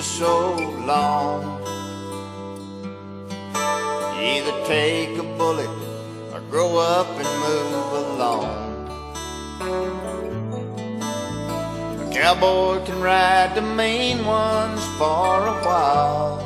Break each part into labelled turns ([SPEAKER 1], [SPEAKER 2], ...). [SPEAKER 1] so long. Either take a bullet or grow up and move along. A cowboy can ride the mean ones for a while,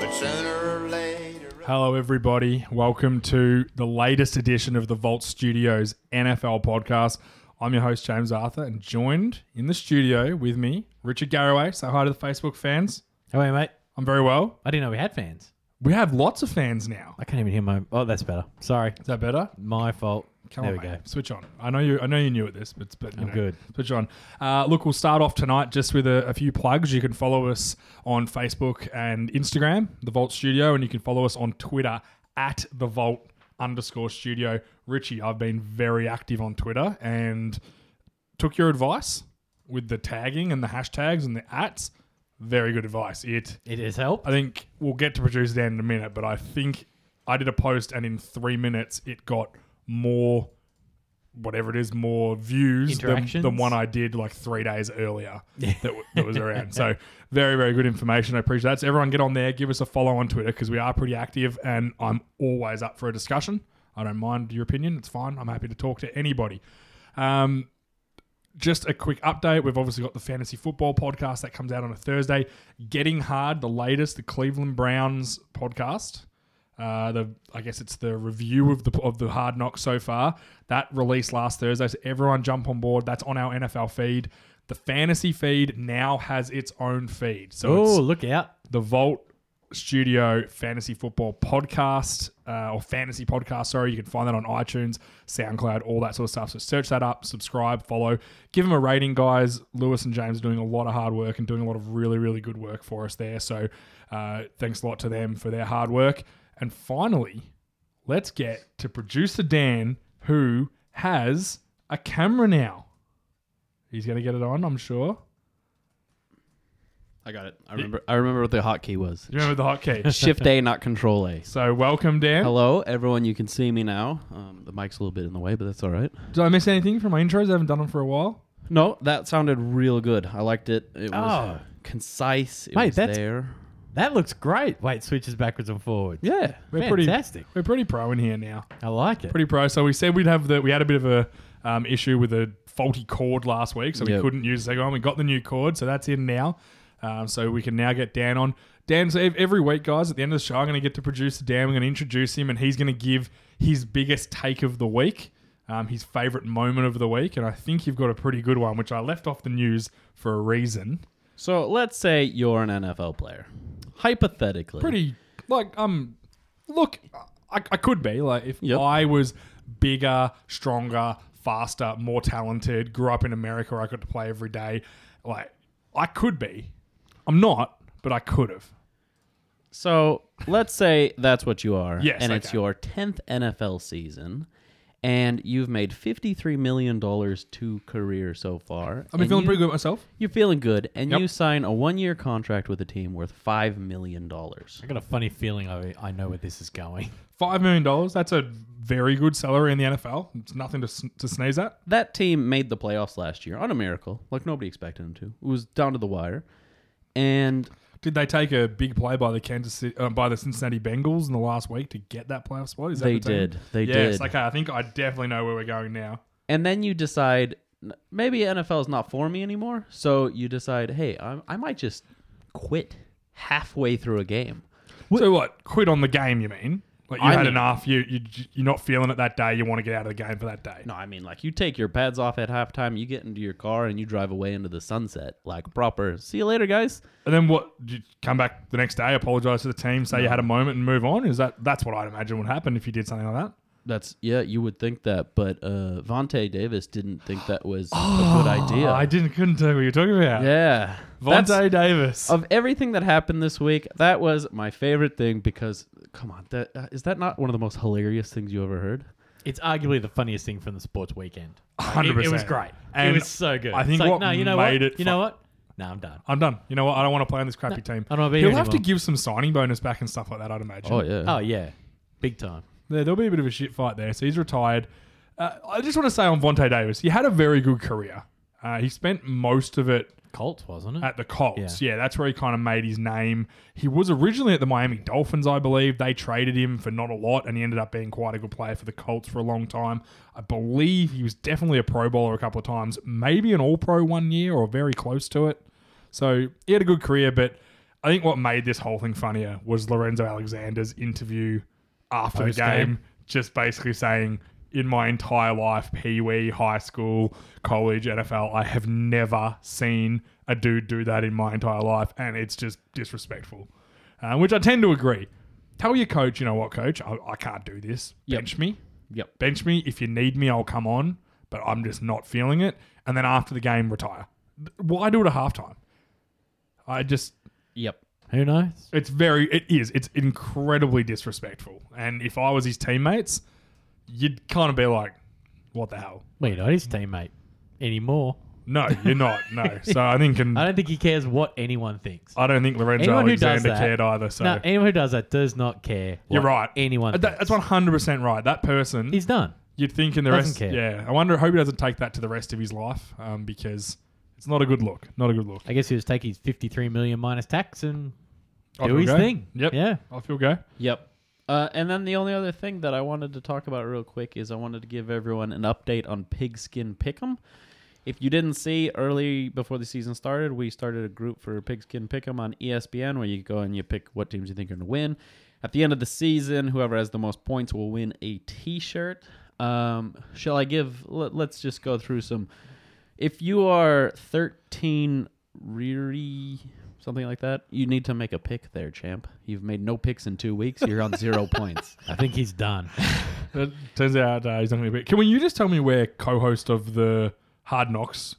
[SPEAKER 1] but sooner or later.
[SPEAKER 2] Hello, everybody. Welcome to the latest edition of the Vault Studios NFL podcast. I'm your host, James Arthur, and joined in the studio with me, Richard Garraway. Say hi to the Facebook fans.
[SPEAKER 3] How are you, mate?
[SPEAKER 2] I'm very well.
[SPEAKER 3] I didn't know we had fans.
[SPEAKER 2] We have lots of fans now.
[SPEAKER 3] I can't even hear my. Oh, that's better. Sorry,
[SPEAKER 2] Is that better?
[SPEAKER 3] my fault.
[SPEAKER 2] Come
[SPEAKER 3] there
[SPEAKER 2] on,
[SPEAKER 3] we
[SPEAKER 2] mate.
[SPEAKER 3] go.
[SPEAKER 2] Switch on. I know you. I know you knew at this, but but you
[SPEAKER 3] I'm
[SPEAKER 2] know,
[SPEAKER 3] good.
[SPEAKER 2] Switch on. Uh, look, we'll start off tonight just with a, a few plugs. You can follow us on Facebook and Instagram, The Vault Studio, and you can follow us on Twitter at The Vault underscore Studio. Richie, I've been very active on Twitter and took your advice with the tagging and the hashtags and the ats. Very good advice. It
[SPEAKER 3] It has helped.
[SPEAKER 2] I think we'll get to produce Dan in a minute, but I think I did a post and in three minutes it got more, whatever it is, more views than,
[SPEAKER 3] Interactions?
[SPEAKER 2] than one I did like three days earlier that, w- that was around. So very, very good information. I appreciate that. So everyone get on there, give us a follow on Twitter because we are pretty active and I'm always up for a discussion. I don't mind your opinion. It's fine. I'm happy to talk to anybody. Um, just a quick update. We've obviously got the fantasy football podcast that comes out on a Thursday. Getting hard, the latest, the Cleveland Browns podcast. Uh, the I guess it's the review of the of the Hard Knocks so far. That released last Thursday, so everyone jump on board. That's on our NFL feed. The fantasy feed now has its own feed, so
[SPEAKER 3] Oh,
[SPEAKER 2] it's
[SPEAKER 3] look out!
[SPEAKER 2] the Vault Studio Fantasy Football Podcast uh, or Fantasy Podcast. Sorry, you can find that on iTunes, SoundCloud, all that sort of stuff. So search that up, subscribe, follow, give them a rating, guys. Lewis and James are doing a lot of hard work and doing a lot of really, really good work for us there. So uh, thanks a lot to them for their hard work. And finally, let's get to producer Dan, who has a camera now. He's going to get it on, I'm sure.
[SPEAKER 4] I got it. I remember. I remember what the hotkey was.
[SPEAKER 2] Do you remember the hotkey?
[SPEAKER 4] Shift A, not Control A.
[SPEAKER 2] so welcome, Dan.
[SPEAKER 4] Hello, everyone. You can see me now. Um, the mic's a little bit in the way, but that's all right.
[SPEAKER 2] Did I miss anything from my intros? I haven't done them for a while.
[SPEAKER 4] No, that sounded real good. I liked it. It was
[SPEAKER 3] Oh.
[SPEAKER 4] concise. It
[SPEAKER 3] Mate,
[SPEAKER 4] was
[SPEAKER 3] that's-
[SPEAKER 4] there.
[SPEAKER 3] That looks great. Wait, switches backwards and forwards.
[SPEAKER 4] Yeah.
[SPEAKER 2] We're pretty-
[SPEAKER 3] fantastic.
[SPEAKER 2] We're pretty pro in here now.
[SPEAKER 3] I like it.
[SPEAKER 2] Pretty pro. So we said we'd have the we had a bit of a um, issue with a faulty cord last week, so we
[SPEAKER 4] Yep.
[SPEAKER 2] couldn't use the second one. We got the new cord, so that's in now. Um, so we can now get Dan on. Dan, so ev- every week, guys, at the end of the show, I'm going to get to produce Dan. I'm going to introduce him, and he's going to give his biggest take of the week, um, his favorite moment of the week. And I think you've got a pretty good one, which I left off the news for a reason.
[SPEAKER 4] So let's say you're an NFL player, hypothetically.
[SPEAKER 2] pretty like um look I, I could be like if
[SPEAKER 4] Yep.
[SPEAKER 2] I was bigger, stronger, faster, more talented, grew up in America, I got to play every day. Like I could be. I'm not, but I could have.
[SPEAKER 4] So let's say that's what you are,
[SPEAKER 2] Yes,
[SPEAKER 4] and it's
[SPEAKER 2] okay.
[SPEAKER 4] your tenth NFL season, and you've made fifty-three million dollars to career so far.
[SPEAKER 2] I've been
[SPEAKER 4] and
[SPEAKER 2] feeling
[SPEAKER 4] you-
[SPEAKER 2] pretty good myself.
[SPEAKER 4] You're feeling good, and
[SPEAKER 2] Yep.
[SPEAKER 4] you sign a one-year contract with a team worth five million dollars.
[SPEAKER 3] I got a funny feeling. I I know where this is going.
[SPEAKER 2] Five million dollars. That's a very good salary in the NFL. It's nothing to, sn- to sneeze at.
[SPEAKER 4] That team made the playoffs last year on a miracle, like nobody expected them to. It was down to the wire, and
[SPEAKER 2] Did they take a big play by the Kansas City, uh, by the Cincinnati Bengals in the last week to get that playoff spot? Is that
[SPEAKER 4] They
[SPEAKER 2] the team?
[SPEAKER 4] did. They
[SPEAKER 2] yes,
[SPEAKER 4] did.
[SPEAKER 2] Okay, I think I definitely know where we're going now.
[SPEAKER 4] and then you decide "N- maybe NFL is not for me anymore. So you decide, hey, I, I might just quit halfway through a game.
[SPEAKER 2] So what? Quit on the game? You mean? Like you
[SPEAKER 4] I
[SPEAKER 2] had
[SPEAKER 4] mean-
[SPEAKER 2] enough? You, you you're not feeling it that day. You want to get out of the game for that day?
[SPEAKER 4] No, I mean like you take your pads off at halftime, you get into your car, and you drive away into the sunset like proper. See you later, guys.
[SPEAKER 2] And then what? Do you come back the next day, apologize to the team, say you had a moment, and move on? Is that that's what I'd imagine would happen if you did something like that?
[SPEAKER 4] That's yeah, you would think that, but uh, Vontae Davis didn't think that was a good idea.
[SPEAKER 2] I didn't couldn't tell what you're talking about.
[SPEAKER 4] yeah, That's-
[SPEAKER 2] Vontae Davis.
[SPEAKER 3] Oh.
[SPEAKER 4] of everything that happened this week, that was my favorite thing because come on, that uh, is that not one of the most hilarious things you ever heard?
[SPEAKER 3] It's arguably the funniest thing from the sports weekend. Like,
[SPEAKER 2] Hundred
[SPEAKER 3] it, it
[SPEAKER 2] percent.
[SPEAKER 3] was great.
[SPEAKER 2] And
[SPEAKER 3] it was so good.
[SPEAKER 2] I
[SPEAKER 3] It's
[SPEAKER 2] think
[SPEAKER 3] like,
[SPEAKER 2] what
[SPEAKER 3] no, you know
[SPEAKER 2] made
[SPEAKER 3] what?
[SPEAKER 2] it
[SPEAKER 3] you know what? No, I'm done.
[SPEAKER 2] I'm done. You know what? I don't want to play on this crappy team.
[SPEAKER 3] I don't wanna be
[SPEAKER 2] He'll
[SPEAKER 3] here
[SPEAKER 2] have to
[SPEAKER 3] anymore.
[SPEAKER 2] give some signing bonus back and stuff like that. I'd imagine.
[SPEAKER 4] yeah.
[SPEAKER 3] Oh yeah, big time.
[SPEAKER 2] There, there'll be a bit of a shit fight there. So he's retired. Uh, I just want to say on Vontae Davis, he had a very good career. Uh, he spent most of it
[SPEAKER 3] Colts, wasn't it?
[SPEAKER 2] at the Colts. Yeah. that's where he kind of made his name. He was originally at the Miami Dolphins, I believe. They traded him for not a lot, and he ended up being quite a good player for the Colts for a long time. I believe he was definitely a Pro Bowler a couple of times, maybe an All Pro one year or very close to it. So he had a good career, but I think what made this whole thing funnier was Lorenzo Alexander's interview after the
[SPEAKER 3] Post-game.
[SPEAKER 2] game, just basically saying, in my entire life, Pee Wee, high school, college, NFL, I have never seen a dude do that in my entire life, and it's just disrespectful, uh, which I tend to agree. Tell your coach, you know what, coach, I, I can't do this.
[SPEAKER 4] Yep.
[SPEAKER 2] Bench me.
[SPEAKER 4] Yep.
[SPEAKER 2] Bench me. If you need me, I'll come on, but I'm just not feeling it. And then after the game, retire. Why do it at halftime? I just
[SPEAKER 4] Yep.
[SPEAKER 3] Who knows?
[SPEAKER 2] it's very, it is. It's incredibly disrespectful. And if I was his teammates, you'd kind of be like, what the hell?
[SPEAKER 3] Well, you're not his teammate anymore.
[SPEAKER 2] No, you're not. No. So I think, and
[SPEAKER 3] I don't think he cares what anyone thinks.
[SPEAKER 2] I don't think Lorenzo
[SPEAKER 3] Anyone who does
[SPEAKER 2] Alexander
[SPEAKER 3] that-
[SPEAKER 2] cared either. So
[SPEAKER 3] No, anyone who does that does not care.
[SPEAKER 2] you're
[SPEAKER 3] what
[SPEAKER 2] right.
[SPEAKER 3] Anyone.
[SPEAKER 2] That- that's
[SPEAKER 3] thinks.
[SPEAKER 2] 100% right. That person,
[SPEAKER 3] He's done.
[SPEAKER 2] you'd think in the rest.
[SPEAKER 3] doesn't care.
[SPEAKER 2] Yeah. I wonder, I hope he doesn't take that to the rest of his life um, because it's not a good look. Not a good look.
[SPEAKER 3] I guess he was taking his 53 million minus tax and
[SPEAKER 2] Off
[SPEAKER 3] do
[SPEAKER 2] he'll
[SPEAKER 3] his
[SPEAKER 2] go.
[SPEAKER 3] thing.
[SPEAKER 2] Yep.
[SPEAKER 3] Yeah.
[SPEAKER 2] Off you'll go.
[SPEAKER 4] Yep. Uh, and then the only other thing that I wanted to talk about real quick is I wanted to give everyone an update on Pigskin Pick'em. If you didn't see early before the season started, we started a group for Pigskin Pick'em on E ESPN where you go and you pick what teams you think are going to win. At the end of the season, whoever has the most points will win a T-shirt. Um, shall I give? Let, let's just go through some. If you are thirteen Reary, something like that, you need to make a pick there, champ. You've made no picks in two weeks. You're on zero points.
[SPEAKER 3] I think he's done.
[SPEAKER 2] It turns out uh, he's not going to be. Can you just tell me where co-host of the Hard Knocks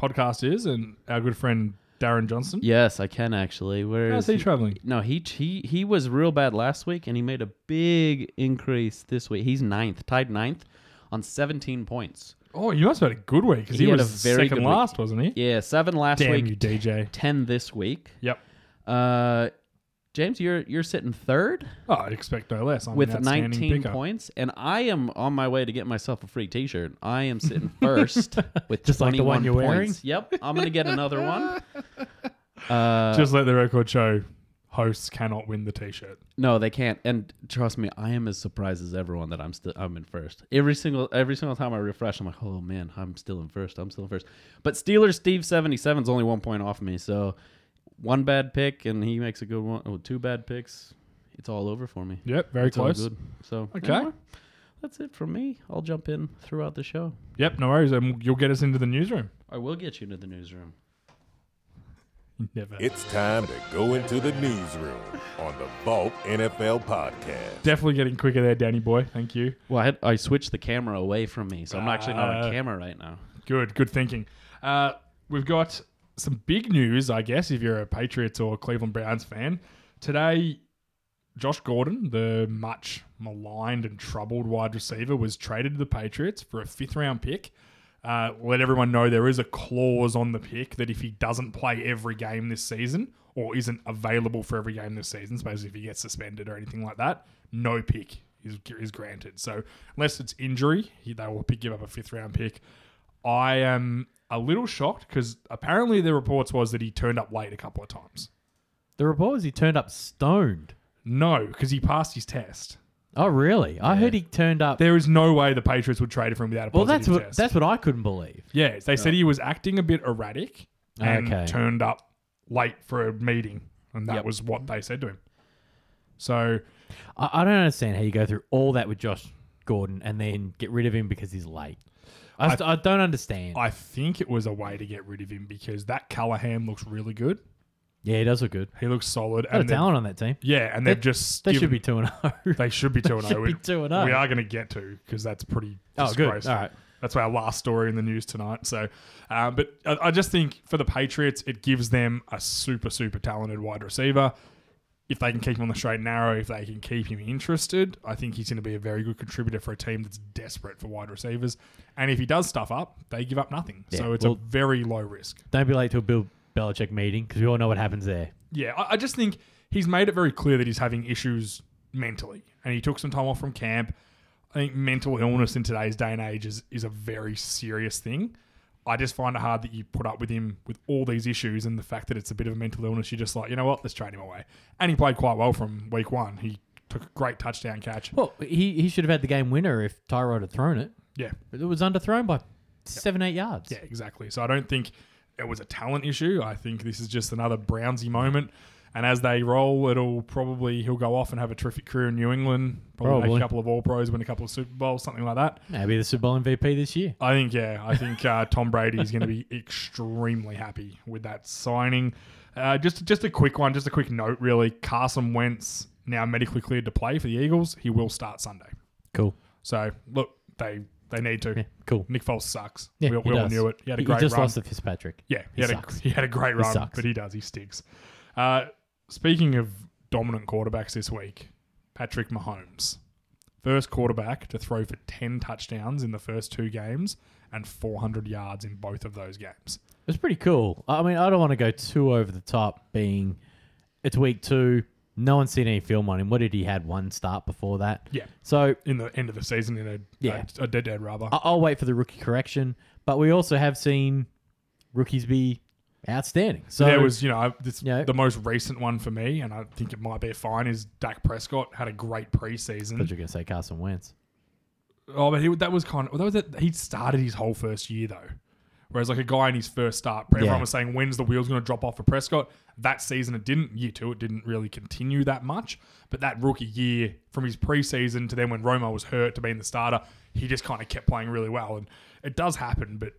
[SPEAKER 2] podcast is and our good friend Darren Johnson?
[SPEAKER 4] Yes, I can actually. Where
[SPEAKER 2] How's
[SPEAKER 4] is
[SPEAKER 2] he traveling?
[SPEAKER 4] No, he he he was real bad last week, and he made a big increase this week. He's ninth, tied ninth, on seventeen points.
[SPEAKER 2] Oh, you must have had a good week because he,
[SPEAKER 4] He had
[SPEAKER 2] was
[SPEAKER 4] a very
[SPEAKER 2] second
[SPEAKER 4] good week.
[SPEAKER 2] last, wasn't he?
[SPEAKER 4] Yeah, seven last
[SPEAKER 2] Damn
[SPEAKER 4] week,
[SPEAKER 2] you, DJ.
[SPEAKER 4] ten this week.
[SPEAKER 2] Yep.
[SPEAKER 4] Uh, James, you're you're sitting third
[SPEAKER 2] Oh, I expect no less. I'm an
[SPEAKER 4] with
[SPEAKER 2] outstanding
[SPEAKER 4] 19
[SPEAKER 2] picker.
[SPEAKER 4] points, and I am on my way to get myself a free T-shirt. I am sitting first with
[SPEAKER 3] Just like the one
[SPEAKER 4] 21
[SPEAKER 3] you're wearing?
[SPEAKER 4] points. Yep, I'm gonna get another one. Uh,
[SPEAKER 2] Just let the record show, hosts cannot win the T-shirt.
[SPEAKER 4] No, they can't. And trust me, I am as surprised as everyone that I'm still I'm in first. Every single every single time I refresh, I'm like, oh man, I'm still in first. I'm still in first. But Steelers Steve seventy seven is only one point off me. So one bad pick and he makes a good one. Oh, two bad picks, it's all over for me.
[SPEAKER 2] Yep, very
[SPEAKER 4] It's all
[SPEAKER 2] close.
[SPEAKER 4] good. So
[SPEAKER 2] Okay.
[SPEAKER 4] anyway, that's it from me. I'll jump in throughout the show.
[SPEAKER 2] Yep, no worries. Um, you'll get us into the newsroom.
[SPEAKER 4] I will get you to the newsroom.
[SPEAKER 2] Never.
[SPEAKER 5] It's time to go into the newsroom on the Vault NFL podcast.
[SPEAKER 2] Definitely getting quicker there, Danny boy. Thank you.
[SPEAKER 4] Well, I, had, I switched the camera away from me, so I'm actually not
[SPEAKER 2] Ah.
[SPEAKER 4] on camera right now.
[SPEAKER 2] Good, good thinking. Uh, we've got some big news, I guess, if you're a Patriots or Cleveland Browns fan. Today, Josh Gordon, the much maligned and troubled wide receiver, was traded to the Patriots for a fifth round pick. Uh, let everyone know there is a clause on the pick that if he doesn't play every game this season or isn't available for every game this season, suppose if he gets suspended or anything like that, no pick is, is granted. So unless it's injury, he, they will pick, give up a fifth round pick. I am a little shocked because apparently the reports was that he turned up late a couple of times.
[SPEAKER 3] The report was he turned up stoned.
[SPEAKER 2] No, because he passed his test.
[SPEAKER 3] Oh, really? I heard he turned up.
[SPEAKER 2] There is no way the Patriots would trade for him without a
[SPEAKER 3] well,
[SPEAKER 2] positive
[SPEAKER 3] that's what
[SPEAKER 2] test.
[SPEAKER 3] that's what I couldn't believe.
[SPEAKER 2] yeah, they said he was acting a bit erratic and
[SPEAKER 3] Okay.
[SPEAKER 2] turned up late for a meeting, and that was what they said to him. So
[SPEAKER 3] I, I don't understand how you go through all that with Josh Gordon and then get rid of him because he's late. I, st- I don't understand.
[SPEAKER 2] I think it was a way to get rid of him because that Callahan looks really good.
[SPEAKER 3] yeah, he does look good.
[SPEAKER 2] He looks solid.
[SPEAKER 3] Got a
[SPEAKER 2] and they've-
[SPEAKER 3] talent on that team.
[SPEAKER 2] Yeah, and
[SPEAKER 3] They-
[SPEAKER 2] they've just
[SPEAKER 3] They should
[SPEAKER 2] given-
[SPEAKER 3] be two and oh. zero.
[SPEAKER 2] They should be 2 and
[SPEAKER 3] should
[SPEAKER 2] 0.
[SPEAKER 3] be
[SPEAKER 2] We-
[SPEAKER 3] 2-0.
[SPEAKER 2] We are going to get to because that's pretty
[SPEAKER 3] Oh, good.
[SPEAKER 2] disgraceful.
[SPEAKER 3] All right.
[SPEAKER 2] That's our last story in the news tonight. So, uh, but I, I just think for the Patriots, it gives them a super, super talented wide receiver. If they can keep him on the straight and narrow, if they can keep him interested, I think he's going to be a very good contributor for a team that's desperate for wide receivers. And if he does stuff up, they give up nothing. so it's a
[SPEAKER 3] well-
[SPEAKER 2] very low risk.
[SPEAKER 3] Don't be late to a Bill Belichick meeting because we all know what happens there.
[SPEAKER 2] Yeah, I, I just think he's made it very clear that he's having issues mentally, and he took some time off from camp. I think mental illness in today's day and age is, is a very serious thing. I- I just find it hard that you put up with him with all these issues and the fact that it's a bit of a mental illness. You're just like, you know what? Let's trade him away. And he played quite well from week one. He took a great touchdown catch.
[SPEAKER 3] Well, he, he should have had the game winner if Tyrod had thrown it.
[SPEAKER 2] Yeah,
[SPEAKER 3] But it was underthrown by seven, eight yards.
[SPEAKER 2] yeah, exactly. So I don't think it was a talent issue. I think this is just another Brownsy moment. And as they roll, it'll probably he'll go off and have a terrific career in New England. Probably, make
[SPEAKER 3] Probably.
[SPEAKER 2] a couple of All Pros, win a couple of Super Bowls, something like that.
[SPEAKER 3] Maybe the Super Bowl MVP this year.
[SPEAKER 2] I think yeah, I think uh, Tom Brady is going to be extremely happy with that signing. Uh, just just a quick one, just a quick note really. Carson Wentz now medically cleared to play for the Eagles. He will start Sunday.
[SPEAKER 3] Cool.
[SPEAKER 2] So look, they they need to.
[SPEAKER 3] Yeah, cool.
[SPEAKER 2] Nick Foles sucks.
[SPEAKER 3] Yeah,
[SPEAKER 2] we
[SPEAKER 3] he
[SPEAKER 2] we all
[SPEAKER 3] does.
[SPEAKER 2] knew it. He had a great
[SPEAKER 3] just
[SPEAKER 2] run.
[SPEAKER 3] lost to Fitzpatrick.
[SPEAKER 2] Yeah, he,
[SPEAKER 3] He
[SPEAKER 2] had
[SPEAKER 3] sucks.
[SPEAKER 2] a he had a great run,
[SPEAKER 3] sucks.
[SPEAKER 2] but he does. He stinks. Uh, speaking of dominant quarterbacks this week, Patrick Mahomes, first quarterback to throw for ten touchdowns in the first two games and 400 yards in both of those games.
[SPEAKER 3] It was pretty cool. I I mean, I don't want to go too over the top. Being it's week two, no one's seen any film on him. What did he had one start before that?
[SPEAKER 2] Yeah.
[SPEAKER 3] So
[SPEAKER 2] In the end of the season, in a
[SPEAKER 3] Yeah.
[SPEAKER 2] a, a dead dead rubber.
[SPEAKER 3] I- I'll wait for the rookie correction. But we also have seen rookies be outstanding. So
[SPEAKER 2] there was, you know, I- this,
[SPEAKER 3] Yeah.
[SPEAKER 2] the most recent one for me, and I think it might be a fine. Is Dak Prescott had a great
[SPEAKER 3] I thought
[SPEAKER 2] preseason?
[SPEAKER 3] you were going to say Carson Wentz.
[SPEAKER 2] Oh, but he, that was kind of that was it. He started his whole first year though. Whereas like a guy in his first start, everyone
[SPEAKER 3] Yeah.
[SPEAKER 2] was saying when's the wheels going to drop off for Prescott. That season it didn't. Year two it didn't really continue that much. But that rookie year from his preseason to then when Romo was hurt to being the starter, he just kind of kept playing really well. And it does happen, but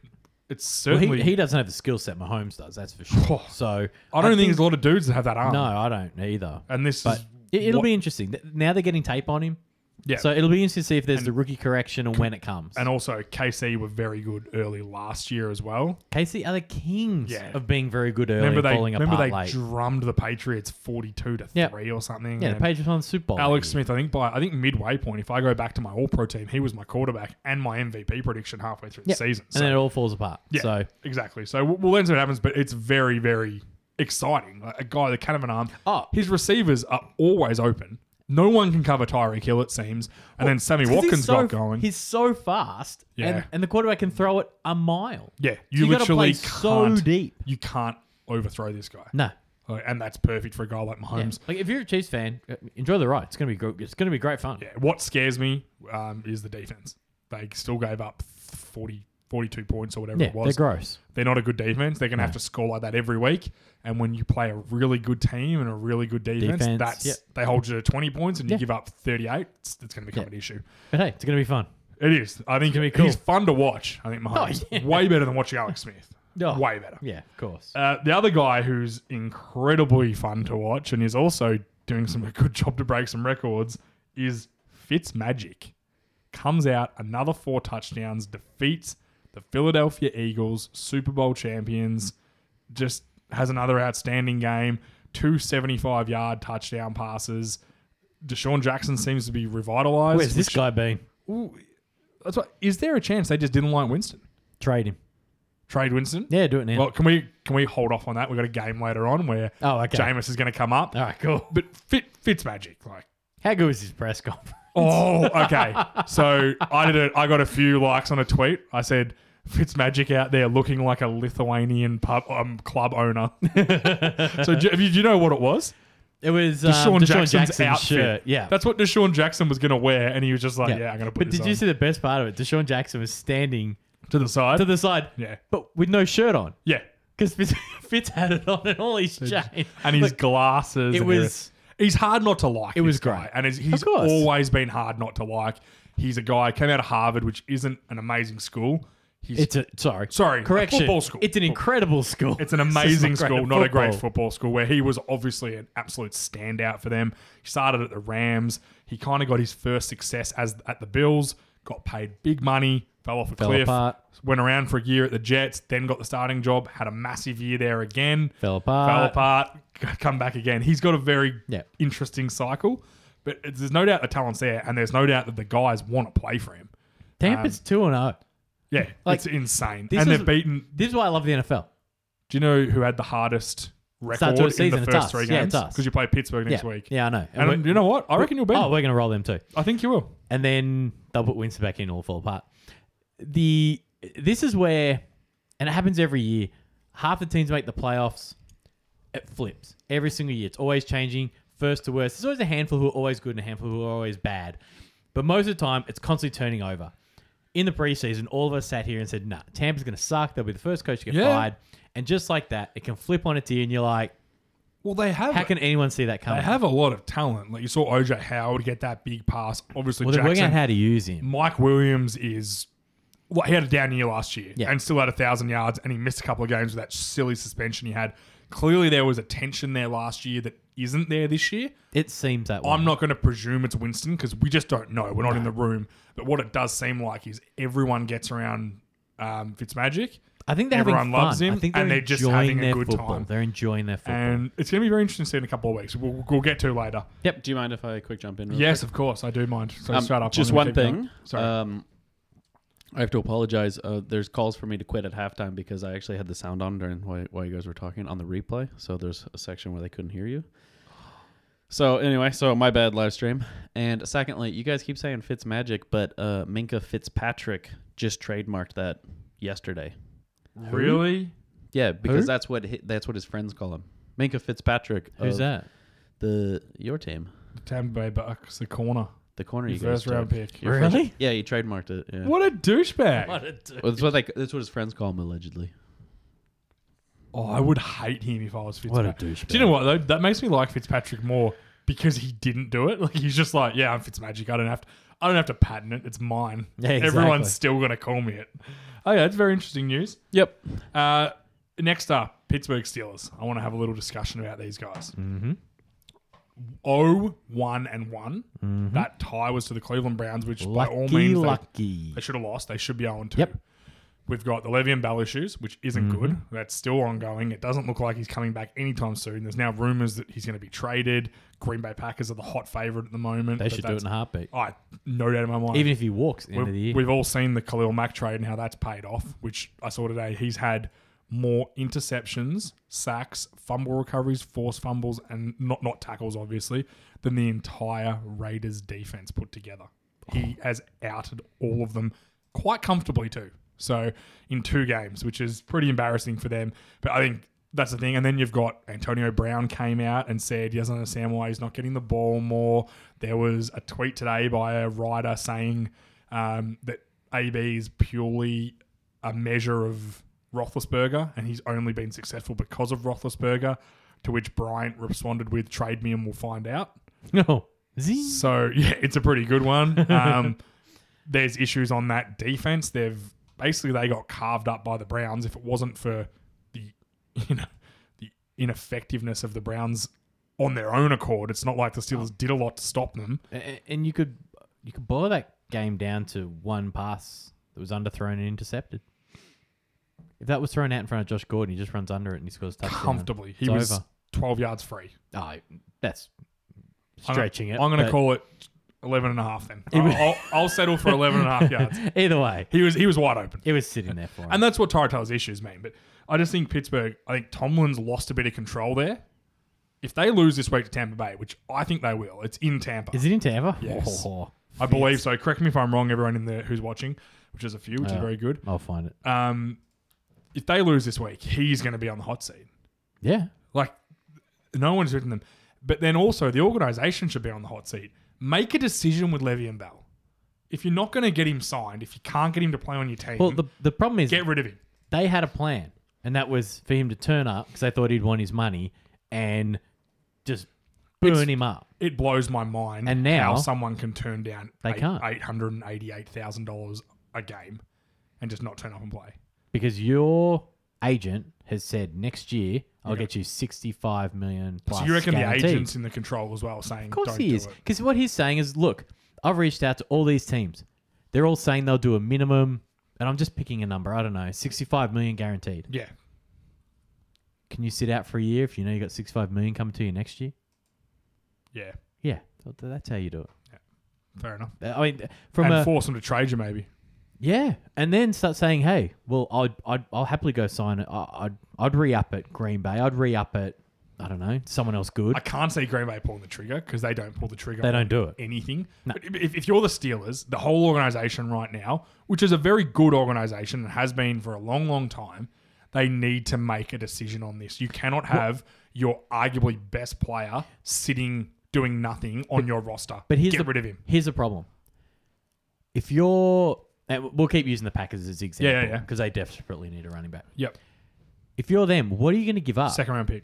[SPEAKER 2] it's
[SPEAKER 3] Well,
[SPEAKER 2] certainly. Oh,
[SPEAKER 3] he, he doesn't have the skill set Mahomes does. That's for sure. So
[SPEAKER 2] I don't think, there's a lot of dudes that have that arm.
[SPEAKER 3] no, I don't either.
[SPEAKER 2] and this
[SPEAKER 3] But
[SPEAKER 2] is
[SPEAKER 3] it, it'll
[SPEAKER 2] what-
[SPEAKER 3] be interesting. Th- Now they're getting tape on him.
[SPEAKER 2] yeah.
[SPEAKER 3] So it'll be interesting to see if there's the rookie correction and when it comes.
[SPEAKER 2] and also KC were very good early last year as well.
[SPEAKER 3] Casey are the kings
[SPEAKER 2] Yeah.
[SPEAKER 3] of being very good early
[SPEAKER 2] remember
[SPEAKER 3] and
[SPEAKER 2] they
[SPEAKER 3] falling
[SPEAKER 2] remember
[SPEAKER 3] apart
[SPEAKER 2] they
[SPEAKER 3] late.
[SPEAKER 2] drummed the Patriots forty two to
[SPEAKER 3] Yep.
[SPEAKER 2] three or something.
[SPEAKER 3] yeah, the
[SPEAKER 2] and
[SPEAKER 3] Patriots won the Super Bowl.
[SPEAKER 2] Alex
[SPEAKER 3] that year.
[SPEAKER 2] Smith, I think by I think midway point, if I go back to my All Pro team, he was my quarterback and my MVP prediction halfway through
[SPEAKER 3] Yep.
[SPEAKER 2] the season.
[SPEAKER 3] And then it all falls apart.
[SPEAKER 2] yeah,
[SPEAKER 3] So
[SPEAKER 2] exactly. So we'll, we'll end see what happens, but it's very very exciting. Like a guy that can have an arm.
[SPEAKER 3] Oh.
[SPEAKER 2] his receivers are always open. No one can cover Tyreek Hill, it seems. And then Sammy
[SPEAKER 3] 'Cause he's
[SPEAKER 2] Watkins
[SPEAKER 3] so,
[SPEAKER 2] got going.
[SPEAKER 3] He's so fast, and,
[SPEAKER 2] Yeah.
[SPEAKER 3] and the quarterback can throw it a mile.
[SPEAKER 2] yeah,
[SPEAKER 3] So
[SPEAKER 2] you,
[SPEAKER 3] you gotta play
[SPEAKER 2] literally
[SPEAKER 3] so
[SPEAKER 2] can't.
[SPEAKER 3] deep.
[SPEAKER 2] You can't overthrow this guy.
[SPEAKER 3] No,
[SPEAKER 2] Like, and that's perfect for a guy like
[SPEAKER 3] Yeah.
[SPEAKER 2] Mahomes.
[SPEAKER 3] like if you're a Chiefs fan, uh, enjoy the ride. It's gonna be gr- it's gonna be great fun.
[SPEAKER 2] Yeah, what scares me um, is the defense. They still gave up 40, 42 points or whatever
[SPEAKER 3] Yeah,
[SPEAKER 2] it
[SPEAKER 3] they're
[SPEAKER 2] was.
[SPEAKER 3] gross.
[SPEAKER 2] They're not a good defense. They're going to have to score like that every week. And when you play a really good team and a really good defense,
[SPEAKER 3] Defense,
[SPEAKER 2] that's
[SPEAKER 3] yep.
[SPEAKER 2] they hold you to 20 points and you
[SPEAKER 3] Yeah.
[SPEAKER 2] give up 38. It's, it's going to become an issue.
[SPEAKER 3] But hey, it's gonna be fun.
[SPEAKER 2] It is. I think
[SPEAKER 3] cool. Oh,
[SPEAKER 2] he's fun to watch. I think Mahomes.
[SPEAKER 3] yeah.
[SPEAKER 2] Way better than watching Alex Smith.
[SPEAKER 3] Oh.
[SPEAKER 2] Way better.
[SPEAKER 3] Yeah, of course.
[SPEAKER 2] Uh, the other guy who's incredibly fun to watch and is also doing some a good job to break some records is Fitz Magic. Comes out another four touchdowns, defeats the Philadelphia Eagles, Super Bowl champions. Just has another outstanding game. Two 75 yard touchdown passes. Deshaun Jackson seems to be revitalized.
[SPEAKER 3] Where's this guy been?
[SPEAKER 2] Ooh, that's what, is there a chance they just didn't like Winston?
[SPEAKER 3] Trade him.
[SPEAKER 2] Trade Winston?
[SPEAKER 3] Yeah, do it now.
[SPEAKER 2] Well, can we can we hold off on that? We've got a game later on where
[SPEAKER 3] Oh, okay. Oh.
[SPEAKER 2] Jameis is going to come up.
[SPEAKER 3] all right, cool.
[SPEAKER 2] But fit fits magic like.
[SPEAKER 3] How good was his press conference?
[SPEAKER 2] Oh, okay. So I did. A, I got a few likes on a tweet. I said Fitzmagic out there looking like a Lithuanian pub um, club owner. so do, do you know what it was?
[SPEAKER 3] It was um,
[SPEAKER 2] Deshaun
[SPEAKER 3] Deshaun,
[SPEAKER 2] Jackson's
[SPEAKER 3] Jackson's
[SPEAKER 2] outfit.
[SPEAKER 3] shirt. Yeah.
[SPEAKER 2] that's what Deshaun Jackson was going to wear, and he was just like, "Yeah, I'm going to put."
[SPEAKER 3] But
[SPEAKER 2] this
[SPEAKER 3] did you
[SPEAKER 2] on."
[SPEAKER 3] see the best part of it? Deshaun Jackson was standing
[SPEAKER 2] to the side?
[SPEAKER 3] to the side,
[SPEAKER 2] Yeah.
[SPEAKER 3] but with no shirt on
[SPEAKER 2] yeah,
[SPEAKER 3] because Fitz, Fitz had it on and all his chain.
[SPEAKER 2] and his
[SPEAKER 3] Like,
[SPEAKER 2] glasses.
[SPEAKER 3] it
[SPEAKER 2] and
[SPEAKER 3] was-
[SPEAKER 2] everything. He's hard not to like. It
[SPEAKER 3] was
[SPEAKER 2] guy,
[SPEAKER 3] great.
[SPEAKER 2] and he's, he's
[SPEAKER 3] Of course.
[SPEAKER 2] always been hard not to like. He's a guy came out of Harvard, which isn't an amazing school. He's
[SPEAKER 3] it's a sorry,
[SPEAKER 2] Sorry, a
[SPEAKER 3] correction.
[SPEAKER 2] football school.
[SPEAKER 3] It's an
[SPEAKER 2] Football.
[SPEAKER 3] incredible school.
[SPEAKER 2] It's an
[SPEAKER 3] This is
[SPEAKER 2] amazing
[SPEAKER 3] great
[SPEAKER 2] school,
[SPEAKER 3] at
[SPEAKER 2] not a great football school, where he was obviously an absolute standout for them. He started at the Rams. He kind of got his first success as at the Bills, got paid big money, fell off a
[SPEAKER 3] Fell
[SPEAKER 2] cliff,
[SPEAKER 3] apart.
[SPEAKER 2] went around for a year at the Jets, then got the starting job, had a massive year there again,
[SPEAKER 3] Fell apart.
[SPEAKER 2] fell apart, c- come back again. He's got a very
[SPEAKER 3] Uh, Yeah.
[SPEAKER 2] interesting cycle, but it's, there's no doubt the talent's there, and there's no doubt that the guys want to play for him.
[SPEAKER 3] Tampa's two and zero.
[SPEAKER 2] Yeah,
[SPEAKER 3] Like,
[SPEAKER 2] it's insane,
[SPEAKER 3] this
[SPEAKER 2] and
[SPEAKER 3] is-
[SPEAKER 2] they've beaten
[SPEAKER 3] This is why I love the NFL.
[SPEAKER 2] do you know who had the hardest record
[SPEAKER 3] Start to a
[SPEAKER 2] in
[SPEAKER 3] season,
[SPEAKER 2] the
[SPEAKER 3] it's
[SPEAKER 2] first
[SPEAKER 3] us.
[SPEAKER 2] three
[SPEAKER 3] Yeah,
[SPEAKER 2] games?
[SPEAKER 3] it's us.
[SPEAKER 2] Because you play Pittsburgh next
[SPEAKER 3] yeah,
[SPEAKER 2] week.
[SPEAKER 3] yeah, I know. And
[SPEAKER 2] And
[SPEAKER 3] we're-
[SPEAKER 2] you know what? I reckon you'll beat
[SPEAKER 3] oh,
[SPEAKER 2] them.
[SPEAKER 3] we're gonna roll them too.
[SPEAKER 2] I think you will.
[SPEAKER 3] and then they'll put Winston back in, all fall apart. The this is where and it happens every year. Half the teams make the playoffs. It flips every single year. It's always changing, first to worst. There's always a handful who are always good and a handful who are always bad. But most of the time, it's constantly turning over. In the preseason, all of us sat here and said, "Nah, Tampa's going to suck. They'll be the first coach to get
[SPEAKER 2] Yeah.
[SPEAKER 3] fired." And just like that, it can flip on its ear, and you're like,
[SPEAKER 2] Well, they have.
[SPEAKER 3] "How can anyone see that coming?"
[SPEAKER 2] They have a lot of talent. Like you saw OJ Howard get that big pass. Obviously,
[SPEAKER 3] well, they're working
[SPEAKER 2] Jackson.
[SPEAKER 3] out how to use him.
[SPEAKER 2] Mike Williams is. Well, he had a down year last year
[SPEAKER 3] Yeah.
[SPEAKER 2] and still had a thousand yards, and he missed a couple of games with that silly suspension he had. Clearly, there was a tension there last year that isn't there this year.
[SPEAKER 3] It seems that way.
[SPEAKER 2] I'm not going to presume it's Winston because we just don't know. We're not in the room. But what it does seem like is everyone gets around um, Fitzmagic,
[SPEAKER 3] I think they're having
[SPEAKER 2] Everyone
[SPEAKER 3] fun.
[SPEAKER 2] loves him,
[SPEAKER 3] I think they're
[SPEAKER 2] and they're just
[SPEAKER 3] enjoying
[SPEAKER 2] having a
[SPEAKER 3] their
[SPEAKER 2] good
[SPEAKER 3] football.
[SPEAKER 2] time.
[SPEAKER 3] They're enjoying their football.
[SPEAKER 2] and it's going to be very interesting to see in a couple of weeks. We'll, we'll get to later.
[SPEAKER 4] Yep. Do you mind if I quick jump in? real
[SPEAKER 2] Yes, of course, I do mind. So
[SPEAKER 4] Um,
[SPEAKER 2] straight up,
[SPEAKER 4] Just
[SPEAKER 2] I'm gonna
[SPEAKER 4] one
[SPEAKER 2] keep going.
[SPEAKER 4] thing.
[SPEAKER 2] Sorry.
[SPEAKER 4] Um, I have to apologize. Uh, there's calls for me to quit at halftime because I actually had the sound on during while, while you guys were talking on the replay. So there's a section where they couldn't hear you. So anyway, so my bad live stream. And secondly, you guys keep saying Fitz Magic, but uh, Minka Fitzpatrick just trademarked that yesterday.
[SPEAKER 2] really?
[SPEAKER 4] Yeah, because that's what hi, that's what his friends call him. Minka Fitzpatrick.
[SPEAKER 3] Who's
[SPEAKER 4] of
[SPEAKER 3] that?
[SPEAKER 4] The your team,
[SPEAKER 2] Tampa Bay Bucks, the corner,
[SPEAKER 4] the corner.
[SPEAKER 2] your
[SPEAKER 4] you guys
[SPEAKER 2] first round
[SPEAKER 4] took.
[SPEAKER 2] pick.
[SPEAKER 4] Your first-
[SPEAKER 3] Really?
[SPEAKER 4] Yeah, he trademarked it. Yeah.
[SPEAKER 2] What a douchebag!
[SPEAKER 4] Well, that's what they, that's what his friends call him allegedly.
[SPEAKER 2] Oh, I would hate him if I was
[SPEAKER 3] What a
[SPEAKER 2] Fitzpatrick.
[SPEAKER 3] douchebag.
[SPEAKER 2] Do you know what though? That makes me like Fitzpatrick more because he didn't do it. Like he's just like, yeah, I'm Fitzmagic. I don't have to. I don't have to patent it. It's mine.
[SPEAKER 3] Yeah, exactly.
[SPEAKER 2] Everyone's still gonna call me it. Oh yeah, it's very interesting news.
[SPEAKER 4] Yep.
[SPEAKER 2] Uh, next up, Pittsburgh Steelers. I want to have a little discussion about these guys. Mm-hmm. Oh, one and one. That tie was to the Cleveland Browns, which by all
[SPEAKER 3] Mm-hmm. Lucky,
[SPEAKER 2] means they-
[SPEAKER 3] lucky.
[SPEAKER 2] they should have lost. They should be 0 2.
[SPEAKER 3] Yep. Mm-hmm.
[SPEAKER 2] We've got the Levy and Bell issues, which isn't good. That's still ongoing. It doesn't look like he's coming back anytime soon. There's now rumors that he's going to be traded. Green Bay Packers are the hot favorite at the moment.
[SPEAKER 3] They should do it in a heartbeat.
[SPEAKER 2] I no doubt in my mind.
[SPEAKER 3] Even if he walks at the end of the
[SPEAKER 2] we've,
[SPEAKER 3] year.
[SPEAKER 2] we've all seen the Khalil Mack trade and how that's paid off, which I saw today. He's had more interceptions, sacks, fumble recoveries, forced fumbles, and not not tackles, obviously, than the entire Raiders defense put together. He
[SPEAKER 3] Oh.
[SPEAKER 2] has outed all of them quite comfortably too. So in two games, which is pretty embarrassing for them. But I think that's the thing. And then you've got Antonio Brown came out and said he doesn't understand why he's not getting the ball more. There was a tweet today by a writer saying um, that AB is purely a measure of Roethlisberger, and he's only been successful because of Roethlisberger. To which Bryant responded with "Trade me, and we'll find out."
[SPEAKER 3] no. Zing.
[SPEAKER 2] So yeah, it's a pretty good one. Um, there's issues on that defense. They've basically they got carved up by the Browns. If it wasn't for the you know the ineffectiveness of the Browns on their own accord, it's not like the Steelers did a lot to stop them.
[SPEAKER 3] A- a- And you could you could boil that game down to one pass that was underthrown and intercepted. If that was thrown out in front of Josh Gordon, he just runs under it and he scores a touchdown.
[SPEAKER 2] Comfortably, he
[SPEAKER 3] It's
[SPEAKER 2] was
[SPEAKER 3] over.
[SPEAKER 2] 12 yards free.
[SPEAKER 3] Oh, that's
[SPEAKER 2] I'm gonna-
[SPEAKER 3] stretching it.
[SPEAKER 2] I'm going to
[SPEAKER 3] but
[SPEAKER 2] call it 11 and a half then. I'll, I'll, I'll settle for 11 and a half yards.
[SPEAKER 3] Either way,
[SPEAKER 2] He was he was wide open.
[SPEAKER 3] it was sitting there for him.
[SPEAKER 2] And that's what Taratel's issues mean. But I just think Pittsburgh, I think Tomlin's lost a bit of control there. If they lose this week to Tampa Bay, which I think they will, it's in Tampa.
[SPEAKER 3] Is it in Tampa?
[SPEAKER 2] Yes.
[SPEAKER 3] Oh,
[SPEAKER 2] I believe so. Correct me if I'm wrong, everyone in there who's watching, which is a few, which is
[SPEAKER 3] Yeah.
[SPEAKER 2] very good.
[SPEAKER 3] I'll find it.
[SPEAKER 2] Um, if they lose this week, he's going to be on the hot seat.
[SPEAKER 3] Yeah.
[SPEAKER 2] Like, no one's written them. But then also, the organization should be on the hot seat. Make a decision with Levy and Bell. If you're not going to get him signed, if you can't get him to play on your team,
[SPEAKER 3] Well, the, the problem is
[SPEAKER 2] get rid of him.
[SPEAKER 3] they had a plan, and that was for him to turn up because they thought he'd want his money and just burn
[SPEAKER 2] It's-
[SPEAKER 3] him up.
[SPEAKER 2] it blows my mind
[SPEAKER 3] And now-
[SPEAKER 2] how someone can turn down
[SPEAKER 3] They can't.
[SPEAKER 2] eight hundred and eighty eight thousand dollars a game and just not turn up and play.
[SPEAKER 3] because your agent has said next year I'll get you sixty-five million plus.
[SPEAKER 2] so you reckon
[SPEAKER 3] guaranteed.
[SPEAKER 2] the agents in the control as well are saying,
[SPEAKER 3] Of course
[SPEAKER 2] "Don't
[SPEAKER 3] he
[SPEAKER 2] do
[SPEAKER 3] is,
[SPEAKER 2] it."
[SPEAKER 3] because what he's saying is, look, I've reached out to all these teams. They're all saying they'll do a minimum, and I'm just picking a number. I don't know, sixty-five million guaranteed.
[SPEAKER 2] Yeah,
[SPEAKER 3] Can you sit out for a year if you know you got sixty-five million coming to you next year?
[SPEAKER 2] yeah,
[SPEAKER 3] Yeah, th- that's how you do it.
[SPEAKER 2] fair enough.
[SPEAKER 3] Uh, I mean, th- from
[SPEAKER 2] and
[SPEAKER 3] a
[SPEAKER 2] force them to trade you, maybe.
[SPEAKER 3] yeah, and then start saying, hey, well, I'd, I'd I'll happily go sign it. I- I'd I'd re-up at Green Bay. I'd re-up at I don't know, someone else good.
[SPEAKER 2] I can't see Green Bay pulling the trigger because they don't pull the trigger.
[SPEAKER 3] They
[SPEAKER 2] on
[SPEAKER 3] don't do it.
[SPEAKER 2] Anything. But If, if you're the Steelers, the whole organization right now, which is a very good organization and has been for a long, long time, they need to make a decision on this. You cannot have your arguably best player sitting doing nothing on your roster.
[SPEAKER 3] But here's
[SPEAKER 2] get
[SPEAKER 3] the,
[SPEAKER 2] rid of him.
[SPEAKER 3] Here's the problem. If you're, and we'll keep using the Packers as example
[SPEAKER 2] yeah.
[SPEAKER 3] because they desperately need a running back.
[SPEAKER 2] Yep.
[SPEAKER 3] If you're them, what are you going to give up?
[SPEAKER 2] Second round pick.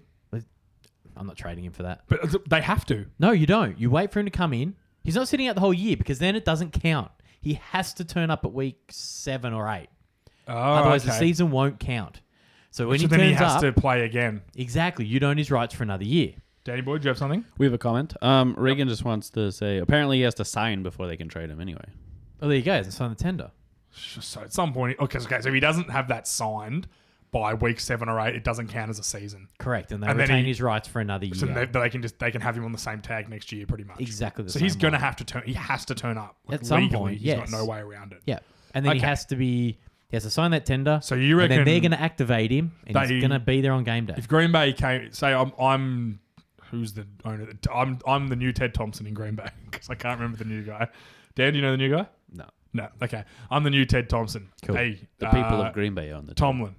[SPEAKER 3] I'm not trading him for that.
[SPEAKER 2] But they have to.
[SPEAKER 3] No, you don't. You wait for him to come in. He's not sitting out the whole year because then it doesn't count. He has to turn up at week seven or eight.
[SPEAKER 2] Oh,
[SPEAKER 3] Otherwise, the
[SPEAKER 2] okay.
[SPEAKER 3] season won't count. So when
[SPEAKER 2] So
[SPEAKER 3] he
[SPEAKER 2] then
[SPEAKER 3] turns
[SPEAKER 2] he has
[SPEAKER 3] up,
[SPEAKER 2] to play again.
[SPEAKER 3] exactly, you don't his rights for another year.
[SPEAKER 2] Danny Boy, do you have something?
[SPEAKER 4] We have a comment. Um, Reagan just wants to say apparently he has to sign before they can trade him anyway.
[SPEAKER 3] Oh, there you go. It's sign the tender.
[SPEAKER 2] So at some point, okay, okay, so if he doesn't have that signed by week seven or eight, it doesn't count as a season.
[SPEAKER 3] Correct, and they
[SPEAKER 2] And then
[SPEAKER 3] retain
[SPEAKER 2] he-
[SPEAKER 3] his rights for another year.
[SPEAKER 2] So they, they can just they can have him on the same tag next year, pretty much.
[SPEAKER 3] Exactly the
[SPEAKER 2] So he's
[SPEAKER 3] same
[SPEAKER 2] going to
[SPEAKER 3] way.
[SPEAKER 2] have to turn. He has to turn up like,
[SPEAKER 3] At some
[SPEAKER 2] legally,
[SPEAKER 3] point,
[SPEAKER 2] He's
[SPEAKER 3] yes.
[SPEAKER 2] got no way around it.
[SPEAKER 3] Yeah, and then he
[SPEAKER 2] Okay.
[SPEAKER 3] has to be. He has to sign that tender.
[SPEAKER 2] So you
[SPEAKER 3] and then they're
[SPEAKER 2] reckon
[SPEAKER 3] going to activate him, and
[SPEAKER 2] they-
[SPEAKER 3] he's going to be there on game day.
[SPEAKER 2] If Green Bay came, say I'm I'm who's the owner? I'm I'm the new Ted Thompson in Green Bay because I can't remember the new guy. Dan, do you know the new guy?
[SPEAKER 4] No,
[SPEAKER 2] No. Okay, I'm the new Ted Thompson.
[SPEAKER 3] Cool.
[SPEAKER 2] Hey,
[SPEAKER 4] the people
[SPEAKER 2] uh,
[SPEAKER 4] of Green Bay own the team.
[SPEAKER 2] Tomlin,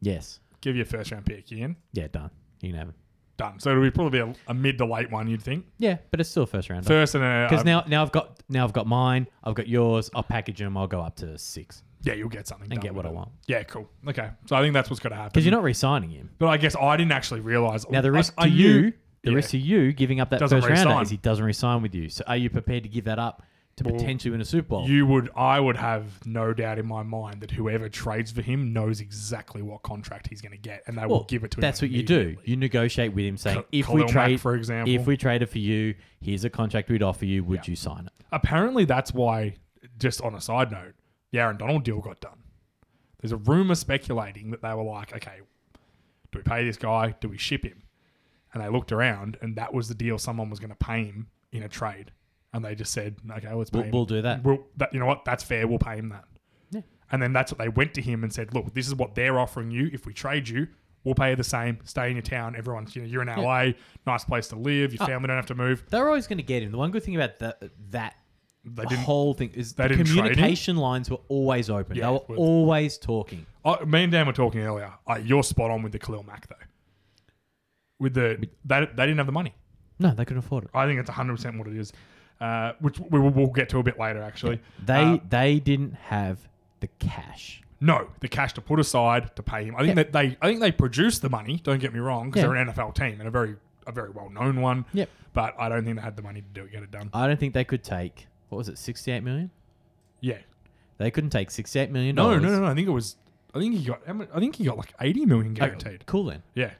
[SPEAKER 3] yes,
[SPEAKER 2] give you a first round pick, Ian.
[SPEAKER 3] yeah, done. You can have him.
[SPEAKER 2] Done. So it'll be probably a, a mid to late one, you'd think.
[SPEAKER 3] Yeah, but it's still a first round.
[SPEAKER 2] First and uh, a
[SPEAKER 3] Because now, now I've got now I've got mine. I've got yours. I'll package them. I'll go up to six
[SPEAKER 2] yeah, you'll get something
[SPEAKER 3] and
[SPEAKER 2] done
[SPEAKER 3] get what
[SPEAKER 2] with
[SPEAKER 3] I
[SPEAKER 2] it.
[SPEAKER 3] want.
[SPEAKER 2] Yeah, cool. Okay, so I think that's what's got to happen.
[SPEAKER 3] Because you're not re-signing him.
[SPEAKER 2] But I guess I didn't actually realize.
[SPEAKER 3] Now the risk
[SPEAKER 2] I, I
[SPEAKER 3] to
[SPEAKER 2] knew-
[SPEAKER 3] you, the
[SPEAKER 2] yeah.
[SPEAKER 3] risk to you giving up that
[SPEAKER 2] Doesn't
[SPEAKER 3] first rounder
[SPEAKER 2] re-sign.
[SPEAKER 3] is he doesn't resign with you. So are you prepared to give that up to potentially win a Super Bowl?
[SPEAKER 2] you would, I would have no doubt in my mind that whoever trades for him knows exactly what contract he's going to get, and they will
[SPEAKER 3] Well,
[SPEAKER 2] give it to him.
[SPEAKER 3] That's what you do.
[SPEAKER 2] immediately.
[SPEAKER 3] You negotiate with him, saying
[SPEAKER 2] Ka-
[SPEAKER 3] if
[SPEAKER 2] Khalil
[SPEAKER 3] we
[SPEAKER 2] Mack,
[SPEAKER 3] trade,
[SPEAKER 2] for example.
[SPEAKER 3] if we traded for you, here's a contract we'd offer you. Would you sign it?
[SPEAKER 2] Apparently, that's why. Just on a side note, the Aaron Donald deal got done. There's a rumor speculating that they were like, okay, do we pay this guy? Do we ship him? And they looked around, and that was the deal someone was going to pay him in a trade. And they just said, okay, let's pay
[SPEAKER 3] We'll,
[SPEAKER 2] him.
[SPEAKER 3] we'll do that.
[SPEAKER 2] Well, that, you know what? That's fair. We'll pay him that.
[SPEAKER 3] Yeah.
[SPEAKER 2] And then that's what they went to him and said, look, this is what they're offering you. If we trade you, we'll pay you the same. Stay in your town. Everyone's, you know, you're in LA, nice place to live.
[SPEAKER 3] Uh,
[SPEAKER 2] Your family don't have to move.
[SPEAKER 3] They're always going to get him. The one good thing about that that
[SPEAKER 2] They didn't.
[SPEAKER 3] whole thing is
[SPEAKER 2] they
[SPEAKER 3] the
[SPEAKER 2] didn't trade him?
[SPEAKER 3] communication lines were always open.
[SPEAKER 2] Yeah,
[SPEAKER 3] they were
[SPEAKER 2] it was.
[SPEAKER 3] always talking.
[SPEAKER 2] I, me and Dan were talking earlier. Uh, you're spot on with the Khalil Mack, though. With the, they, they didn't have the money.
[SPEAKER 3] No, they couldn't afford it.
[SPEAKER 2] I think it's 100% what it is, uh, which we will we'll get to a bit later, actually.
[SPEAKER 3] They
[SPEAKER 2] Uh,
[SPEAKER 3] they didn't have the cash.
[SPEAKER 2] No, the cash to put aside to pay him. I think that they, I think they produce the money. Don't get me wrong, because
[SPEAKER 3] Yeah.
[SPEAKER 2] they're an NFL team and a very, a very well known one.
[SPEAKER 3] Yep. Uh,
[SPEAKER 2] But I don't think they had the money to do it, get it done.
[SPEAKER 3] I don't think they could take what was it, sixty eight million?
[SPEAKER 2] yeah.
[SPEAKER 3] They couldn't take sixty eight million
[SPEAKER 2] No,
[SPEAKER 3] dollars.
[SPEAKER 2] no, no, no. I think it was. I think he got. how much- I think he got like eighty million
[SPEAKER 3] Oh,
[SPEAKER 2] guaranteed.
[SPEAKER 3] cool then.
[SPEAKER 2] Yeah.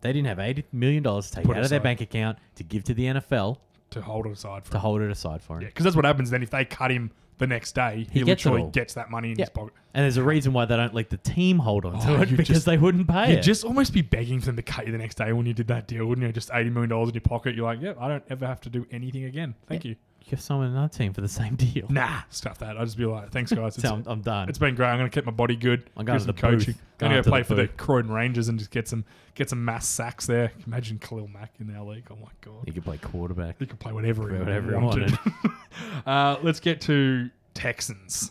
[SPEAKER 3] They didn't have eighty million dollars to take
[SPEAKER 2] Put
[SPEAKER 3] out of their
[SPEAKER 2] aside.
[SPEAKER 3] bank account to give to the NFL
[SPEAKER 2] To hold it aside for.
[SPEAKER 3] to hold it aside for him.
[SPEAKER 2] yeah, because that's what happens then. If they cut him the next day, he,
[SPEAKER 3] He gets it
[SPEAKER 2] literally
[SPEAKER 3] all.
[SPEAKER 2] gets that money in his
[SPEAKER 3] Yeah.
[SPEAKER 2] pocket.
[SPEAKER 3] And there's a reason why they don't let the team hold on to
[SPEAKER 2] Oh,
[SPEAKER 3] it
[SPEAKER 2] you
[SPEAKER 3] because
[SPEAKER 2] just-
[SPEAKER 3] they wouldn't pay
[SPEAKER 2] You'd
[SPEAKER 3] it.
[SPEAKER 2] just almost be begging for them to cut you the next day when you did that deal, wouldn't you? Just eighty million dollars in your pocket. You're like, yeah, I don't ever have to do anything again. Thank you.
[SPEAKER 3] give someone another team for the same deal.
[SPEAKER 2] Nah, stuff that. I'd just be like, thanks guys.
[SPEAKER 3] So
[SPEAKER 2] It's,
[SPEAKER 3] I'm, I'm done.
[SPEAKER 2] it's been great. I'm going to keep my body good.
[SPEAKER 3] I'm going
[SPEAKER 2] Do
[SPEAKER 3] to
[SPEAKER 2] some
[SPEAKER 3] the booth.
[SPEAKER 2] I'm
[SPEAKER 3] Going
[SPEAKER 2] going to
[SPEAKER 3] to
[SPEAKER 2] go play
[SPEAKER 3] the
[SPEAKER 2] for the
[SPEAKER 3] booth.
[SPEAKER 2] Croydon Rangers and just get some get some mass sacks there. Imagine Khalil Mack in our league. Oh my god.
[SPEAKER 3] He could play quarterback.
[SPEAKER 2] He could play whatever he
[SPEAKER 3] whatever he
[SPEAKER 2] wanted. uh, let's get to Texans.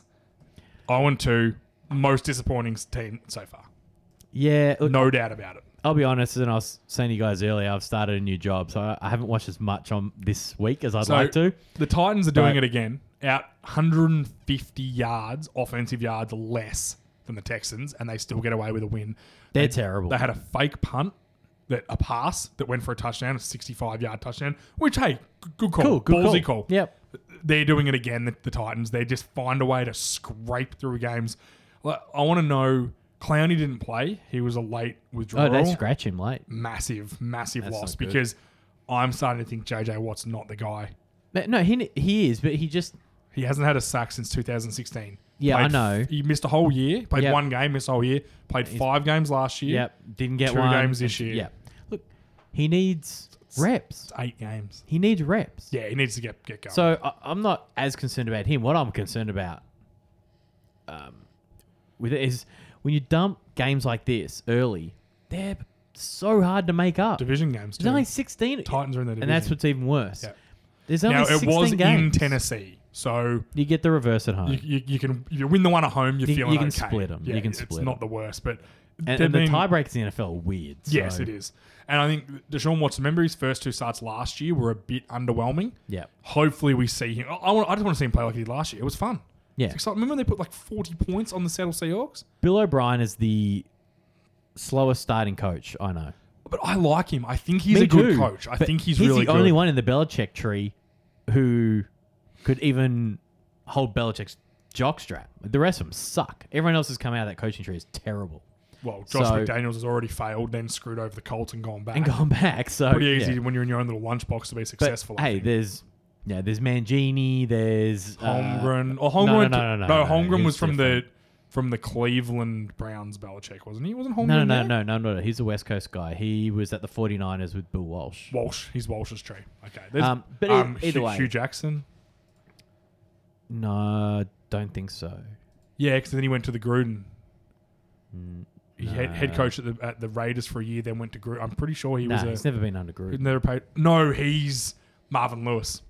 [SPEAKER 2] I want to most disappointing team so far,
[SPEAKER 3] Yeah, look,
[SPEAKER 2] no doubt about it.
[SPEAKER 3] I'll be honest, and I was saying to you guys earlier, I've started a new job, so I, I haven't watched as much on this week as I'd
[SPEAKER 2] So
[SPEAKER 3] like to.
[SPEAKER 2] the Titans are doing it
[SPEAKER 3] But-
[SPEAKER 2] again, out 150 yards, offensive yards less than the Texans, and they still get away with a win.
[SPEAKER 3] They're terrible.
[SPEAKER 2] They had a fake punt. That a pass that went for a touchdown, a 65 yard touchdown, which, hey, g- good call.
[SPEAKER 3] cool, good
[SPEAKER 2] Ballsy
[SPEAKER 3] call.
[SPEAKER 2] call.
[SPEAKER 3] Yep.
[SPEAKER 2] they're doing it again. The, the Titans, they just find a way to scrape through games. Like, I want to know. Clowney didn't play. He was a late withdrawal.
[SPEAKER 3] Oh, they scratch him late.
[SPEAKER 2] Massive, massive
[SPEAKER 3] That's
[SPEAKER 2] loss
[SPEAKER 3] not good.
[SPEAKER 2] because I'm starting to think JJ Watt's not the guy.
[SPEAKER 3] No, No, he he is, but he just
[SPEAKER 2] He hasn't had a sack since 2016.
[SPEAKER 3] Yeah, I
[SPEAKER 2] Played
[SPEAKER 3] know.
[SPEAKER 2] He missed a whole year. Played
[SPEAKER 3] Yep.
[SPEAKER 2] one game, missed a whole year. Played five games last year.
[SPEAKER 3] yep didn't get
[SPEAKER 2] Two
[SPEAKER 3] one.
[SPEAKER 2] games this year.
[SPEAKER 3] Yep. Look, he needs reps.
[SPEAKER 2] It's eight games.
[SPEAKER 3] He needs reps.
[SPEAKER 2] Yeah, he needs to get get going.
[SPEAKER 3] So I, I'm not as concerned about him. What I'm concerned about, um, with it is when you dump games like this early, they're so hard to make up.
[SPEAKER 2] Division games too.
[SPEAKER 3] There's only 16.
[SPEAKER 2] Titans are in the division.
[SPEAKER 3] And that's what's even worse.
[SPEAKER 2] Yeah.
[SPEAKER 3] There's only
[SPEAKER 2] now it
[SPEAKER 3] 16
[SPEAKER 2] was
[SPEAKER 3] games.
[SPEAKER 2] in Tennessee, so
[SPEAKER 3] You get the reverse at home.
[SPEAKER 2] you, you, you can if you win the one at home, you're
[SPEAKER 3] You-
[SPEAKER 2] feeling
[SPEAKER 3] you can
[SPEAKER 2] okay.
[SPEAKER 3] split 'em.
[SPEAKER 2] Yeah,
[SPEAKER 3] You can
[SPEAKER 2] it's
[SPEAKER 3] split
[SPEAKER 2] not
[SPEAKER 3] 'em.
[SPEAKER 2] the worst, but
[SPEAKER 3] and
[SPEAKER 2] there
[SPEAKER 3] and the
[SPEAKER 2] being-
[SPEAKER 3] tiebreaks in the NFL are weird.
[SPEAKER 2] Yes,
[SPEAKER 3] so-
[SPEAKER 2] it is. And I think Deshaun Watson, remember his first two starts last year were a bit underwhelming.
[SPEAKER 3] Yeah.
[SPEAKER 2] Hopefully we see him. I, I, want, I just want to see him play like he did last year. It was fun.
[SPEAKER 3] Yeah.
[SPEAKER 2] It's exciting. Remember when they put like 40 points on the Seattle Seahawks?
[SPEAKER 3] Bill O'Brien is the slowest starting coach I know.
[SPEAKER 2] But I like him. I think he's
[SPEAKER 3] Me
[SPEAKER 2] a good
[SPEAKER 3] too.
[SPEAKER 2] coach. I
[SPEAKER 3] But
[SPEAKER 2] think he's, really
[SPEAKER 3] the
[SPEAKER 2] good.
[SPEAKER 3] only one in the Belichick tree who could even hold Belichick's jockstrap. The rest of them suck. Everyone else has come out of that coaching tree is terrible
[SPEAKER 2] Well, Josh
[SPEAKER 3] So-
[SPEAKER 2] McDaniels has already failed, then screwed over the Colts and gone back.
[SPEAKER 3] and gone back. So
[SPEAKER 2] Pretty easy
[SPEAKER 3] yeah.
[SPEAKER 2] when you're in your own little lunchbox to be
[SPEAKER 3] But,
[SPEAKER 2] successful. I
[SPEAKER 3] hey,
[SPEAKER 2] think.
[SPEAKER 3] there's yeah, there's Mangini, there's uh,
[SPEAKER 2] Holmgren. oh,
[SPEAKER 3] no,
[SPEAKER 2] Holmgren.
[SPEAKER 3] no, no, no, no,
[SPEAKER 2] Holmgren was
[SPEAKER 3] he was
[SPEAKER 2] from
[SPEAKER 3] different.
[SPEAKER 2] the from the Cleveland Browns. Belichick wasn't he? Wasn't Holmgren?
[SPEAKER 3] No, no,
[SPEAKER 2] there?
[SPEAKER 3] no, no, no, no. He's a West Coast guy. He was at the 49ers with Bill Walsh.
[SPEAKER 2] Walsh. He's Walsh's tree. Okay. There's,
[SPEAKER 3] Um, but
[SPEAKER 2] um,
[SPEAKER 3] e- either
[SPEAKER 2] Hugh,
[SPEAKER 3] way.
[SPEAKER 2] Hugh Jackson.
[SPEAKER 3] No, don't think so.
[SPEAKER 2] Yeah, because then he went to the Gruden. He head, head coach at the at the Raiders for a year, then went to Gruden. I'm pretty sure he
[SPEAKER 3] Nah,
[SPEAKER 2] was
[SPEAKER 3] he's
[SPEAKER 2] a
[SPEAKER 3] never been under
[SPEAKER 2] he'd
[SPEAKER 3] Gruden.
[SPEAKER 2] never paid. No, he's Marvin Lewis.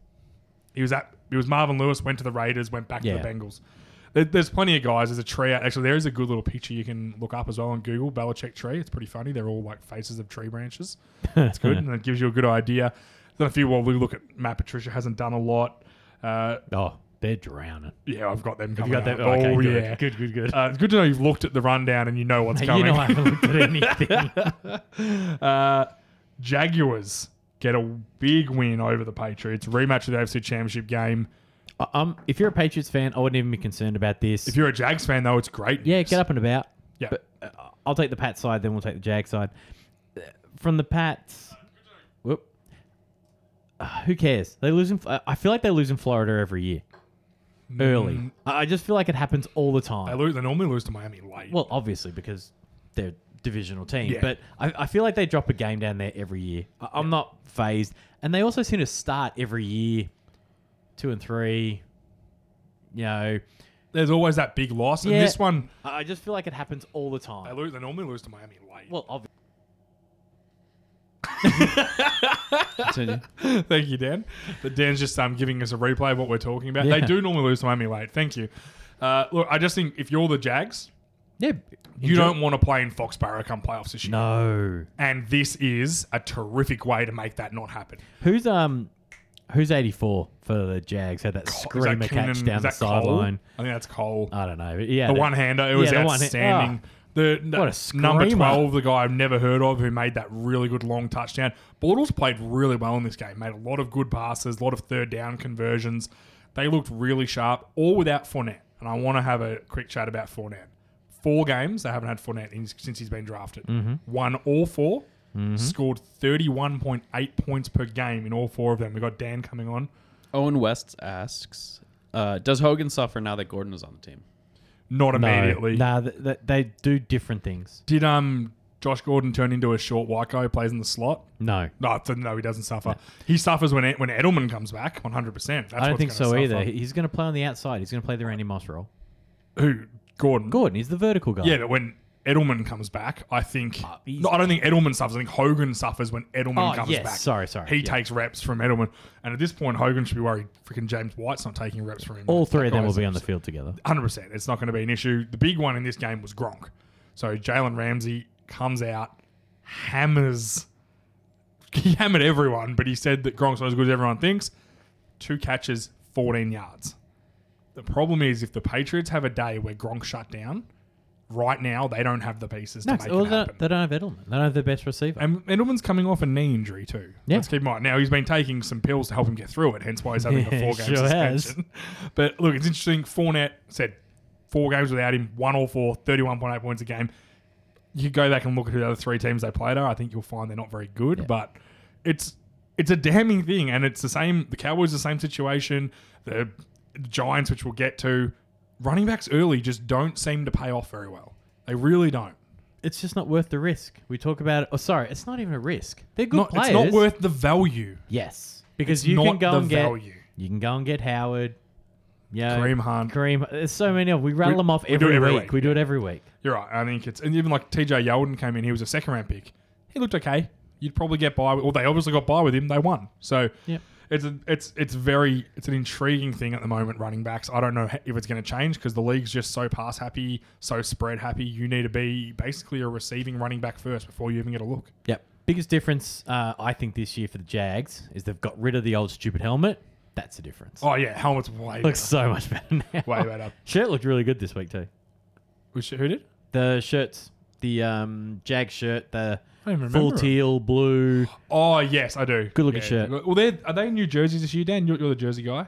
[SPEAKER 2] He was at he was Marvin Lewis. Went to the Raiders. Went back to
[SPEAKER 3] Yeah.
[SPEAKER 2] the Bengals. There, there's plenty of guys. There's a tree. out- Actually, there is a good little picture you can look up as well on Google. Belichick tree. It's pretty funny. They're all like faces of tree branches. It's good, and it gives you a good idea. Then a few. Well, we look at Matt Patricia hasn't done a lot. Uh,
[SPEAKER 3] Oh, they're drowning.
[SPEAKER 2] Yeah, I've got them.
[SPEAKER 3] You
[SPEAKER 2] Coming
[SPEAKER 3] got that?
[SPEAKER 2] up.
[SPEAKER 3] Oh, okay,
[SPEAKER 2] oh
[SPEAKER 3] good.
[SPEAKER 2] yeah,
[SPEAKER 3] good, good, good.
[SPEAKER 2] Uh, it's good to know you've looked at the rundown and you know what's
[SPEAKER 3] Hey,
[SPEAKER 2] coming.
[SPEAKER 3] you know I haven't looked at anything.
[SPEAKER 2] Jaguars get a big win over the Patriots. Rematch of the AFC Championship game.
[SPEAKER 3] I- um, if you're a Patriots fan, I wouldn't even be concerned about this.
[SPEAKER 2] If you're a Jags fan, though, it's great.
[SPEAKER 3] yeah,
[SPEAKER 2] news.
[SPEAKER 3] get up and about.
[SPEAKER 2] Yeah.
[SPEAKER 3] But uh, I'll take the Pat side, then we'll take the Jag side. Uh, From the Pats, whoop. Uh, who cares? They lose. In, F- I- I feel like they lose in Florida every year. Early,
[SPEAKER 2] Mm.
[SPEAKER 3] I I just feel like it happens all the time.
[SPEAKER 2] They lose. They normally lose to Miami late.
[SPEAKER 3] Well, obviously because they're divisional team,
[SPEAKER 2] Yeah.
[SPEAKER 3] but I, I feel like they drop a game down there every year. I, I'm not phased, and they also seem to start every year, two and three. You know,
[SPEAKER 2] There's always that big loss, and
[SPEAKER 3] Yeah.
[SPEAKER 2] this one
[SPEAKER 3] I I just feel like it happens all the
[SPEAKER 2] they
[SPEAKER 3] time.
[SPEAKER 2] lose. They normally lose to Miami late.
[SPEAKER 3] Well, obviously,
[SPEAKER 4] Continue.
[SPEAKER 2] Thank you, Dan. But Dan's just um, giving us a replay of what we're talking about. They
[SPEAKER 3] Yeah.
[SPEAKER 2] do normally lose to Miami late. Thank you. Uh, look, I just think if you're the Jags,
[SPEAKER 3] yeah.
[SPEAKER 2] you don't want to play in Foxborough come playoffs this year.
[SPEAKER 3] No.
[SPEAKER 2] And this is a terrific way to make that not happen.
[SPEAKER 3] Who's um, who's 84 for the Jags? Had that
[SPEAKER 2] Is that
[SPEAKER 3] screamer catch
[SPEAKER 2] Keenan-
[SPEAKER 3] down
[SPEAKER 2] is
[SPEAKER 3] the
[SPEAKER 2] that Cole?
[SPEAKER 3] sideline.
[SPEAKER 2] I think that's Cole.
[SPEAKER 3] I don't know. but Yeah,
[SPEAKER 2] the
[SPEAKER 3] that-
[SPEAKER 2] one hander, it was
[SPEAKER 3] yeah, the one-hand-
[SPEAKER 2] outstanding. The, the
[SPEAKER 3] What a
[SPEAKER 2] number
[SPEAKER 3] screamer.
[SPEAKER 2] 12, the guy I've never heard of who made that really good long touchdown. Bortles played really well in this game, made a lot of good passes, a lot of third down conversions. They looked really sharp, all without Fournette. And I want to have a quick chat about Fournette. Four games, they haven't had Fournette in, since he's been drafted.
[SPEAKER 3] Mm-hmm.
[SPEAKER 2] Won all 4 scored 31.8 points per game in all four of them. we got Dan coming on.
[SPEAKER 4] Owen West asks, uh, does Hogan suffer now that Gordon is on the team?
[SPEAKER 2] Not
[SPEAKER 3] No,
[SPEAKER 2] immediately.
[SPEAKER 3] Nah, th- th- they do different things.
[SPEAKER 2] Did um Josh Gordon turn into a short white guy who plays in the slot?
[SPEAKER 3] No.
[SPEAKER 2] No, so no, he doesn't suffer. He suffers when E, when Edelman comes back, one hundred percent.
[SPEAKER 3] I don't think so either. He- He's going to play on the outside. He's going to play the Randy Moss role.
[SPEAKER 2] Who Gordon?
[SPEAKER 3] Gordon, he's the vertical guy.
[SPEAKER 2] Yeah, but when Edelman comes back, I think
[SPEAKER 3] Oh, he's-
[SPEAKER 2] no, I don't think Edelman suffers. I think Hogan suffers when Edelman
[SPEAKER 3] Oh,
[SPEAKER 2] comes
[SPEAKER 3] yes.
[SPEAKER 2] back.
[SPEAKER 3] Sorry, sorry.
[SPEAKER 2] He
[SPEAKER 3] Yeah.
[SPEAKER 2] takes reps from Edelman, and at this point, Hogan should be worried. Freaking James White's not taking reps from him.
[SPEAKER 3] All three of them will be on the field together.
[SPEAKER 2] hundred percent. It's not going to be an issue. The big one in this game was Gronk. So Jalen Ramsey comes out, hammers. He hammered everyone, but he said that Gronk's not as good as everyone thinks. Two catches, fourteen yards. The problem is if the Patriots have a day where Gronk shut down, right now they don't have the pieces
[SPEAKER 3] No,
[SPEAKER 2] to
[SPEAKER 3] 'cause
[SPEAKER 2] make
[SPEAKER 3] all
[SPEAKER 2] it
[SPEAKER 3] they,
[SPEAKER 2] happen.
[SPEAKER 3] don't, they don't have Edelman. They don't have their best receiver.
[SPEAKER 2] and Edelman's coming off a knee injury too.
[SPEAKER 3] Yeah.
[SPEAKER 2] Let's keep in mind. Now he's been taking some pills to help him get through it, hence why he's having a
[SPEAKER 3] Yeah,
[SPEAKER 2] four game
[SPEAKER 3] sure has.
[SPEAKER 2] suspension. But look, it's interesting. Fournette said four games without him, one all four, 31.8 points a game. You go back and look at who the other three teams they played are. I think you'll find they're not very good, but it's it's a damning thing, and it's the same. The Cowboys the same situation. The Giants, which we'll get to, running backs early just don't seem to pay off very well. They really don't.
[SPEAKER 3] It's just not worth the risk. We talk about it. Oh, sorry, it's not even a risk. They're good
[SPEAKER 2] Not,
[SPEAKER 3] players.
[SPEAKER 2] it's not worth the value.
[SPEAKER 3] Yes, because
[SPEAKER 2] It's
[SPEAKER 3] you can
[SPEAKER 2] not
[SPEAKER 3] go
[SPEAKER 2] the
[SPEAKER 3] and get
[SPEAKER 2] value.
[SPEAKER 3] you can go and get Howard. Yeah,
[SPEAKER 2] Kareem Hunt.
[SPEAKER 3] Kareem. There's so many of. We rattle
[SPEAKER 2] We-
[SPEAKER 3] them off
[SPEAKER 2] we do
[SPEAKER 3] every,
[SPEAKER 2] it every
[SPEAKER 3] week.
[SPEAKER 2] week,
[SPEAKER 3] We do it every week.
[SPEAKER 2] You're right. I think it's and even like TJ Yeldon came in, he was a second round pick. he looked okay. You'd probably get by. Well, they obviously got by with him. They won. So
[SPEAKER 4] Yep.
[SPEAKER 2] it's a, it's it's very it's an intriguing thing at the moment. Running backs. I don't know h- if it's going to change because the league's just so pass happy, so spread happy. You need to be basically a receiving running back first before you even get a look.
[SPEAKER 3] Yep. Biggest difference, uh, I think, this year for the Jags is they've got rid of the old stupid helmet. That's the difference.
[SPEAKER 2] Oh yeah, helmets way
[SPEAKER 3] looks oh. so much better now.
[SPEAKER 2] Way better.
[SPEAKER 3] Shirt looked really good this week too.
[SPEAKER 2] Which, who did?
[SPEAKER 3] The shirts, the um, Jag shirt, the
[SPEAKER 2] I don't even
[SPEAKER 3] full
[SPEAKER 2] remember it.
[SPEAKER 3] teal blue.
[SPEAKER 2] Oh yes, I do.
[SPEAKER 3] Good looking shirt.
[SPEAKER 2] Well, they are they in New Jerseys this year, Dan? You're, you're the Jersey guy.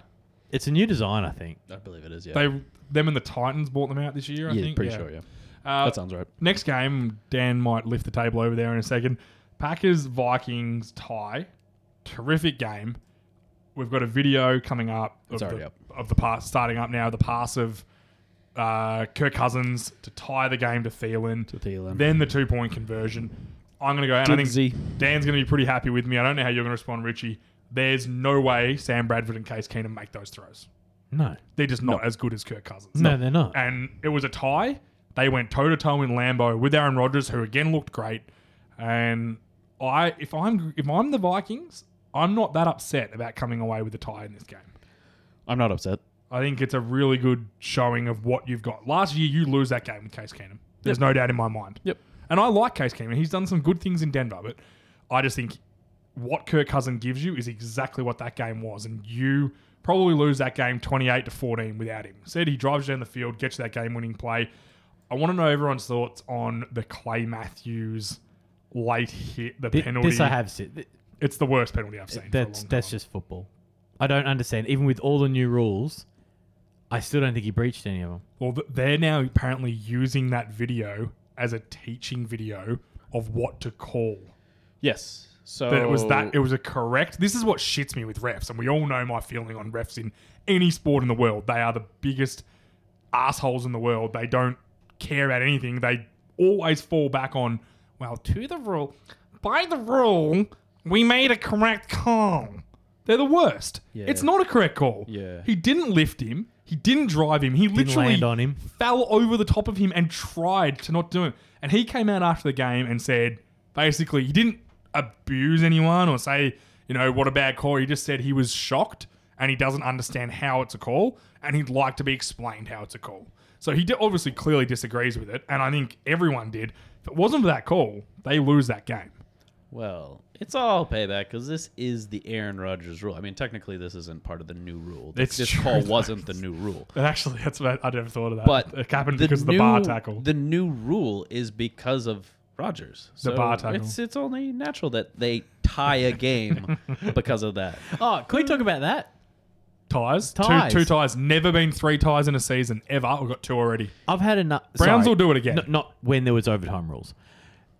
[SPEAKER 3] It's a new design, I think.
[SPEAKER 4] I believe it is. Yeah.
[SPEAKER 2] They them and the Titans bought them out this year. I
[SPEAKER 4] yeah,
[SPEAKER 2] think.
[SPEAKER 4] pretty sure. Yeah.
[SPEAKER 2] Uh,
[SPEAKER 4] that sounds right.
[SPEAKER 2] Next game, Dan might lift the table over there in a second. Packers Vikings tie, terrific game. We've got a video coming up of
[SPEAKER 4] It's already
[SPEAKER 2] the,
[SPEAKER 4] up.
[SPEAKER 2] of the pass starting up now. The pass of uh, Kirk Cousins to tie the game to Thielen. To
[SPEAKER 4] Thielen.
[SPEAKER 2] Then the two point conversion. I'm gonna go out. I
[SPEAKER 4] Diggsy.
[SPEAKER 2] think Dan's gonna be pretty happy with me. I don't know how you're gonna respond, Richie. There's no way Sam Bradford and Case Keenum make those throws.
[SPEAKER 3] No,
[SPEAKER 2] They're just not as good as Kirk Cousins
[SPEAKER 3] no, they're not.
[SPEAKER 2] and it was a tie. They went toe to toe in Lambeau with Aaron Rodgers, who again looked great. And I, if I'm if I'm the Vikings, I'm not that upset about coming away with a tie in this game.
[SPEAKER 4] I'm not upset.
[SPEAKER 2] I think it's a really good showing of what you've got. Last year, you lose that game with Case Keenum. There's no doubt in my mind.
[SPEAKER 4] Yep.
[SPEAKER 2] And I like Case Keenum. He's done some good things in Denver, but I just think what Kirk Cousin gives you is exactly what that game was. And you probably lose that game 28 to 14 without him. Said he drives you down the field, gets you that game winning play. I want to know everyone's thoughts on the Clay Matthews late hit, the
[SPEAKER 3] Thi-
[SPEAKER 2] penalty.
[SPEAKER 3] This I have seen. Th-
[SPEAKER 2] It's the worst penalty I've seen.
[SPEAKER 3] That's
[SPEAKER 2] for a long
[SPEAKER 3] that's
[SPEAKER 2] time.
[SPEAKER 3] just football. I don't understand. Even with all the new rules, I still don't think he breached any of them.
[SPEAKER 2] Well, th- they're now apparently using that video as a teaching video of what to call.
[SPEAKER 4] Yes. So
[SPEAKER 2] That it was that it was a correct. This is what shits me with refs, and we all know my feeling on refs in any sport in the world. They are the biggest assholes in the world. They don't care about anything. They always fall back on well to the rule. By the rule, we made a correct call. They're the worst.
[SPEAKER 4] Yeah.
[SPEAKER 2] It's not a correct call.
[SPEAKER 4] Yeah.
[SPEAKER 2] He didn't lift him. He didn't drive him. He literally
[SPEAKER 3] land on him.
[SPEAKER 2] fell over the top of him and tried to not do it. And he came out after the game and said, basically, he didn't abuse anyone or say, you know, what a bad call. He just said he was shocked and he doesn't understand how it's a call and he'd like to be explained how it's a call. So he di- obviously clearly disagrees with it. And I think everyone did. If it wasn't for that call, they lose that game.
[SPEAKER 4] well, it's all payback because this is the Aaron Rodgers rule. I mean, technically, this isn't part of the new rule. This,
[SPEAKER 2] It's
[SPEAKER 4] this
[SPEAKER 2] true,
[SPEAKER 4] call
[SPEAKER 2] though.
[SPEAKER 4] wasn't the new rule.
[SPEAKER 2] And actually, that's what I never thought of that.
[SPEAKER 4] But
[SPEAKER 2] it happened because of the bar
[SPEAKER 4] new-
[SPEAKER 2] tackle.
[SPEAKER 4] The new rule is because of Rodgers.
[SPEAKER 2] The
[SPEAKER 4] So
[SPEAKER 2] bar tackle.
[SPEAKER 4] It's it's only natural that they tie a game because of that.
[SPEAKER 3] Oh, can we talk about that?
[SPEAKER 2] ties.
[SPEAKER 3] Ties.
[SPEAKER 2] Two, two ties. Never been three ties in a season ever. We've got two already.
[SPEAKER 3] I've had enough.
[SPEAKER 2] Browns
[SPEAKER 3] sorry.
[SPEAKER 2] will do it again.
[SPEAKER 3] No- not when there was overtime rules.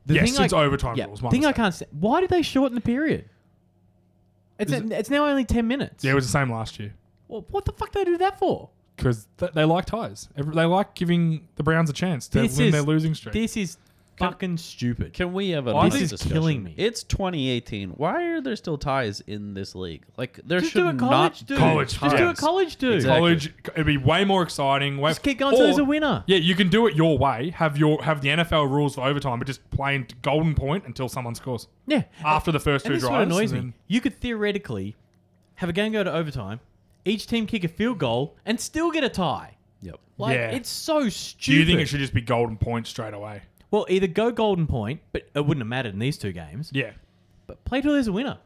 [SPEAKER 3] The
[SPEAKER 2] Yes,
[SPEAKER 3] thing
[SPEAKER 2] since overtime rules, my
[SPEAKER 3] Thing I
[SPEAKER 2] mistake.
[SPEAKER 3] can't. Say, why did they shorten the period? It's it's now only ten minutes.
[SPEAKER 2] Yeah, it was the same last year
[SPEAKER 3] Well, what the fuck do they do that for?
[SPEAKER 2] because th- they like ties. Every- they like giving the Browns a chance to
[SPEAKER 3] This
[SPEAKER 2] win
[SPEAKER 3] is-
[SPEAKER 2] their losing streak.
[SPEAKER 3] This is fucking stupid.
[SPEAKER 4] Can we have a
[SPEAKER 2] Why
[SPEAKER 4] honest
[SPEAKER 2] is
[SPEAKER 3] this
[SPEAKER 4] discussion?
[SPEAKER 3] killing me?
[SPEAKER 4] It's 2018. Why are there still ties in this league? Like there
[SPEAKER 3] Just
[SPEAKER 4] should
[SPEAKER 3] do a college
[SPEAKER 4] not
[SPEAKER 3] dude.
[SPEAKER 2] College
[SPEAKER 3] Just do a
[SPEAKER 2] times.
[SPEAKER 3] college dude.
[SPEAKER 4] Exactly.
[SPEAKER 2] College, it'd be way more exciting. Way,
[SPEAKER 3] Just keep going till
[SPEAKER 2] Or-
[SPEAKER 3] there's a winner.
[SPEAKER 2] Yeah, you can do it your way. Have your have the NFL rules for overtime, but just playing golden point until someone scores
[SPEAKER 3] Yeah.
[SPEAKER 2] after the first
[SPEAKER 3] And
[SPEAKER 2] two
[SPEAKER 3] this is
[SPEAKER 2] drives.
[SPEAKER 3] what annoys
[SPEAKER 2] and
[SPEAKER 3] me. You could theoretically have a game go to overtime, each team kick a field goal, and still get a tie.
[SPEAKER 4] Yep.
[SPEAKER 3] Like
[SPEAKER 2] Yeah.
[SPEAKER 3] it's so stupid.
[SPEAKER 2] Do you think it should just be golden point straight away?
[SPEAKER 3] Well, either go golden point, but it wouldn't have mattered in these two games.
[SPEAKER 2] Yeah,
[SPEAKER 3] But play till there's a winner.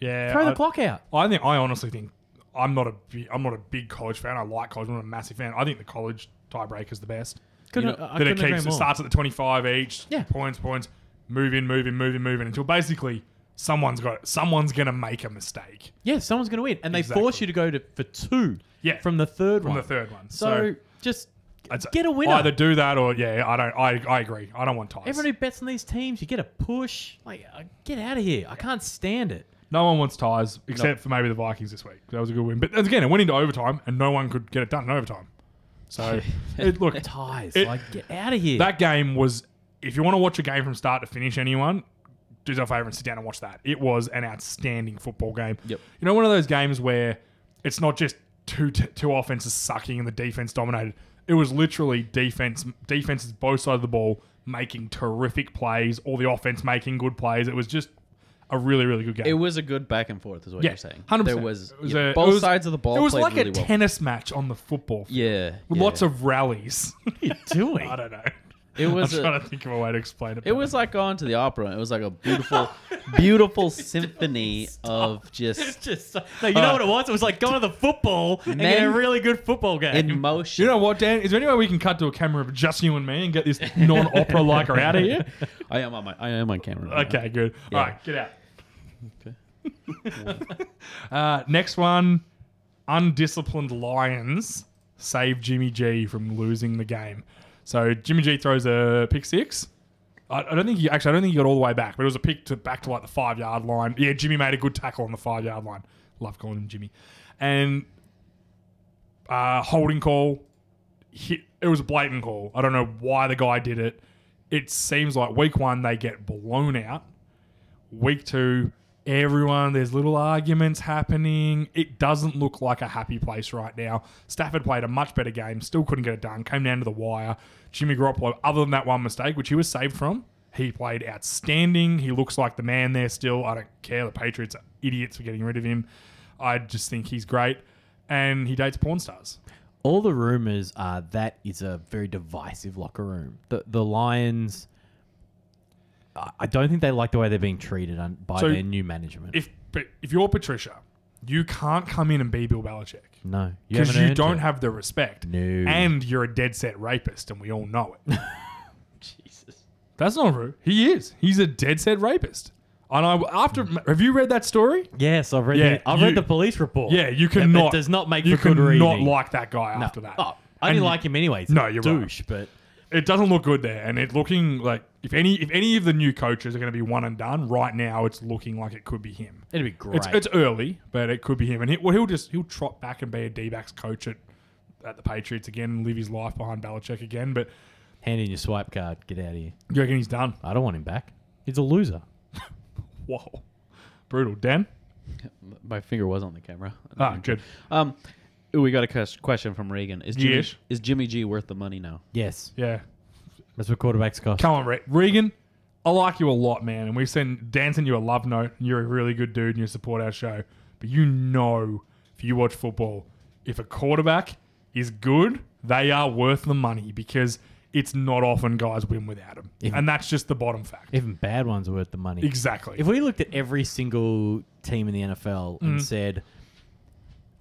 [SPEAKER 2] yeah.
[SPEAKER 3] Throw the
[SPEAKER 2] I-
[SPEAKER 3] clock out.
[SPEAKER 2] I think I honestly think I'm not a bi- I'm not a big college fan. I like college. I'm not a massive fan. I think the college tiebreaker is the best.
[SPEAKER 3] Couldn't,
[SPEAKER 4] know,
[SPEAKER 3] I
[SPEAKER 2] that
[SPEAKER 3] couldn't
[SPEAKER 2] it keeps
[SPEAKER 3] agree
[SPEAKER 2] it
[SPEAKER 3] more.
[SPEAKER 2] starts at the 25 each.
[SPEAKER 3] Yeah.
[SPEAKER 2] Points, points. Move in, move in, move in, move in until basically someone's got someone's gonna make a mistake
[SPEAKER 3] Yeah, someone's going to win, and they
[SPEAKER 2] Exactly.
[SPEAKER 3] force you to go to for two.
[SPEAKER 2] Yeah.
[SPEAKER 3] from the third
[SPEAKER 2] from
[SPEAKER 3] one.
[SPEAKER 2] the third one.
[SPEAKER 3] So, just
[SPEAKER 2] it's-
[SPEAKER 3] get a winner.
[SPEAKER 2] Either do that or yeah, I don't. I, I agree. I don't want ties.
[SPEAKER 3] Everyone who bets on these teams, you get a push. Like, uh, get out of here. I can't stand it.
[SPEAKER 2] no one wants ties except for maybe the Vikings this week. That was a good win, but again, it went into overtime and no one could get it done in overtime. So it, look,
[SPEAKER 3] Ties.
[SPEAKER 2] It-
[SPEAKER 3] like, get out of here.
[SPEAKER 2] That game was, if you want to watch a game from start to finish, anyone, do yourself a favor and sit down and watch that. It was an outstanding football game.
[SPEAKER 4] Yep.
[SPEAKER 2] You know, one of those games where it's not just two t- two offenses sucking and the defense dominated. It was literally defense, defenses both sides of the ball making terrific plays, or the offense making good plays. It was just a really, really good game.
[SPEAKER 4] It was a good back and forth, is what
[SPEAKER 2] yeah,
[SPEAKER 4] you're saying.
[SPEAKER 2] 100%.
[SPEAKER 4] There was,
[SPEAKER 2] It was
[SPEAKER 4] yeah,
[SPEAKER 2] a-
[SPEAKER 4] both
[SPEAKER 2] it was-
[SPEAKER 4] sides of the ball.
[SPEAKER 2] It was
[SPEAKER 4] played
[SPEAKER 2] like
[SPEAKER 4] really
[SPEAKER 2] a
[SPEAKER 4] well.
[SPEAKER 2] tennis match on the football field
[SPEAKER 4] Yeah,
[SPEAKER 2] with
[SPEAKER 4] yeah.
[SPEAKER 2] lots of rallies.
[SPEAKER 3] doing?
[SPEAKER 2] I don't know.
[SPEAKER 4] It was
[SPEAKER 2] I'm
[SPEAKER 4] a-
[SPEAKER 2] trying to think of a way to explain it.
[SPEAKER 4] It
[SPEAKER 2] better.
[SPEAKER 4] was like going to the opera. It was like a beautiful, beautiful symphony of just
[SPEAKER 3] Just so- no, you know what it was? It was like going to the football and
[SPEAKER 4] Men-
[SPEAKER 3] getting a really good football game.
[SPEAKER 4] in motion.
[SPEAKER 2] You know what, Dan? Is there any way we can cut to a camera of just you and me and get this non-opera liker out of here?
[SPEAKER 4] I am on my, I am on camera. right now.
[SPEAKER 2] Okay, good. All right, get out.
[SPEAKER 4] Okay.
[SPEAKER 2] uh, next one, undisciplined Lions save Jimmy G from losing the game. So Jimmy G throws a pick six. I, I don't think he actually. I don't think he got all the way back, but it was a pick to back to like the five yard line. Yeah, Jimmy made a good tackle on the five yard line. Love calling him Jimmy. And uh, holding call. Hit, it was a blatant call. I don't know why the guy did it. It seems like week one they get blown out. Week two, everyone there's little arguments happening. It doesn't look like a happy place right now. Stafford played a much better game, still couldn't get it done. Came down to the wire. Jimmy Garoppolo, other than that one mistake, which he was saved from, he played outstanding. He looks like the man there still. I don't care. The Patriots are idiots for getting rid of him. I just think he's great. And he dates porn stars.
[SPEAKER 3] all the rumors are that is a very divisive locker room. The the Lions, I I don't think they like the way they're being treated un- by
[SPEAKER 2] So-
[SPEAKER 3] their new management.
[SPEAKER 2] if but if you're Patricia, you can't come in and be Bill Belichick
[SPEAKER 3] no,
[SPEAKER 2] because
[SPEAKER 3] haven't
[SPEAKER 2] you,
[SPEAKER 3] earned
[SPEAKER 2] don't
[SPEAKER 3] it.
[SPEAKER 2] have the respect,
[SPEAKER 3] No.
[SPEAKER 2] and you're a dead set rapist, and we all know it.
[SPEAKER 4] Jesus.
[SPEAKER 2] That's not rude. He is. He's a dead set rapist. And I after
[SPEAKER 3] Hmm.
[SPEAKER 2] have you read that story?
[SPEAKER 3] Yes, I've read.
[SPEAKER 2] Yeah,
[SPEAKER 3] the, I've
[SPEAKER 2] you-
[SPEAKER 3] read the police report.
[SPEAKER 2] Yeah, you
[SPEAKER 3] That- that
[SPEAKER 2] cannot.
[SPEAKER 3] does not make
[SPEAKER 2] you
[SPEAKER 3] for good
[SPEAKER 2] cannot
[SPEAKER 3] reading.
[SPEAKER 2] like that guy
[SPEAKER 3] No.
[SPEAKER 2] after that.
[SPEAKER 3] Oh, I
[SPEAKER 2] And
[SPEAKER 3] didn't
[SPEAKER 2] you-
[SPEAKER 3] like him anyways.
[SPEAKER 2] No, you're right.
[SPEAKER 3] douche, but
[SPEAKER 2] It doesn't look good there, and it looking like if any if any of the new coaches are going to be one and done right now, it's looking like it could be him.
[SPEAKER 3] it'd be great.
[SPEAKER 2] It's, it's early, but it could be him. And he, well, he'll just he'll trot back and be a D backs coach at, at the Patriots again and live his life behind Belichick again. But
[SPEAKER 3] Hand in your swipe card. Get out of here.
[SPEAKER 2] you reckon he's done?
[SPEAKER 3] I don't want him back. He's a loser.
[SPEAKER 2] Whoa, brutal. Dan,
[SPEAKER 4] My finger was on the camera.
[SPEAKER 2] ah, good.
[SPEAKER 4] Um, ooh, we got a ques- question from Reagan. Is Jimmy,
[SPEAKER 2] Yes.
[SPEAKER 4] is Jimmy G worth the money now?
[SPEAKER 3] Yes,
[SPEAKER 2] Yeah,
[SPEAKER 3] that's what quarterbacks cost.
[SPEAKER 2] come on, Re- Regan. I like you a lot, man, and we send Dan sent you a love note. And you're a really good dude, and you support our show. But you know, if you watch football, if a quarterback is good, they are worth the money because it's not often guys win without him,
[SPEAKER 3] If-
[SPEAKER 2] and that's just the bottom fact.
[SPEAKER 3] Even bad ones are worth the money.
[SPEAKER 2] exactly.
[SPEAKER 3] If we looked at every single team in the NFL
[SPEAKER 2] Mm.
[SPEAKER 3] and said,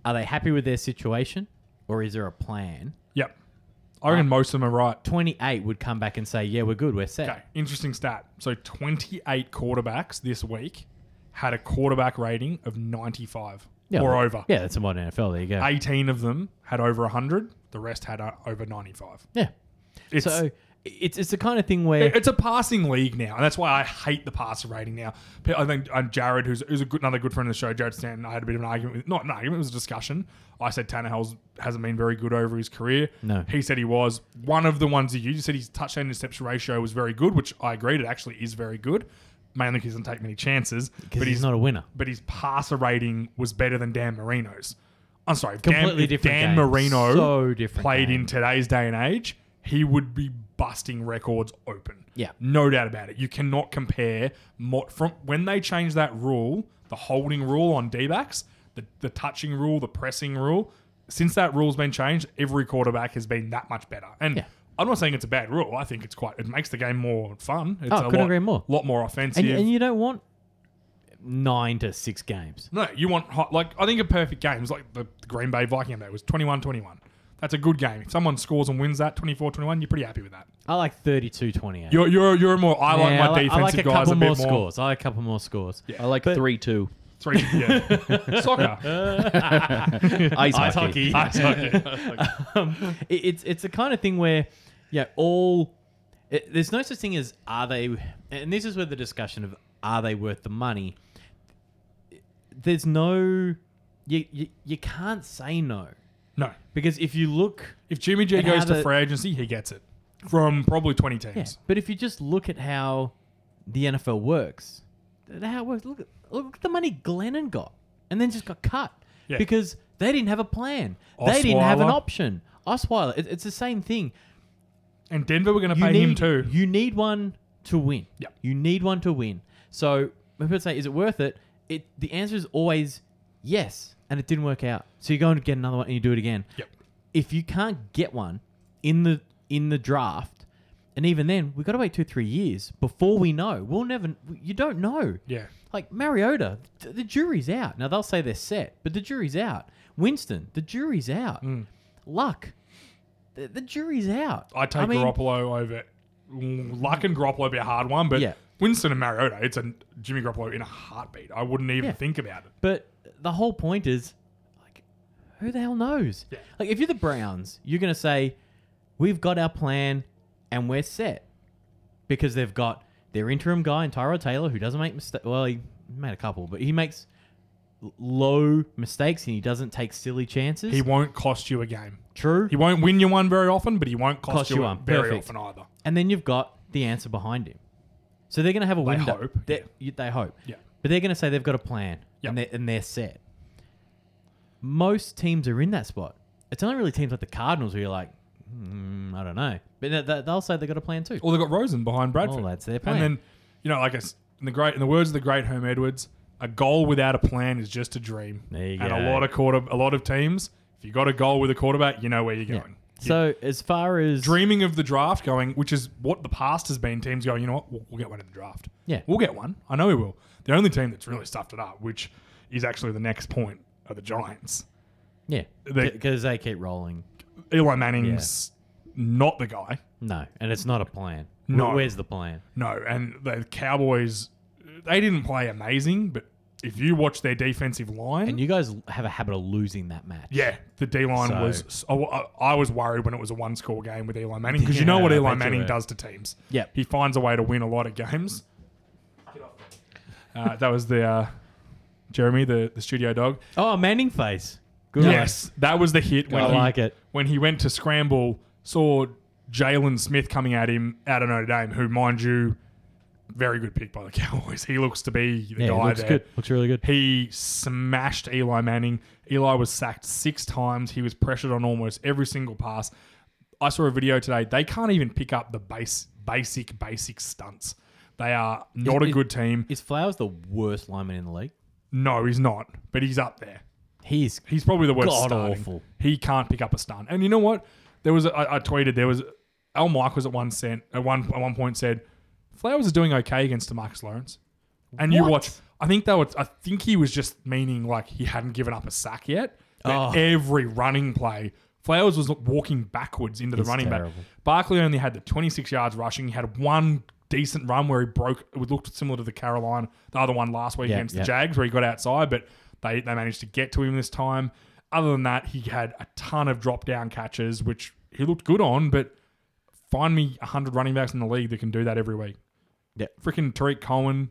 [SPEAKER 3] are they happy with their situation or is there a plan?
[SPEAKER 2] Yep. I reckon most of them are right.
[SPEAKER 3] 28 would come back and say, yeah, we're good, we're set.
[SPEAKER 2] Okay, interesting stat. So 28 quarterbacks this week had a quarterback rating of 95
[SPEAKER 3] Yeah,
[SPEAKER 2] or
[SPEAKER 3] well,
[SPEAKER 2] over.
[SPEAKER 3] Yeah, that's a modern NFL. There you go.
[SPEAKER 2] 18 of them had over 100. The rest had uh, over 95.
[SPEAKER 3] yeah.
[SPEAKER 2] It's,
[SPEAKER 3] So it's, it's the kind of thing where
[SPEAKER 2] it's a passing league now, and that's why I hate the passer rating now. Pe- I think um, Jared, who's, who's a good, another good friend of the show, Jared Stanton, I had a bit of an argument with, not an argument, it was a discussion. I said Tannehill's hasn't been very good over his career.
[SPEAKER 3] No.
[SPEAKER 2] He said he was. One of the ones that you you said his touchdown interception ratio was very good, which I agreed, it actually is very good, mainly because he doesn't take many chances.
[SPEAKER 3] because
[SPEAKER 2] But
[SPEAKER 3] he's
[SPEAKER 2] his,
[SPEAKER 3] not a winner.
[SPEAKER 2] but his passer rating was better than Dan Marino's. I'm sorry, if Dan,
[SPEAKER 3] Completely
[SPEAKER 2] if
[SPEAKER 3] different
[SPEAKER 2] Dan
[SPEAKER 3] game.
[SPEAKER 2] Marino
[SPEAKER 3] So different
[SPEAKER 2] played
[SPEAKER 3] game.
[SPEAKER 2] in today's day and age, he would be busting records open.
[SPEAKER 3] Yeah.
[SPEAKER 2] No doubt about it. You cannot compare mo- from when they changed that rule, the holding rule on D backs, the, the touching rule, the pressing rule. Since that rule's been changed, every quarterback has been that much better. And
[SPEAKER 3] Yeah.
[SPEAKER 2] I'm not saying it's a bad rule. I think it's quite, it makes the game more fun. It's
[SPEAKER 3] Oh,
[SPEAKER 2] a
[SPEAKER 3] couldn't
[SPEAKER 2] lot,
[SPEAKER 3] agree more.
[SPEAKER 2] lot more offensive.
[SPEAKER 3] And, and you don't want nine to six games.
[SPEAKER 2] No, you want hot, like I think a perfect game is like the, the Green Bay Viking game. That was 21-21. That's a good game. If someone scores and wins that 24-21, you're pretty happy with that.
[SPEAKER 3] I like 32 28.
[SPEAKER 2] You're you're you're more. I like
[SPEAKER 3] Yeah,
[SPEAKER 2] my
[SPEAKER 3] I like, I
[SPEAKER 2] defensive
[SPEAKER 3] like a
[SPEAKER 2] guys
[SPEAKER 3] couple
[SPEAKER 2] a bit
[SPEAKER 3] more
[SPEAKER 2] more.
[SPEAKER 3] scores. I like a couple more scores.
[SPEAKER 4] I like three two.
[SPEAKER 2] Three, yeah. Soccer.
[SPEAKER 4] Ice,
[SPEAKER 3] Ice
[SPEAKER 4] hockey.
[SPEAKER 3] hockey. um, it, it's it's the kind of thing where, yeah, all it, there's no such thing as are they, and this is where the discussion of are they worth the money. There's no, you you, you can't say no
[SPEAKER 2] No,
[SPEAKER 3] because if you look,
[SPEAKER 2] if Jimmy G
[SPEAKER 3] And
[SPEAKER 2] goes
[SPEAKER 3] how
[SPEAKER 2] to
[SPEAKER 3] the-
[SPEAKER 2] free agency, he gets it from probably 20
[SPEAKER 3] yeah,
[SPEAKER 2] teams.
[SPEAKER 3] but if you just look at how the NFL works, th- how it works. Look at look at the money Glennon got, and then just got cut
[SPEAKER 2] Yeah.
[SPEAKER 3] because they didn't have a plan. They didn't have an
[SPEAKER 2] Osweiler.
[SPEAKER 3] option. Osweiler. It, it's the same thing.
[SPEAKER 2] And Denver were going to
[SPEAKER 3] You
[SPEAKER 2] pay
[SPEAKER 3] need,
[SPEAKER 2] him too.
[SPEAKER 3] You need one to win.
[SPEAKER 2] Yep.
[SPEAKER 3] You need one to win. So when people say, "Is it worth it?" It the answer is always yes, and it didn't work out. So you go and get another one, and you do it again.
[SPEAKER 2] Yep.
[SPEAKER 3] If you can't get one in the in the draft, and even then, we have got to wait two three years before we know. We'll never. You don't know.
[SPEAKER 2] Yeah.
[SPEAKER 3] Like Mariota, th- the jury's out. Now they'll say they're set, but the jury's out. Winston, the jury's out. Luck, the, the jury's out.
[SPEAKER 2] Mm. I take
[SPEAKER 3] mean,
[SPEAKER 2] Garoppolo over. Mm, Luck and Garoppolo would be a hard one, but
[SPEAKER 3] Yeah.
[SPEAKER 2] Winston and Mariota, it's a Jimmy Garoppolo in a heartbeat. I wouldn't even
[SPEAKER 3] Yeah.
[SPEAKER 2] think about it.
[SPEAKER 3] But the whole point is, like, who the hell knows? Like, if you're the Browns, you're going to say, we've got our plan and we're set. Because they've got their interim guy and Tyrod Taylor, who doesn't make mistakes. Well, he made a couple, but he makes l- low mistakes and he doesn't take silly chances.
[SPEAKER 2] He won't cost you a game.
[SPEAKER 3] True.
[SPEAKER 2] He won't win you one very often, but he won't cost, you, one very
[SPEAKER 3] Perfect.
[SPEAKER 2] often either.
[SPEAKER 3] and then you've got the answer behind him. So they're going to have a window.
[SPEAKER 2] hope,
[SPEAKER 3] They, you- they hope.
[SPEAKER 2] Yeah.
[SPEAKER 3] But they're going to say they've got a plan
[SPEAKER 2] Yep.
[SPEAKER 3] and, they're, and they're set. Most teams are in that spot. It's only really teams like the Cardinals where you're like, mm, I don't know. But they- they- they'll say they've got a plan too.
[SPEAKER 2] Well, they got Rosen behind Bradford.
[SPEAKER 3] Oh, that's their plan.
[SPEAKER 2] And then, you know, like it's, in the great, in the words of the great Herm Edwards, a goal without a plan is just a dream.
[SPEAKER 3] There you
[SPEAKER 2] and
[SPEAKER 3] go.
[SPEAKER 2] a lot of quarter, a lot of teams, if you got a goal with a quarterback, you know where you're
[SPEAKER 3] Yeah.
[SPEAKER 2] going. You're
[SPEAKER 3] So as far as
[SPEAKER 2] dreaming of the draft going, which is what the past has been. Teams going, you know what, we'll, we'll get one in the draft.
[SPEAKER 3] Yeah.
[SPEAKER 2] we'll get one. I know we will. The only team that's really stuffed it up, which is actually the next point, are the Giants.
[SPEAKER 3] yeah,
[SPEAKER 2] They-
[SPEAKER 3] because they keep rolling.
[SPEAKER 2] Eli Manning's not the guy.
[SPEAKER 3] No, and it's not a plan.
[SPEAKER 2] No.
[SPEAKER 3] Wh- where's the plan?
[SPEAKER 2] No, and the Cowboys, they didn't play amazing, but if you watch their defensive line,
[SPEAKER 3] And you guys have a habit of losing that match.
[SPEAKER 2] yeah, the D line
[SPEAKER 3] So-
[SPEAKER 2] was. I, I- I was worried when it was a one score game with Eli Manning because you know
[SPEAKER 3] Yeah,
[SPEAKER 2] what
[SPEAKER 3] I
[SPEAKER 2] Eli
[SPEAKER 3] bet you
[SPEAKER 2] Manning
[SPEAKER 3] were.
[SPEAKER 2] does to teams.
[SPEAKER 3] Yep.
[SPEAKER 2] he finds a way to win a lot of games. Uh, that was the uh, Jeremy, the, the studio dog.
[SPEAKER 3] Oh, Manning face. Good. one.
[SPEAKER 2] Yes, that was the hit. When
[SPEAKER 3] I
[SPEAKER 2] he,
[SPEAKER 3] like it.
[SPEAKER 2] When he went to scramble, saw Jalen Smith coming at him out of Notre Dame, who, mind you, very good pick by the Cowboys. He looks to be the
[SPEAKER 3] Yeah,
[SPEAKER 2] guy
[SPEAKER 3] looks
[SPEAKER 2] there.
[SPEAKER 3] good. Looks really good.
[SPEAKER 2] He smashed Eli Manning. Eli was sacked six times. He was pressured on almost every single pass. I saw a video today. They can't even pick up the base, basic, basic stunts. They are not a
[SPEAKER 3] is-
[SPEAKER 2] good team.
[SPEAKER 3] Is Flowers the worst lineman in the league?
[SPEAKER 2] No, he's not, but he's up there.
[SPEAKER 3] He's
[SPEAKER 2] He's probably the worst.
[SPEAKER 3] God
[SPEAKER 2] starting.
[SPEAKER 3] awful.
[SPEAKER 2] He can't pick up a stunt. And you know what? There was I, I tweeted there was Al Michaels at one cent at one at one point said Flowers is doing okay against Demarcus Lawrence. And you
[SPEAKER 3] What?
[SPEAKER 2] watch. I think that was. I think he was just meaning like he hadn't given up a sack yet. But
[SPEAKER 3] Oh.
[SPEAKER 2] Every running play, Flowers was walking backwards into the
[SPEAKER 3] He's
[SPEAKER 2] running
[SPEAKER 3] terrible.
[SPEAKER 2] back. Barkley only had the 26 yards rushing. He had one decent run where he broke. It looked similar to the Carolina, the other one last week
[SPEAKER 3] Yeah,
[SPEAKER 2] against
[SPEAKER 3] yeah.
[SPEAKER 2] the Jags, where he got outside, but they they managed to get to him this time. Other than that, he had a ton of drop down catches, which he looked good on. But find me 100 running backs in the league that can do that every week.
[SPEAKER 3] Yeah.
[SPEAKER 2] freaking Tariq Cohen.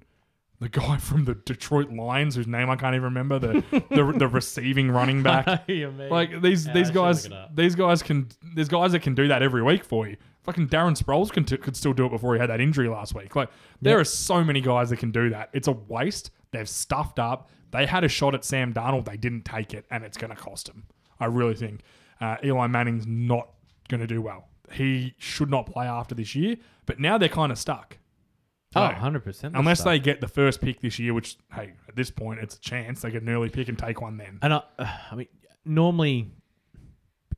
[SPEAKER 2] The guy from the Detroit Lions, whose name I can't even remember, the the, the receiving running back. Like these
[SPEAKER 3] Yeah, I
[SPEAKER 2] these
[SPEAKER 3] should
[SPEAKER 2] guys
[SPEAKER 3] look it up.
[SPEAKER 2] these guys can there's guys that can do that every week for you. Fucking Darren Sproles can t- could still do it before he had that injury last week. Like there are so many guys that can do that. It's a waste. They've stuffed up. They had a shot at Sam Darnold. They didn't take it, and it's going to cost him. I really think uh, Eli Manning's not going to do well. He should not play after this year. But now they're kind of stuck.
[SPEAKER 3] oh,
[SPEAKER 2] Like,
[SPEAKER 3] 100%.
[SPEAKER 2] unless they get the first pick this year, which hey, at this point it's a chance they get an early pick and take one then.
[SPEAKER 3] And I, I mean, normally,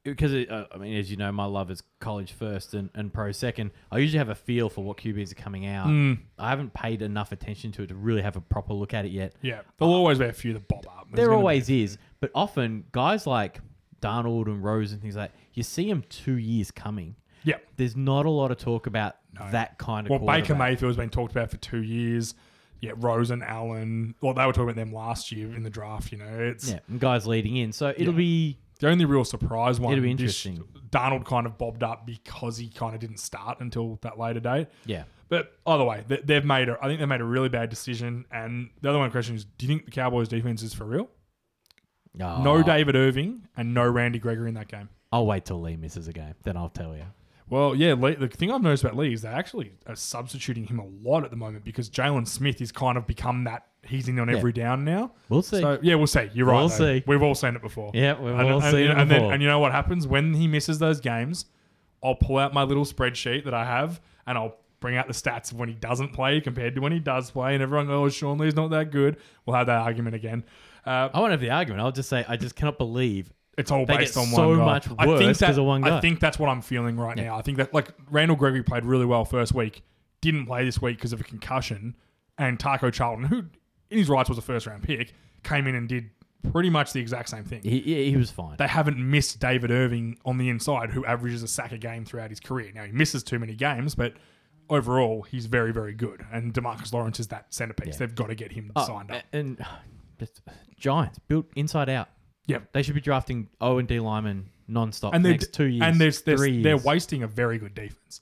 [SPEAKER 3] because it, uh, I mean, as you know, my love is college first and, and pro second. I usually have a feel for what QBs are coming out.
[SPEAKER 2] Mm.
[SPEAKER 3] I haven't paid enough attention to it to really have a proper look at it yet.
[SPEAKER 2] Yeah, there'll always be a few that bob up. There's
[SPEAKER 3] Um, there
[SPEAKER 2] gonna be-
[SPEAKER 3] always is, but often guys like Darnold and Rose and things like you see them two years coming.
[SPEAKER 2] yeah.
[SPEAKER 3] There's not a lot of talk about that kind of.
[SPEAKER 2] Well, Baker
[SPEAKER 3] quarterback.
[SPEAKER 2] Mayfield's been talked about for two years. Yeah, Rose and Allen. Well, they were talking about them last year in the draft. You know, it's
[SPEAKER 3] Yeah, and guys leading in. So it'll
[SPEAKER 2] Yeah.
[SPEAKER 3] be
[SPEAKER 2] the only real surprise one.
[SPEAKER 3] It'll be
[SPEAKER 2] this-
[SPEAKER 3] interesting.
[SPEAKER 2] Darnold kind of bobbed up because he kind of didn't start until that later date.
[SPEAKER 3] yeah.
[SPEAKER 2] But either way, they, they've made. A, I think they made a really bad decision. And the other one question is: Do you think the Cowboys' defense is for real?
[SPEAKER 3] Oh,
[SPEAKER 2] No David Irving and no Randy Gregory in that game.
[SPEAKER 3] I'll wait till Lee misses a game, then I'll tell you.
[SPEAKER 2] Well, yeah, Lee, the thing I've noticed about Lee is they actually are substituting him a lot at the moment because Jalen Smith has kind of become that. He's in on every down now.
[SPEAKER 3] We'll see.
[SPEAKER 2] So, yeah, we'll see. You're right.
[SPEAKER 3] We'll
[SPEAKER 2] though.
[SPEAKER 3] see.
[SPEAKER 2] We've all seen it before.
[SPEAKER 3] Yeah, we've
[SPEAKER 2] and,
[SPEAKER 3] all
[SPEAKER 2] and,
[SPEAKER 3] seen it
[SPEAKER 2] and then-
[SPEAKER 3] before.
[SPEAKER 2] and you know what happens when he misses those games? I'll pull out my little spreadsheet that I have and I'll bring out the stats of when he doesn't play compared to when he does play. And everyone goes, oh, Sean Lee's not that good. We'll have that argument again. Uh,
[SPEAKER 3] I won't have the argument. I'll just say I just cannot believe.
[SPEAKER 2] it's all
[SPEAKER 3] They
[SPEAKER 2] based
[SPEAKER 3] get
[SPEAKER 2] on
[SPEAKER 3] so
[SPEAKER 2] one guy.
[SPEAKER 3] much
[SPEAKER 2] I think
[SPEAKER 3] worse
[SPEAKER 2] that,
[SPEAKER 3] 'cause of one
[SPEAKER 2] I
[SPEAKER 3] guy.
[SPEAKER 2] think that's what I'm feeling right now. I think that like Randall Gregory played really well first week, didn't play this week because of a concussion, and Taco Charlton, who in his rights was a first round pick, came in and did pretty much the exact same thing.
[SPEAKER 3] He, he, he was fine.
[SPEAKER 2] They haven't missed David Irving on the inside, who averages a sack a game throughout his career. Now he misses too many games, but overall he's very, very good. And Demarcus Lawrence is that centerpiece. They've got to get him
[SPEAKER 3] Oh,
[SPEAKER 2] signed up.
[SPEAKER 3] And just, uh, Giants built inside out.
[SPEAKER 2] Yep.
[SPEAKER 3] They should be drafting O and D linemen nonstop
[SPEAKER 2] and
[SPEAKER 3] and
[SPEAKER 2] they're
[SPEAKER 3] next two years.
[SPEAKER 2] And there's, there's,
[SPEAKER 3] three
[SPEAKER 2] they're
[SPEAKER 3] years.
[SPEAKER 2] wasting a very good defense.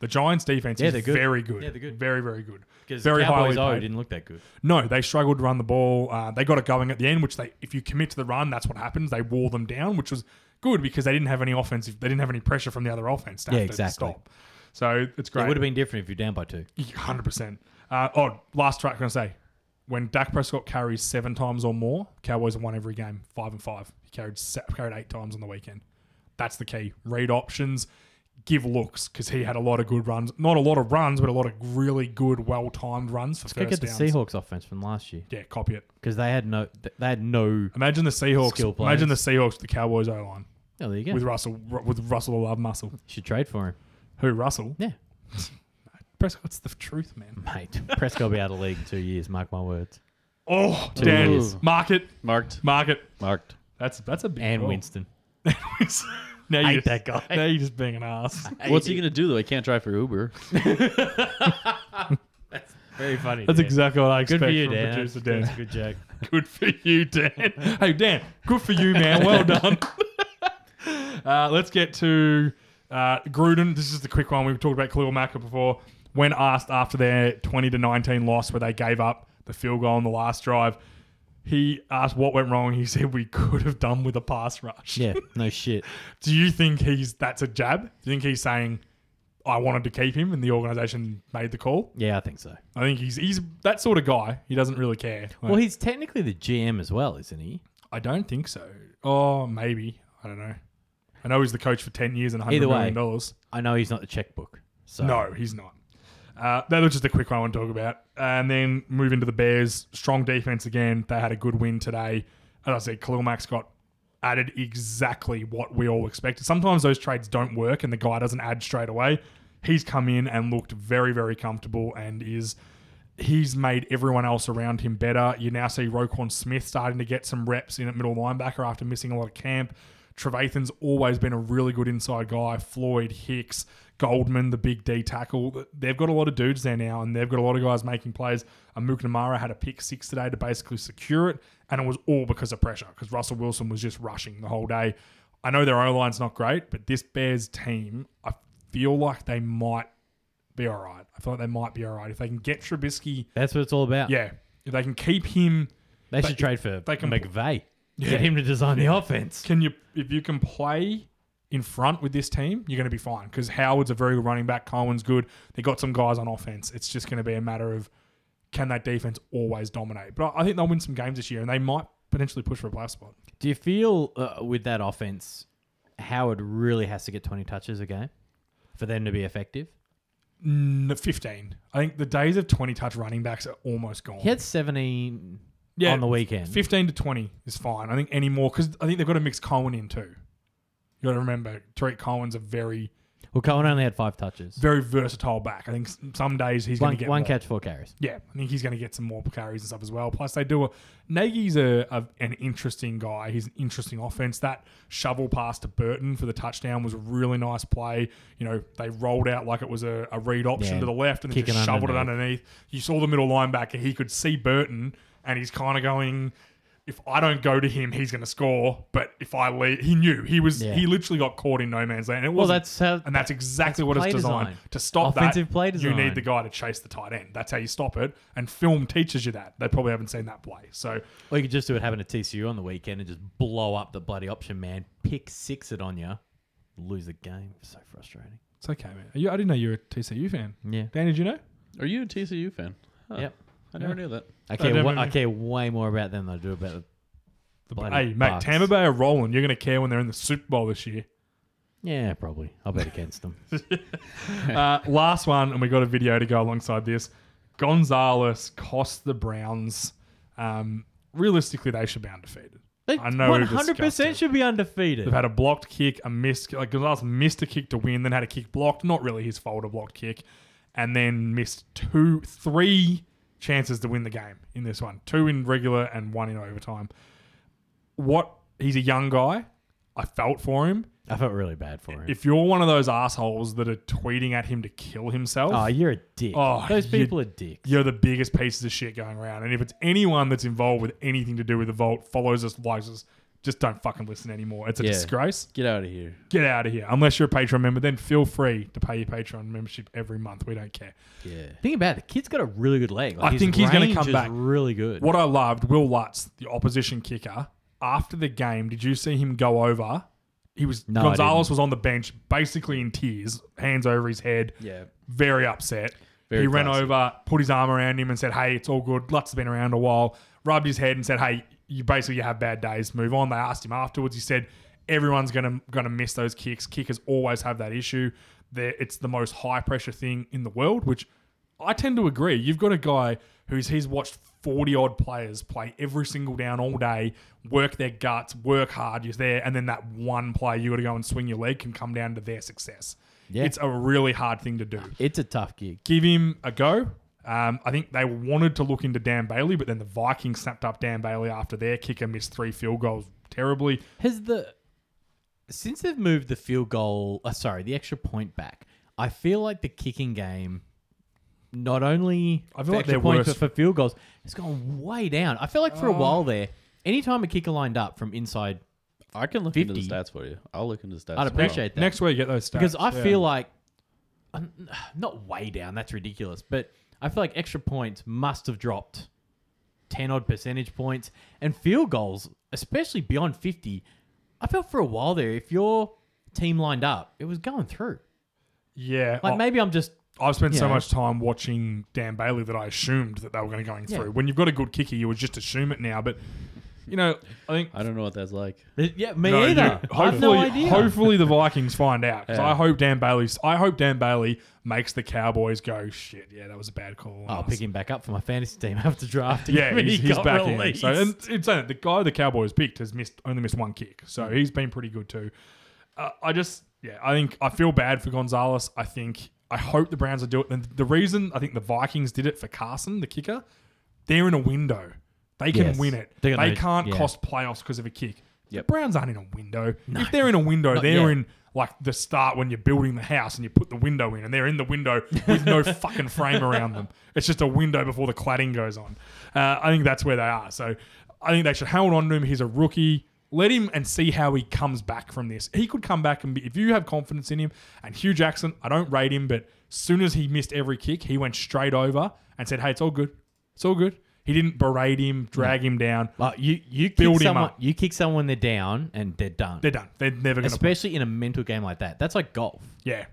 [SPEAKER 2] The Giants' defense
[SPEAKER 3] Yeah,
[SPEAKER 2] is
[SPEAKER 3] they're good.
[SPEAKER 2] very good.
[SPEAKER 3] Yeah, they're good.
[SPEAKER 2] Very, very good.
[SPEAKER 3] 'Cause
[SPEAKER 2] Very
[SPEAKER 3] Cowboys O
[SPEAKER 2] highly paid.
[SPEAKER 3] didn't look that good.
[SPEAKER 2] No, they struggled to run the ball. Uh, they got it going at the end, which they, if you commit to the run, that's what happens. They wore them down, which was good because they didn't have any offensive. They didn't have any pressure from the other offense staff
[SPEAKER 3] Yeah,
[SPEAKER 2] to
[SPEAKER 3] exactly.
[SPEAKER 2] stop. So it's
[SPEAKER 3] It
[SPEAKER 2] great.
[SPEAKER 3] would have been different if you're down by two.
[SPEAKER 2] Hundred percent. Uh, oh, last track gonna say, when Dak Prescott carries seven times or more, Cowboys have won every game, five and five. He carried se- carried eight times on the weekend. That's the key. Read options, give looks because he had a lot of good runs. Not a lot of runs, but a lot of really good, well timed runs for
[SPEAKER 3] Go
[SPEAKER 2] first
[SPEAKER 3] get the
[SPEAKER 2] downs.
[SPEAKER 3] Seahawks offense from last year
[SPEAKER 2] Yeah, copy it.
[SPEAKER 3] because they had no, they had no.
[SPEAKER 2] Imagine the Seahawks.
[SPEAKER 3] Skill players.
[SPEAKER 2] Imagine the Seahawks, with the Cowboys O line
[SPEAKER 3] Oh, there you go.
[SPEAKER 2] with Russell with Russell Love muscle.
[SPEAKER 3] should trade for him,
[SPEAKER 2] Who Russell?
[SPEAKER 3] Yeah.
[SPEAKER 2] Prescott's the truth, man.
[SPEAKER 3] mate. Prescott will be out of the league in two years. Mark my words.
[SPEAKER 2] Oh,
[SPEAKER 3] Two
[SPEAKER 2] Dan,
[SPEAKER 3] years.
[SPEAKER 2] mark it,
[SPEAKER 4] Marked.
[SPEAKER 2] mark it.
[SPEAKER 4] Marked.
[SPEAKER 2] That's that's a big
[SPEAKER 3] And
[SPEAKER 2] call.
[SPEAKER 3] Winston.
[SPEAKER 2] now you
[SPEAKER 3] Hate
[SPEAKER 2] just,
[SPEAKER 3] that guy.
[SPEAKER 2] Now you're just being an ass.
[SPEAKER 4] What's he gonna do though? He can't drive for Uber.
[SPEAKER 3] Very funny.
[SPEAKER 2] That's
[SPEAKER 3] dude.
[SPEAKER 2] exactly what I
[SPEAKER 3] Good
[SPEAKER 2] expect
[SPEAKER 3] for you,
[SPEAKER 2] from
[SPEAKER 3] Dan.
[SPEAKER 2] producer
[SPEAKER 3] That's- that's
[SPEAKER 2] Dan.
[SPEAKER 3] a good joke.
[SPEAKER 2] Good for you, Dan. Hey, Dan. Good for you, man. Well done. uh, let's get to uh, Gruden. This is the quick one. We talked about Khalil Macker before. When asked after their 20 to 19 loss, where they gave up the field goal on the last drive, he asked what went wrong. He said we could have done with a pass rush.
[SPEAKER 3] Yeah, no shit.
[SPEAKER 2] Do you think he's that's a jab? Do you think he's saying I wanted to keep him and the organization made the call?
[SPEAKER 3] Yeah, I think so.
[SPEAKER 2] I think he's he's that sort of guy. He doesn't really care. Like,
[SPEAKER 3] Well, he's technically the GM as well, isn't he?
[SPEAKER 2] I don't think so. Oh, maybe. I don't know. I know he's the coach for ten years and hundred
[SPEAKER 3] Either
[SPEAKER 2] million
[SPEAKER 3] way.
[SPEAKER 2] dollars.
[SPEAKER 3] I know he's not the checkbook. So
[SPEAKER 2] No, he's not. Uh, that was just a quick one I want to talk about. And then move into the Bears. Strong defense again. They had a good win today. As I said, Khalil Max got added exactly what we all expected. Sometimes those trades don't work and the guy doesn't add straight away. He's come in and looked very, very comfortable and is he's made everyone else around him better. You now see Roquan Smith starting to get some reps in at middle linebacker after missing a lot of camp. Trevathan's always been a really good inside guy. Floyd, Hicks, Goldman, the big D tackle. They've got a lot of dudes there now, and they've got a lot of guys making plays. And Muknamara had a pick six today to basically secure it, and it was all because of pressure, because Russell Wilson was just rushing the whole day. I know their O line's not great, but this Bears team, I feel like they might be all right. I feel like they might be all right if they can get Trubisky.
[SPEAKER 3] that's what it's all about.
[SPEAKER 2] Yeah, if they can keep him,
[SPEAKER 3] they
[SPEAKER 2] but
[SPEAKER 3] should trade for
[SPEAKER 2] they can-
[SPEAKER 3] McVay. Get him to design the offense.
[SPEAKER 2] can you if you can play in front with this team, you're going to be fine because Howard's a very good running back. Cohen's good. They got some guys on offense. It's just going to be a matter of can that defense always dominate. But I I think they'll win some games this year, and they might potentially push for a playoff spot.
[SPEAKER 3] Do you feel uh, with that offense, Howard really has to get 20 touches a game for them to be effective?
[SPEAKER 2] Mm, 15. I think the days of 20 touch running backs are almost gone.
[SPEAKER 3] He had 17
[SPEAKER 2] Yeah,
[SPEAKER 3] on the weekend.
[SPEAKER 2] 15 to 20 is fine. I think any more because I think they've got to mix Cohen in too. You got to remember Tariq Cohen's a very
[SPEAKER 3] Well, Cohen only had five touches.
[SPEAKER 2] very versatile back. I think s- some days he's going
[SPEAKER 3] One,
[SPEAKER 2] to get
[SPEAKER 3] one
[SPEAKER 2] more.
[SPEAKER 3] catch, four carries.
[SPEAKER 2] Yeah, I think he's going to get some more carries and stuff as well. Plus, they do a Nagy's a, a an interesting guy. He's an interesting offense. That shovel pass to Burton for the touchdown was a really nice play. You know, they rolled out like it was a, a read option
[SPEAKER 3] Yeah,
[SPEAKER 2] to the left and then
[SPEAKER 3] kick
[SPEAKER 2] just
[SPEAKER 3] it
[SPEAKER 2] shoveled it
[SPEAKER 3] underneath.
[SPEAKER 2] underneath. You saw the middle linebacker. He could see Burton, and he's kind of going. If I don't go to him, he's going to score. But if I leave, he knew he was.
[SPEAKER 3] Yeah.
[SPEAKER 2] He literally got caught in no man's land. And it
[SPEAKER 3] Well,
[SPEAKER 2] wasn't-
[SPEAKER 3] that's how.
[SPEAKER 2] and that's exactly
[SPEAKER 3] That's
[SPEAKER 2] what
[SPEAKER 3] play
[SPEAKER 2] it's designed
[SPEAKER 3] design.
[SPEAKER 2] to stop
[SPEAKER 3] Offensive
[SPEAKER 2] that.
[SPEAKER 3] play
[SPEAKER 2] You need
[SPEAKER 3] design.
[SPEAKER 2] the guy to chase the tight end. That's how you stop it. And film teaches you that. They probably haven't seen that play. So
[SPEAKER 3] Or you could just do it having a TCU on the weekend and just blow up the bloody option, man. Pick six it on you. Lose the game. So frustrating.
[SPEAKER 2] It's okay, man. Are you, I didn't know you were a TCU fan.
[SPEAKER 3] Yeah.
[SPEAKER 2] Dan, did you know?
[SPEAKER 4] Are you a TCU fan? Huh.
[SPEAKER 3] Yep.
[SPEAKER 4] I never knew that.
[SPEAKER 3] I care.
[SPEAKER 2] never
[SPEAKER 3] wa- I
[SPEAKER 2] knew.
[SPEAKER 3] care way more about them than I do about the.
[SPEAKER 2] The,
[SPEAKER 3] Bloody
[SPEAKER 2] hey, mate,
[SPEAKER 3] Bucks.
[SPEAKER 2] Tampa Bay are rolling. You're going to care when they're in the Super Bowl this year.
[SPEAKER 3] Yeah, probably. I'll bet against them.
[SPEAKER 2] Uh, last one, and we got a video to go alongside this. Gonzalez cost the Browns. Um, realistically, they should be undefeated. I know
[SPEAKER 3] One
[SPEAKER 2] we've discussed
[SPEAKER 3] hundred percent
[SPEAKER 2] it.
[SPEAKER 3] should be undefeated.
[SPEAKER 2] They've had a blocked kick, a missed like Gonzalez missed a kick to win, then had a kick blocked. Not really his fault, a blocked kick, and then missed two, three chances to win the game in this one. Two in regular and one in overtime. What he's a young guy. I felt for him.
[SPEAKER 3] I felt really bad for him.
[SPEAKER 2] If you're one of those assholes that are tweeting at him to kill himself,
[SPEAKER 3] oh, you're a dick.
[SPEAKER 2] Oh,
[SPEAKER 3] Those
[SPEAKER 2] you-
[SPEAKER 3] people are dicks.
[SPEAKER 2] you're the biggest pieces of shit going around. And if it's anyone that's involved with anything to do with the vault, follows us, likes us, just don't fucking listen anymore. It's a
[SPEAKER 4] Yeah.
[SPEAKER 2] disgrace.
[SPEAKER 4] Get out of here.
[SPEAKER 2] Get out of here. Unless you're a Patreon member, then feel free to pay your Patreon membership every month. We don't care.
[SPEAKER 4] Yeah.
[SPEAKER 3] Think about it. The kid's got a really good leg. Like,
[SPEAKER 2] I
[SPEAKER 3] his
[SPEAKER 2] think he's gonna
[SPEAKER 3] range
[SPEAKER 2] come
[SPEAKER 3] is
[SPEAKER 2] back.
[SPEAKER 3] Really good.
[SPEAKER 2] What I loved, Will Lutz, the opposition kicker, after the game, did you see him go over? He was
[SPEAKER 3] No, I
[SPEAKER 2] Gonzalez was on the bench, basically in tears, hands over his head.
[SPEAKER 4] Yeah.
[SPEAKER 2] very upset.
[SPEAKER 4] Very
[SPEAKER 2] he ran
[SPEAKER 4] classy.
[SPEAKER 2] over, put his arm around him, and said, "Hey, it's all good. Lutz has been around a while." Rubbed his head and said, "Hey, you basically you have bad days. Move on." They asked him afterwards. He said, "Everyone's gonna gonna miss those kicks. Kickers always have that issue. They're, it's the most high pressure thing in the world." Which I tend to agree. You've got a guy who's he's watched forty odd players play every single down all day, work their guts, work hard. You're there, and then that one play you got to go and swing your leg can come down to their success.
[SPEAKER 3] Yeah.
[SPEAKER 2] It's a really hard thing to do
[SPEAKER 3] It's a tough gig.
[SPEAKER 2] give him a go. Um, I think they wanted to look into Dan Bailey, but then the Vikings snapped up Dan Bailey after their kicker missed three field goals terribly.
[SPEAKER 3] Has the since they've moved the field goal, uh, sorry, the extra point back, I feel like the kicking game, not only
[SPEAKER 2] I feel
[SPEAKER 3] for
[SPEAKER 2] like
[SPEAKER 3] extra
[SPEAKER 2] they're
[SPEAKER 3] points
[SPEAKER 2] worse.
[SPEAKER 3] but for field goals, it's gone way down. I feel like for a while there, anytime a kicker lined up from inside,
[SPEAKER 4] I can look into
[SPEAKER 3] 50.
[SPEAKER 4] the stats for you. I'll look into the stats.
[SPEAKER 3] I'd
[SPEAKER 4] tomorrow.
[SPEAKER 3] appreciate that
[SPEAKER 2] Next week, get those stats.
[SPEAKER 3] because I
[SPEAKER 2] Yeah.
[SPEAKER 3] feel like I'm- not way down. That's ridiculous, but I feel like extra points must have dropped ten odd percentage points, and field goals, especially beyond fifty. I felt for a while there, if your team lined up, it was going through.
[SPEAKER 2] yeah,
[SPEAKER 3] Like
[SPEAKER 2] I,
[SPEAKER 3] maybe I'm just
[SPEAKER 2] have spent so
[SPEAKER 3] yeah.
[SPEAKER 2] much time watching Dan Bailey that I assumed that they were going to going
[SPEAKER 3] Yeah.
[SPEAKER 2] through. When you've got a good kicker, you would just assume it now. But you know, I think
[SPEAKER 4] I don't know what that's like.
[SPEAKER 2] Uh,
[SPEAKER 3] yeah me
[SPEAKER 2] No, you-
[SPEAKER 3] either. I have no
[SPEAKER 2] hopefully,
[SPEAKER 3] idea.
[SPEAKER 2] hopefully the Vikings find out. 'cause
[SPEAKER 4] Yeah.
[SPEAKER 2] I hope Dan Bailey's. I hope Dan Bailey makes the Cowboys go shit. Yeah, that was a bad call. on
[SPEAKER 3] I'll
[SPEAKER 2] us."
[SPEAKER 3] Oh, pick him back up for my fantasy team after draft.
[SPEAKER 2] Yeah, he's, he's back
[SPEAKER 3] released.
[SPEAKER 2] in. So and it's uh, the guy the Cowboys picked has missed only missed one kick, so
[SPEAKER 3] Hmm.
[SPEAKER 2] he's been pretty good too. Uh, I just yeah, I think I feel bad for Gonzalez. I think I hope the Browns will do it. And the reason I think the Vikings did it for Carson, the kicker, they're in a window. They can
[SPEAKER 3] Yes.
[SPEAKER 2] win it. They
[SPEAKER 3] They're gonna-
[SPEAKER 2] can't
[SPEAKER 3] yeah.
[SPEAKER 2] cost playoffs because of a kick.
[SPEAKER 4] Yep.
[SPEAKER 2] The Browns aren't in a window. If they're in a window,
[SPEAKER 3] Not
[SPEAKER 2] they're
[SPEAKER 3] yet.
[SPEAKER 2] in like the start when you're building the house and you put the window in and they're in the window with no fucking frame around them. It's just a window before the cladding goes on. Uh, I think that's where they are. So I think they should hold on to him. He's a rookie. Let him and see how he comes back from this. He could come back and be, if you have confidence in him. And Hugh Jackson, I don't rate him, but soon as he missed every kick, he went straight over and said, "Hey, it's all good. It's all good." He didn't berate him, drag him down.
[SPEAKER 3] Like, you you kick
[SPEAKER 2] Build him
[SPEAKER 3] someone
[SPEAKER 2] up.
[SPEAKER 3] you kick someone they're down and they're done.
[SPEAKER 2] They're done. They're never going to play.
[SPEAKER 3] especially in a mental game like that. That's like golf.
[SPEAKER 2] Yeah,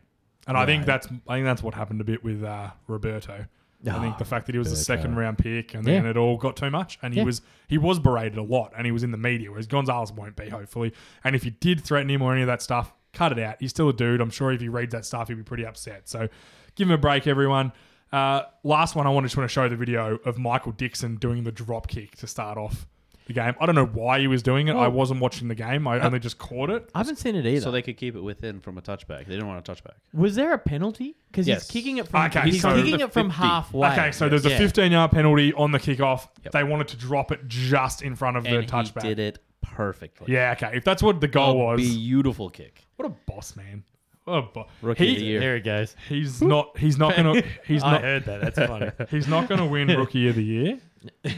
[SPEAKER 2] and I think that's I think that's what happened a bit with uh, Roberto. I think the fact that he was a second round pick and then
[SPEAKER 3] Ah, Yeah.
[SPEAKER 2] it all got too much, and he
[SPEAKER 3] Yeah.
[SPEAKER 2] was he was berated a lot, and he was in the media, whereas Gonzalez won't be hopefully. And if you did threaten him or any of that stuff, cut it out. He's still a dude. I'm sure if he reads that stuff, he'd be pretty upset. So give him a break, everyone. Uh, last one, I wanted to want to show the video of Michael Dixon doing the drop kick to start off the game. I don't know why he was doing it.
[SPEAKER 3] Oh.
[SPEAKER 2] I wasn't watching the game. I only just caught it.
[SPEAKER 3] I haven't seen it either.
[SPEAKER 4] So they could keep it within from a touchback. They didn't want a touchback.
[SPEAKER 3] was there a penalty? Because
[SPEAKER 4] Yes.
[SPEAKER 3] he's kicking it from
[SPEAKER 2] Okay,
[SPEAKER 3] he's
[SPEAKER 2] so-
[SPEAKER 3] kicking it from
[SPEAKER 4] 50.
[SPEAKER 3] halfway.
[SPEAKER 2] Okay, so there's a
[SPEAKER 3] Yeah.
[SPEAKER 2] 15 yard penalty on the kickoff.
[SPEAKER 4] Yep.
[SPEAKER 2] They wanted to drop it just in front of the touchback.
[SPEAKER 4] did it perfectly.
[SPEAKER 2] Yeah, okay. If that's what the goal was,
[SPEAKER 4] beautiful kick.
[SPEAKER 2] what a boss, man. What a bo-
[SPEAKER 4] Rookie
[SPEAKER 2] He-
[SPEAKER 4] of the year.
[SPEAKER 3] There it goes.
[SPEAKER 2] He's not. He's not gonna. He's
[SPEAKER 3] I
[SPEAKER 2] not.
[SPEAKER 3] heard that. That's funny.
[SPEAKER 2] He's not gonna win rookie of the year.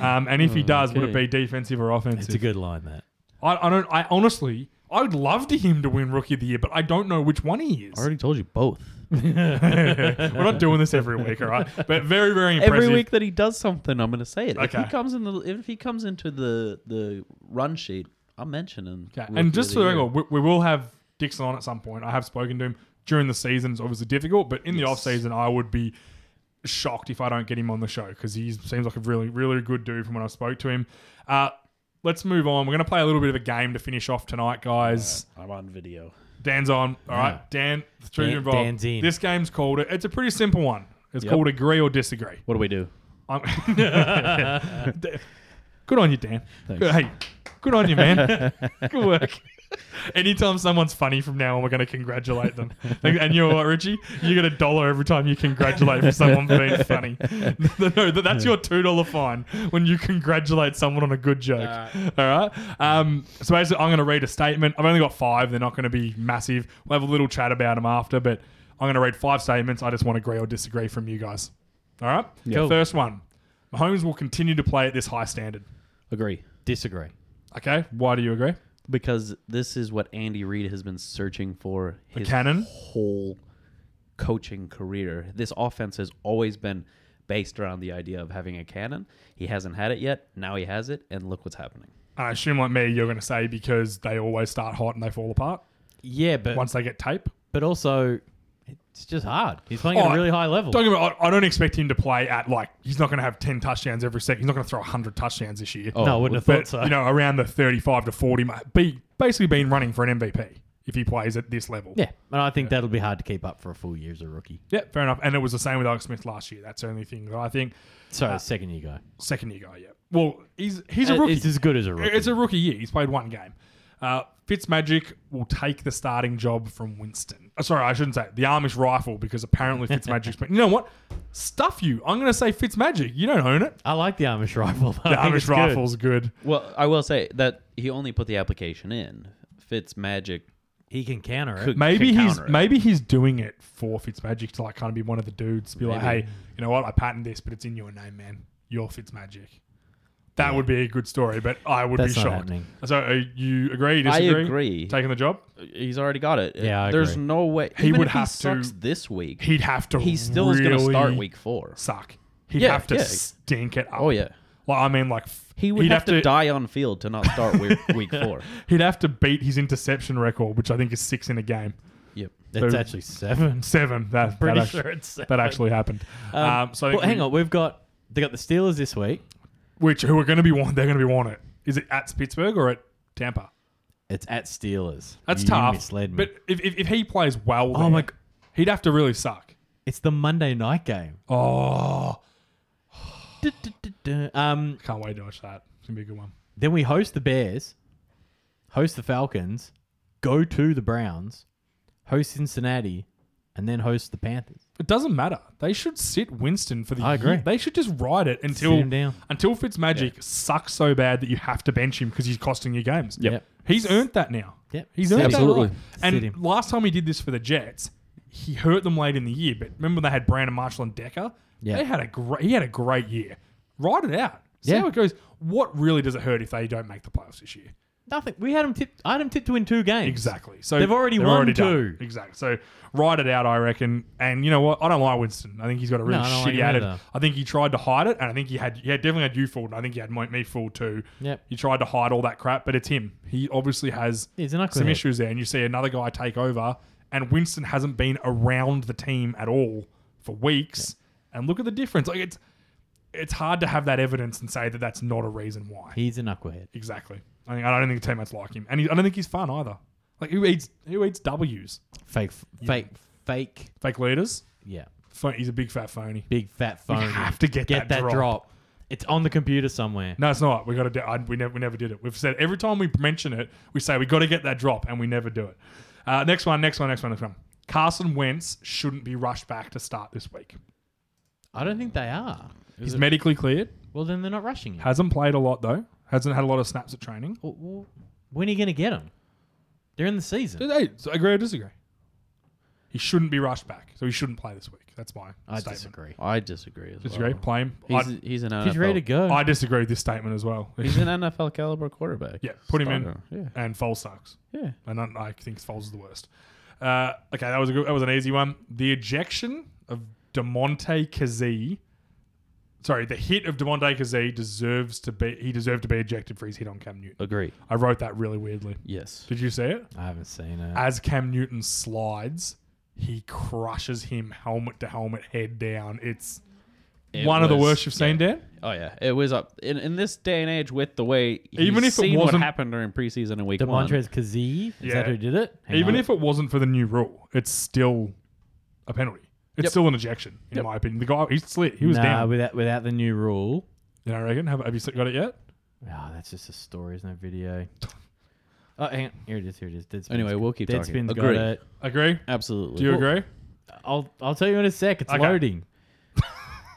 [SPEAKER 2] Um, and if he does, would it
[SPEAKER 4] Okay.
[SPEAKER 2] be defensive or offensive?
[SPEAKER 3] it's Oh, a good line that.
[SPEAKER 2] I, I don't. I honestly, I would love to him to win rookie of the year, but I don't know which one he is.
[SPEAKER 4] I already told you both.
[SPEAKER 2] We're not doing this every week, all right? But very, very impressive.
[SPEAKER 4] Every week that he does something, I'm going to say it. If
[SPEAKER 2] Okay.
[SPEAKER 4] he comes in the if he comes into the the run sheet, I'll mention him.
[SPEAKER 2] Okay.
[SPEAKER 4] Rookie
[SPEAKER 2] And just
[SPEAKER 4] of
[SPEAKER 2] for the
[SPEAKER 4] year.
[SPEAKER 2] record, we, we will have Dixon on at some point. I have spoken to him. during the season is obviously difficult, but in the
[SPEAKER 4] Yes.
[SPEAKER 2] off season, I would be shocked if I don't get him on the show because he seems like a really, really good dude from when I spoke to him. Uh, let's move on. We're going to play a little bit of a game to finish off tonight, guys.
[SPEAKER 4] I'm on video.
[SPEAKER 2] Dan's on. All right,
[SPEAKER 3] Yeah.
[SPEAKER 2] Dan, the two of you
[SPEAKER 3] Dan-
[SPEAKER 2] involved.
[SPEAKER 3] Dan's in.
[SPEAKER 2] This game's called. It's a pretty simple one. It's
[SPEAKER 4] Yep.
[SPEAKER 2] called agree or disagree.
[SPEAKER 4] What do we do?
[SPEAKER 2] I'm good on you, Dan.
[SPEAKER 4] Thanks.
[SPEAKER 2] Good, hey, good on you, man. good work. Anytime someone's funny from now on, we're going to congratulate them. Like, and you know what, Richie? You get a dollar every time you congratulate someone for being funny. no, that- that's your two dollar fine when you congratulate someone on a good joke. All right. Um, so basically, I'm going to read a statement. I've only got five. They're not going to be massive. We'll have a little chat about them after, but I'm going to read five statements. I just want to agree or disagree from you guys. All right.
[SPEAKER 3] Cool.
[SPEAKER 2] First one. Mahomes will continue to play at this high standard.
[SPEAKER 4] Agree.
[SPEAKER 3] Disagree.
[SPEAKER 2] Okay. Why do you agree?
[SPEAKER 4] Because this is what Andy Reid has been searching for his
[SPEAKER 2] cannon?
[SPEAKER 4] whole coaching career. This offense has always been based around the idea of having a cannon. He hasn't had it yet. Now he has it, and look what's happening.
[SPEAKER 2] I assume, like me, you're going to say because they always start hot and they fall apart
[SPEAKER 3] Yeah, but
[SPEAKER 2] once they get tape.
[SPEAKER 3] but also it's just hard. He's playing at
[SPEAKER 2] Oh,
[SPEAKER 3] a really high level.
[SPEAKER 2] Don't get me wrong, I I don't expect him to play at like he's not going to have ten touchdowns every second. He's not going to throw hundred touchdowns this year.
[SPEAKER 3] no, I wouldn't have
[SPEAKER 2] but
[SPEAKER 3] thought so.
[SPEAKER 2] you know, around the thirty-five to forty, mark, be basically been running for an MVP if he plays at this level.
[SPEAKER 3] yeah, and I think that'll be hard to keep up for a full year as a rookie.
[SPEAKER 2] yeah, fair enough. And it was the same with Alex Smith last year. That's the only thing that I think.
[SPEAKER 3] So second year guy,
[SPEAKER 2] Second year guy, yeah. Well, he's Uh, he's a
[SPEAKER 3] Uh,
[SPEAKER 2] rookie.
[SPEAKER 3] It's as good as a rookie.
[SPEAKER 2] It's a rookie year. He's played one game. Uh, Fitzmagic will take the starting job from Winston. Uh, sorry, I shouldn't say it. the Amish rifle because apparently Fitzmagic's been. You know what? Stuff you. I'm going to say Fitzmagic. You don't own it.
[SPEAKER 3] I like the Amish rifle.
[SPEAKER 2] The Amish rifle's good.
[SPEAKER 4] Well, I will say that he only put the application in. Fitz Magic.
[SPEAKER 3] He can counter it.
[SPEAKER 4] Could-
[SPEAKER 2] Maybe
[SPEAKER 4] can
[SPEAKER 2] he's
[SPEAKER 4] counter it.
[SPEAKER 2] maybe he's doing it for Fitzmagic to like kind of be one of the dudes. Be like,
[SPEAKER 4] Maybe.
[SPEAKER 2] hey, you know what? I patented this, but it's in your name, man. You're Fitzmagic. That would be a good story, but I would
[SPEAKER 3] That's
[SPEAKER 2] be
[SPEAKER 3] not
[SPEAKER 2] shocked.
[SPEAKER 3] happening.
[SPEAKER 2] So uh, you agree?
[SPEAKER 4] I
[SPEAKER 2] Disagree?
[SPEAKER 4] agree.
[SPEAKER 2] Taking the job,
[SPEAKER 4] He's already got it.
[SPEAKER 3] Yeah, I
[SPEAKER 4] there's
[SPEAKER 3] agree.
[SPEAKER 4] no way
[SPEAKER 2] He
[SPEAKER 4] even
[SPEAKER 2] would
[SPEAKER 4] if
[SPEAKER 2] have to-
[SPEAKER 4] sucks this week.
[SPEAKER 2] he'd have to.
[SPEAKER 4] he still is going to
[SPEAKER 2] really
[SPEAKER 4] start week four.
[SPEAKER 2] suck. He'd
[SPEAKER 4] Yeah,
[SPEAKER 2] have to
[SPEAKER 4] yeah.
[SPEAKER 2] stink it up.
[SPEAKER 4] Oh yeah,
[SPEAKER 2] Well, I mean, like f-
[SPEAKER 4] he would
[SPEAKER 2] he'd
[SPEAKER 4] have, to, die on field to not start week, week four.
[SPEAKER 2] He'd have to beat his interception record, which I think is six in a game,
[SPEAKER 4] Yep.
[SPEAKER 3] It's
[SPEAKER 2] So-
[SPEAKER 3] actually seven.
[SPEAKER 2] seven. That
[SPEAKER 3] Pretty
[SPEAKER 2] that
[SPEAKER 3] sure
[SPEAKER 2] actually,
[SPEAKER 3] it's seven.
[SPEAKER 2] that actually happened. Um, so I
[SPEAKER 3] well,
[SPEAKER 2] think
[SPEAKER 3] hang
[SPEAKER 2] we-
[SPEAKER 3] on, we've got they got the Steelers this week.
[SPEAKER 2] which who are going to be want? They're going to be want it. Is it at Pittsburgh or at Tampa?
[SPEAKER 3] It's at Steelers.
[SPEAKER 2] That's
[SPEAKER 3] you
[SPEAKER 2] tough.
[SPEAKER 3] Misled me.
[SPEAKER 2] But if, if, if he plays well,
[SPEAKER 3] oh
[SPEAKER 2] there,
[SPEAKER 3] my! g-
[SPEAKER 2] he'd have to really suck.
[SPEAKER 3] It's the Monday night game.
[SPEAKER 2] Oh,
[SPEAKER 3] Du-du-du-du. Um,
[SPEAKER 2] can't wait to watch that. It's gonna be a good one.
[SPEAKER 3] then we host the Bears, host the Falcons, go to the Browns, host Cincinnati, and then host the Panthers.
[SPEAKER 2] It doesn't matter. They should sit Winston for the
[SPEAKER 3] I
[SPEAKER 2] year.
[SPEAKER 3] agree.
[SPEAKER 2] They should just ride it until
[SPEAKER 3] him down.
[SPEAKER 2] until Fitzmagic sucks so bad that you have to bench him because he's costing you games.
[SPEAKER 3] Yep. Yep.
[SPEAKER 2] He's earned that now.
[SPEAKER 3] Yep.
[SPEAKER 2] He's
[SPEAKER 3] Sit
[SPEAKER 2] earned
[SPEAKER 3] him.
[SPEAKER 4] Absolutely.
[SPEAKER 2] that. right.
[SPEAKER 3] Sit
[SPEAKER 2] And
[SPEAKER 3] him.
[SPEAKER 2] last time he did this for the Jets, he hurt them late in the year. But remember they had Brandon Marshall and Decker?
[SPEAKER 3] Yeah.
[SPEAKER 2] They had a great he had a great year. Ride it out. See
[SPEAKER 3] Yeah.
[SPEAKER 2] how it goes. What really does it hurt if they don't make the playoffs this year?
[SPEAKER 3] Nothing. We had them tipped. I had them tipped to win two games.
[SPEAKER 2] Exactly. So
[SPEAKER 3] They've already won
[SPEAKER 2] done.
[SPEAKER 3] two.
[SPEAKER 2] Exactly. So ride it out, I reckon. And you know what? I don't like Winston. I think he's got a really
[SPEAKER 3] No, I don't like
[SPEAKER 2] shitty
[SPEAKER 3] him
[SPEAKER 2] attitude.
[SPEAKER 3] either.
[SPEAKER 2] I think he tried to hide it, and I think he had yeah definitely had you fooled. And I think he had my- me fooled too.
[SPEAKER 3] Yep.
[SPEAKER 2] He tried to hide all that crap, but it's him. He obviously has
[SPEAKER 3] He's an knucklehead.
[SPEAKER 2] some issues there, and you see another guy take over, and Winston hasn't been around the team at all for weeks. And look at the difference. Like it's it's hard to have that evidence and say that that's not a reason why.
[SPEAKER 3] He's a knucklehead.
[SPEAKER 2] Exactly. I think I don't think the teammates like him, and he, I don't think he's fun either. Like who eats who eats W's?
[SPEAKER 3] Fake. f- Fake. Fake.
[SPEAKER 2] Fake leaders.
[SPEAKER 3] Yeah.
[SPEAKER 2] Pho- He's a big fat phony.
[SPEAKER 3] Big fat phone.
[SPEAKER 2] have to get that drop.
[SPEAKER 3] It's on the computer somewhere.
[SPEAKER 2] No, it's not. We got to. Do, I, we never. We never did it. We've said every time we mention it, we say we got to get that drop, and we never do it. Uh, next one. Next one. Next one. Next one. Carson Wentz shouldn't be rushed back to start this week.
[SPEAKER 3] I don't think they are.
[SPEAKER 2] He's medically cleared.
[SPEAKER 3] Well, then they're not rushing him.
[SPEAKER 2] Hasn't played a lot though. Hasn't had a lot of snaps at training.
[SPEAKER 3] Well, well, when are you going to get him? They're in the season.
[SPEAKER 2] Hey, so agree or disagree? He shouldn't be rushed back, so he shouldn't play this week. That's my
[SPEAKER 3] I
[SPEAKER 2] statement.
[SPEAKER 3] disagree.
[SPEAKER 4] I disagree as
[SPEAKER 2] Disagree.
[SPEAKER 4] well.
[SPEAKER 2] Play him. I'd-
[SPEAKER 4] He's, he's an NFL.
[SPEAKER 3] He's ready to
[SPEAKER 4] Oh.
[SPEAKER 3] go.
[SPEAKER 2] I disagree with this statement as well.
[SPEAKER 4] He's an NFL caliber quarterback.
[SPEAKER 2] yeah, put him in.
[SPEAKER 4] Yeah,
[SPEAKER 2] And Foles sucks.
[SPEAKER 4] yeah.
[SPEAKER 2] And I, I think Foles is the worst. Uh, okay, that was a good, that was an easy one. The ejection of Demonte Kazee, sorry, the hit of Demonte Kazee deserves to be he deserved to be ejected for his hit on Cam Newton.
[SPEAKER 4] Agree.
[SPEAKER 2] I wrote that really weirdly.
[SPEAKER 4] Yes.
[SPEAKER 2] Did you see it?
[SPEAKER 3] I haven't seen it.
[SPEAKER 2] As Cam Newton slides, he crushes him helmet to helmet, head down. It's one of the
[SPEAKER 4] was-
[SPEAKER 2] worst you've seen, Dan.
[SPEAKER 4] Oh yeah, it was up in, in this day and age with the way he's
[SPEAKER 2] Even if it
[SPEAKER 4] seen what
[SPEAKER 2] wasn't-
[SPEAKER 4] happened during preseason and week one.
[SPEAKER 3] Demontrez Kazee, is
[SPEAKER 2] Yeah.
[SPEAKER 3] that who did it? Hang
[SPEAKER 2] Even
[SPEAKER 3] on.
[SPEAKER 2] if it wasn't for the new rule, it's still a penalty. It's
[SPEAKER 4] Yep.
[SPEAKER 2] still an ejection, in my opinion. The guy, he slid. He was
[SPEAKER 3] nah,
[SPEAKER 2] down.
[SPEAKER 3] without without the new rule.
[SPEAKER 2] You know, I reckon. Have, have you got it yet?
[SPEAKER 3] Oh, that's just a story. There's no video. Oh, hang on. Here it is. Here it is. Deadspin.
[SPEAKER 4] Anyway, we'll keep talking.
[SPEAKER 3] Deadspin's
[SPEAKER 4] Agree.
[SPEAKER 3] got it.
[SPEAKER 2] Agree?
[SPEAKER 4] Absolutely.
[SPEAKER 2] Do you agree?
[SPEAKER 3] I'll I'll tell you in a sec. It's
[SPEAKER 2] Okay.
[SPEAKER 3] loading.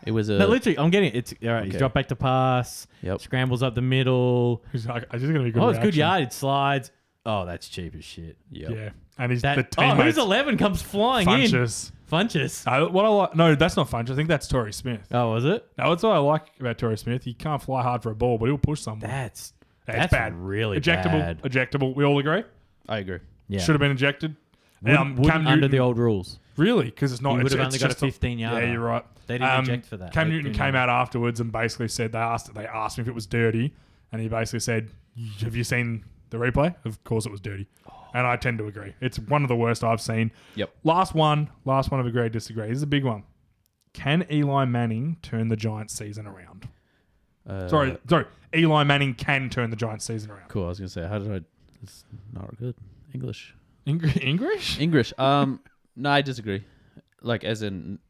[SPEAKER 4] It was a
[SPEAKER 3] No, literally, I'm getting it. It's all right. He's
[SPEAKER 4] Okay.
[SPEAKER 3] dropped back to pass.
[SPEAKER 4] Yep.
[SPEAKER 3] Scrambles up the middle.
[SPEAKER 2] He's like, this is going to be a good.
[SPEAKER 3] oh, it's good
[SPEAKER 2] reaction.
[SPEAKER 3] yardage. Slides. Oh, that's cheap as shit.
[SPEAKER 4] yep.
[SPEAKER 2] Yeah, and he's
[SPEAKER 3] That
[SPEAKER 2] the
[SPEAKER 3] oh, who's
[SPEAKER 2] teammates.
[SPEAKER 3] eleven comes flying in?
[SPEAKER 2] Funches. Ah.
[SPEAKER 3] Funches.
[SPEAKER 2] I, what I like, no, that's not Funches. I think that's Torrey Smith.
[SPEAKER 3] Oh, was it?
[SPEAKER 2] Now, that's what I like about Torrey Smith. He can't fly hard for a ball, but he'll push someone.
[SPEAKER 3] That's
[SPEAKER 2] That's
[SPEAKER 3] that's,
[SPEAKER 2] bad.
[SPEAKER 3] Really
[SPEAKER 2] ejectable,
[SPEAKER 3] bad.
[SPEAKER 2] ejectable. We all agree.
[SPEAKER 4] I agree.
[SPEAKER 3] Yeah.
[SPEAKER 2] Should have been ejected.
[SPEAKER 3] Wouldn't-
[SPEAKER 2] Um,
[SPEAKER 3] wouldn't
[SPEAKER 2] Cam
[SPEAKER 3] under
[SPEAKER 2] Newton-
[SPEAKER 3] the old rules.
[SPEAKER 2] Really? Because it's not.
[SPEAKER 3] He
[SPEAKER 2] it's,
[SPEAKER 3] would've
[SPEAKER 2] it's
[SPEAKER 3] only got a
[SPEAKER 2] just not-
[SPEAKER 3] 15 yarder.
[SPEAKER 2] Yeah, you're right.
[SPEAKER 3] They didn't eject for that.
[SPEAKER 2] Cam
[SPEAKER 3] They
[SPEAKER 2] Newton
[SPEAKER 3] didn't.
[SPEAKER 2] came out afterwards and basically said they asked they asked him if it was dirty, and he basically said, "Have you seen the replay? Of course it was dirty."
[SPEAKER 3] Oh.
[SPEAKER 2] And I tend to agree. It's one of the worst I've seen.
[SPEAKER 4] Yep.
[SPEAKER 2] Last one. Last one of agree. Disagree. This is a big one. Can Eli Manning turn the Giants season around?
[SPEAKER 4] Uh,
[SPEAKER 2] Sorry, sorry. Eli Manning can turn the Giants season around.
[SPEAKER 4] Cool. I was gonna say, how did I? It's not good English.
[SPEAKER 2] Eng- English?
[SPEAKER 4] English. Um, no, I disagree. Like, as in,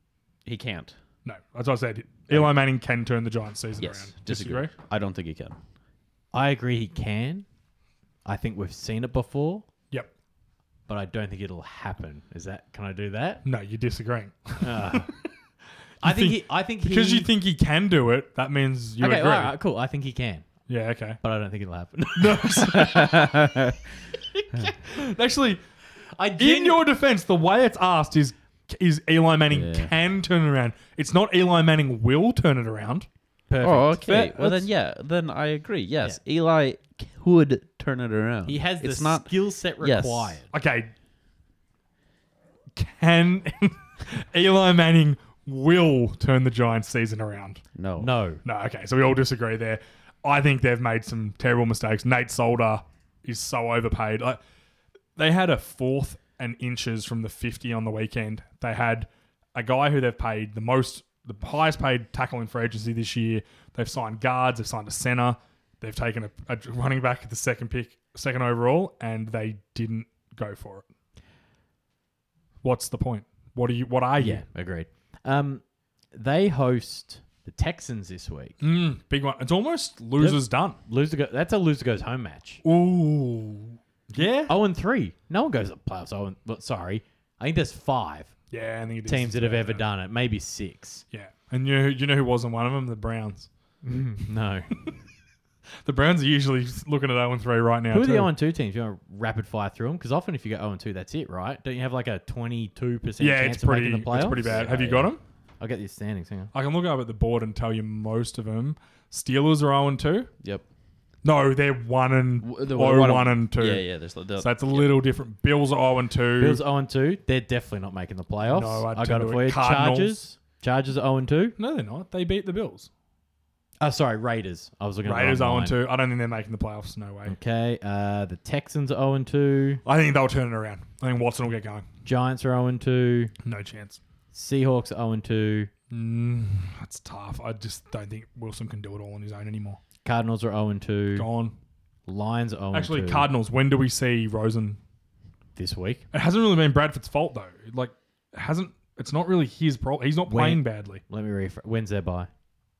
[SPEAKER 4] he can't.
[SPEAKER 2] No, that's what I said. Eli Manning can turn the Giants season
[SPEAKER 4] Yes,
[SPEAKER 2] around.
[SPEAKER 4] disagree. I don't think he can.
[SPEAKER 3] I agree he can. I think we've seen it before,
[SPEAKER 2] Yep.
[SPEAKER 3] but I don't think it'll happen. Is that? Can I do that?
[SPEAKER 2] No, you're disagreeing.
[SPEAKER 3] I think, he. I think
[SPEAKER 2] Because
[SPEAKER 3] he,
[SPEAKER 2] you think he can do it, that means you
[SPEAKER 3] Okay,
[SPEAKER 2] agree.
[SPEAKER 3] all right, cool. I think he can,
[SPEAKER 2] Yeah, okay.
[SPEAKER 3] but I don't think it'll happen.
[SPEAKER 2] Actually,
[SPEAKER 3] I
[SPEAKER 2] in
[SPEAKER 3] genu-
[SPEAKER 2] your defense, the way it's asked is is Eli Manning
[SPEAKER 4] Yeah.
[SPEAKER 2] can turn it around. It's not Eli Manning will turn it around.
[SPEAKER 3] Perfect.
[SPEAKER 4] Oh, okay.
[SPEAKER 3] Fair.
[SPEAKER 4] well,
[SPEAKER 3] Let's-
[SPEAKER 4] then, yeah. Then I agree. Yes, Eli could turn it around.
[SPEAKER 3] he has the
[SPEAKER 4] It's not.
[SPEAKER 3] skill set
[SPEAKER 4] Yes.
[SPEAKER 3] required.
[SPEAKER 2] Okay. Can Eli Manning will turn the Giants season around?
[SPEAKER 4] No.
[SPEAKER 3] No,
[SPEAKER 2] No, okay. So we all disagree there. I think they've made some terrible mistakes. Nate Solder is so overpaid. Like they had a fourth and inches from the 50 on the weekend. They had a guy who they've paid the most, the highest paid tackle in free agency this year. They've signed guards, they've signed a center, they've taken a, a running back at the second pick, second overall, and they didn't go for it. What's the point? What are you? What are you?
[SPEAKER 3] Yeah, agreed. Um, they host the Texans this week.
[SPEAKER 2] Mm, big one. It's almost losers done.
[SPEAKER 3] Loser go- that's a loser goes home match.
[SPEAKER 2] Ooh. Yeah.
[SPEAKER 3] Oh and three. No one goes to playoffs. Oh, and, well, sorry. I think there's five
[SPEAKER 2] Yeah, I think it is.
[SPEAKER 3] teams that have ever done it. Maybe six.
[SPEAKER 2] Yeah, and you you know who wasn't one of them? The Browns.
[SPEAKER 3] No.
[SPEAKER 2] The Browns are usually looking at zero and three right now.
[SPEAKER 3] Who are the
[SPEAKER 2] too.
[SPEAKER 3] 0 2 teams? You want to rapid fire through them? Because often if you go 0 2, that's it, right? Don't you have like a 22%
[SPEAKER 2] Yeah,
[SPEAKER 3] chance
[SPEAKER 2] it's
[SPEAKER 3] of
[SPEAKER 2] pretty.
[SPEAKER 3] making the playoffs?
[SPEAKER 2] It's pretty bad. Have you got them?
[SPEAKER 3] I'll get these standings. Hang on.
[SPEAKER 2] I can look up at the board and tell you most of them. Steelers are zero and two.
[SPEAKER 4] Yep.
[SPEAKER 2] No, they're one and
[SPEAKER 4] W-
[SPEAKER 2] oh,
[SPEAKER 4] the-
[SPEAKER 2] one,
[SPEAKER 4] one of-
[SPEAKER 2] and two.
[SPEAKER 4] Yeah, yeah. There's the,
[SPEAKER 2] So that's a little different. Bills are zero and two.
[SPEAKER 3] Bills 0 2. They're definitely not making the playoffs.
[SPEAKER 2] No, I
[SPEAKER 3] I, got
[SPEAKER 2] tend
[SPEAKER 3] it
[SPEAKER 2] to-
[SPEAKER 3] for you.
[SPEAKER 2] Cardinals.
[SPEAKER 3] Chargers. Chargers are 0 2.
[SPEAKER 2] no, they're not. They beat the Bills.
[SPEAKER 3] Oh, sorry. Raiders. I was looking at
[SPEAKER 2] Raiders
[SPEAKER 3] the
[SPEAKER 2] zero
[SPEAKER 3] online.
[SPEAKER 2] and two. I don't think they're making the playoffs. No way.
[SPEAKER 3] Okay. Uh, the Texans are 0 2.
[SPEAKER 2] I think they'll turn it around. I think Watson will get going.
[SPEAKER 3] Giants are 0 2.
[SPEAKER 2] No chance.
[SPEAKER 3] Seahawks are 0 2.
[SPEAKER 2] Mm, that's tough. I just don't think Wilson can do it all on his own anymore.
[SPEAKER 3] Cardinals are 0 2.
[SPEAKER 2] Gone.
[SPEAKER 3] Lions are 0
[SPEAKER 2] Actually,
[SPEAKER 3] 2.
[SPEAKER 2] Cardinals. When do we see Rosen?
[SPEAKER 3] This week.
[SPEAKER 2] It hasn't really been Bradford's fault though. Like, it hasn't. It's not really his problem. He's not
[SPEAKER 3] When-
[SPEAKER 2] playing badly.
[SPEAKER 3] Let me refresh. When's their bye?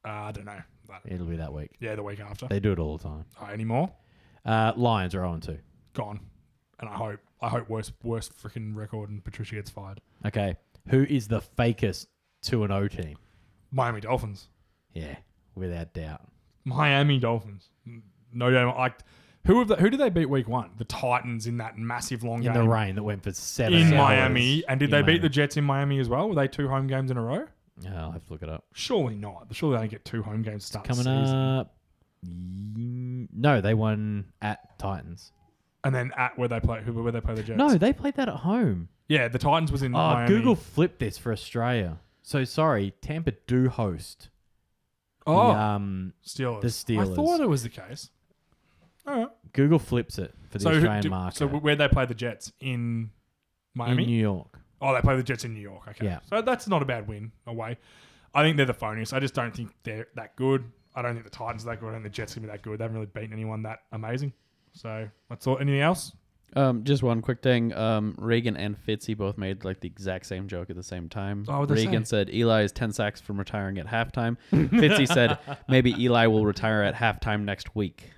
[SPEAKER 2] Uh, I don't know. But,
[SPEAKER 3] It'll be that week.
[SPEAKER 2] yeah, the week after.
[SPEAKER 3] They do it all the time.
[SPEAKER 2] Uh, anymore?
[SPEAKER 3] Uh, Lions are 0 2.
[SPEAKER 2] Gone. And I hope. I hope worse. Worst freaking record, and Patricia gets fired.
[SPEAKER 3] Okay. Who is the fakest 2 and 0 team?
[SPEAKER 2] Miami Dolphins.
[SPEAKER 3] Yeah, without doubt.
[SPEAKER 2] Miami Dolphins. N- No doubt. Like, who have the, Who did they beat week one? The Titans in that massive long
[SPEAKER 3] In
[SPEAKER 2] game
[SPEAKER 3] the rain that went for seven
[SPEAKER 2] in
[SPEAKER 3] hours.
[SPEAKER 2] Miami. And did
[SPEAKER 3] In
[SPEAKER 2] they beat the
[SPEAKER 3] Miami.
[SPEAKER 2] Jets in Miami as well? Were they two home games in a row?
[SPEAKER 3] Oh, I'll have to look it up.
[SPEAKER 2] Surely not. Surely they only get two home games to start the
[SPEAKER 3] Coming
[SPEAKER 2] season.
[SPEAKER 3] up. Mm, No, they won at Titans.
[SPEAKER 2] And then at where they play, who where they play the Jets.
[SPEAKER 3] No, they played that at home.
[SPEAKER 2] Yeah, the Titans was in
[SPEAKER 3] Oh,
[SPEAKER 2] Miami.
[SPEAKER 3] Google flipped this for Australia. So sorry, Tampa do host. The,
[SPEAKER 2] Oh,
[SPEAKER 3] um,
[SPEAKER 2] Steelers.
[SPEAKER 3] the Steelers.
[SPEAKER 2] I thought it was the case. All right.
[SPEAKER 3] Google flips it for the
[SPEAKER 2] So, who,
[SPEAKER 3] Australian
[SPEAKER 2] do-
[SPEAKER 3] market
[SPEAKER 2] so where they play the Jets in
[SPEAKER 3] in
[SPEAKER 2] Miami?
[SPEAKER 3] New York.
[SPEAKER 2] Oh, they play the Jets in New York. Okay.
[SPEAKER 3] Yeah.
[SPEAKER 2] So that's not a bad win away. I think they're the phoniest. I just don't think they're that good. I don't think the Titans are that good. I don't think the Jets can be that good. They haven't really beaten anyone that amazing. So that's all. Anything else?
[SPEAKER 4] Um, just one quick thing. Um, Reagan and Fitzy both made like the exact same joke at the same time.
[SPEAKER 2] Oh, what'd they
[SPEAKER 4] Reagan said Eli is ten sacks from retiring at halftime. Fitzy said maybe Eli will retire at halftime next week.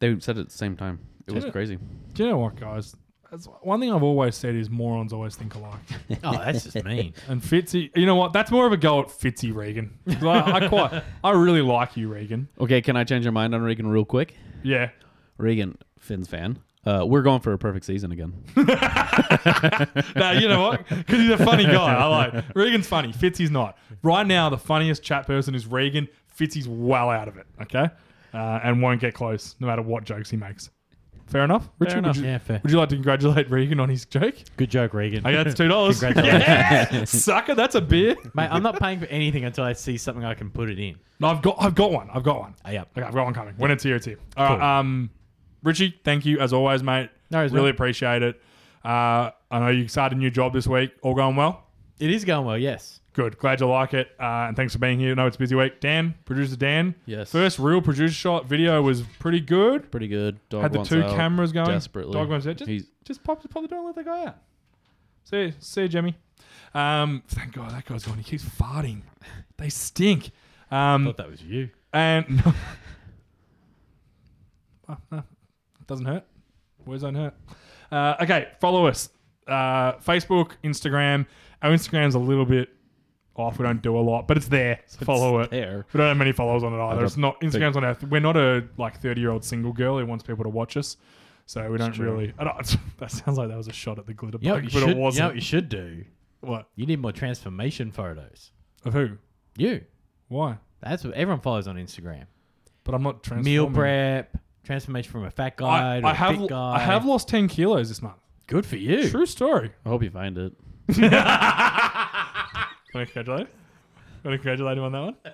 [SPEAKER 4] They said it at the same time. It was
[SPEAKER 2] Yeah.
[SPEAKER 4] crazy.
[SPEAKER 2] Do you know what, guys? That's one thing I've always said is morons always think alike.
[SPEAKER 3] Oh, that's just mean.
[SPEAKER 2] And Fitzy, you know what? That's more of a go at Fitzy Regan. 'Cause I, I quite, I really like you, Regan.
[SPEAKER 4] Okay, can I change your mind on Reagan real quick?
[SPEAKER 2] Yeah.
[SPEAKER 4] Reagan, Finn's fan. Uh, we're going for a perfect season again.
[SPEAKER 2] No, you know what? Because he's a funny guy. I like Regan's funny. Fitzy's not. Right now, the funniest chat person is Regan. Fitzy's well out of it. Okay, uh, and won't get close no matter what jokes he makes. Fair enough, Richard.
[SPEAKER 3] enough.
[SPEAKER 2] Would, you,
[SPEAKER 3] Yeah, fair.
[SPEAKER 2] would you like to congratulate Regan on his joke?
[SPEAKER 3] Good joke, Regan.
[SPEAKER 2] Okay, that's two dollars. yeah, sucker. That's a beer.
[SPEAKER 3] Mate, I'm not paying for anything until I see something I can put it in.
[SPEAKER 2] No, I've got, I've got one. I've got one.
[SPEAKER 4] Uh,
[SPEAKER 3] Ah, yep.
[SPEAKER 2] Okay, I've got one coming. When it's here, it's here. All right, um, Richie, thank you as always, mate.
[SPEAKER 3] No worries,
[SPEAKER 2] really
[SPEAKER 3] mate.
[SPEAKER 2] appreciate it. Uh, I know you started a new job this week. All going well.
[SPEAKER 3] It is going well, yes.
[SPEAKER 2] Good. Glad you like it. Uh, and thanks for being here. I know it's a busy week. Dan, producer Dan.
[SPEAKER 4] Yes.
[SPEAKER 2] First real producer shot video was pretty good.
[SPEAKER 4] Pretty good. Dog
[SPEAKER 2] Had the
[SPEAKER 4] wants
[SPEAKER 2] two
[SPEAKER 4] out
[SPEAKER 2] cameras going.
[SPEAKER 4] desperately.
[SPEAKER 2] Dog wants out. Just,
[SPEAKER 4] He's-
[SPEAKER 2] just pop, pop the door and let that guy out. See, you- see you, Jimmy. Um, thank God that guy's gone. He keeps farting. They stink. Um,
[SPEAKER 3] Thought that was you.
[SPEAKER 2] and no. doesn't hurt. Words don't hurt. Uh, okay, follow us. Uh, Facebook, Instagram. Our Instagram's a little bit off. We don't do a lot, but it's there. So follow it.
[SPEAKER 4] there.
[SPEAKER 2] We don't have many followers on it either.
[SPEAKER 4] got
[SPEAKER 2] It's not Instagram's on our. We're not a like thirty-year-old single girl who wants people to watch us. So we don't really. I don't, that sounds like that was a shot at the glitter
[SPEAKER 3] You know,
[SPEAKER 2] bug,
[SPEAKER 3] what
[SPEAKER 2] but
[SPEAKER 3] you, should,
[SPEAKER 2] it
[SPEAKER 3] you know
[SPEAKER 2] wasn't.
[SPEAKER 3] what you should do?
[SPEAKER 2] what
[SPEAKER 3] You need more transformation photos.
[SPEAKER 2] of who?
[SPEAKER 3] You.
[SPEAKER 2] Why?
[SPEAKER 3] That's what everyone follows on Instagram.
[SPEAKER 2] But I'm not transforming.
[SPEAKER 3] Meal prep, transformation from a fat guy
[SPEAKER 2] I,
[SPEAKER 3] to
[SPEAKER 2] I
[SPEAKER 3] a
[SPEAKER 2] have.
[SPEAKER 3] thick guy.
[SPEAKER 2] I have lost ten kilos this month.
[SPEAKER 3] Good for you.
[SPEAKER 2] True story.
[SPEAKER 4] I hope you find it.
[SPEAKER 2] Want to congratulate? Want to congratulate him on that one?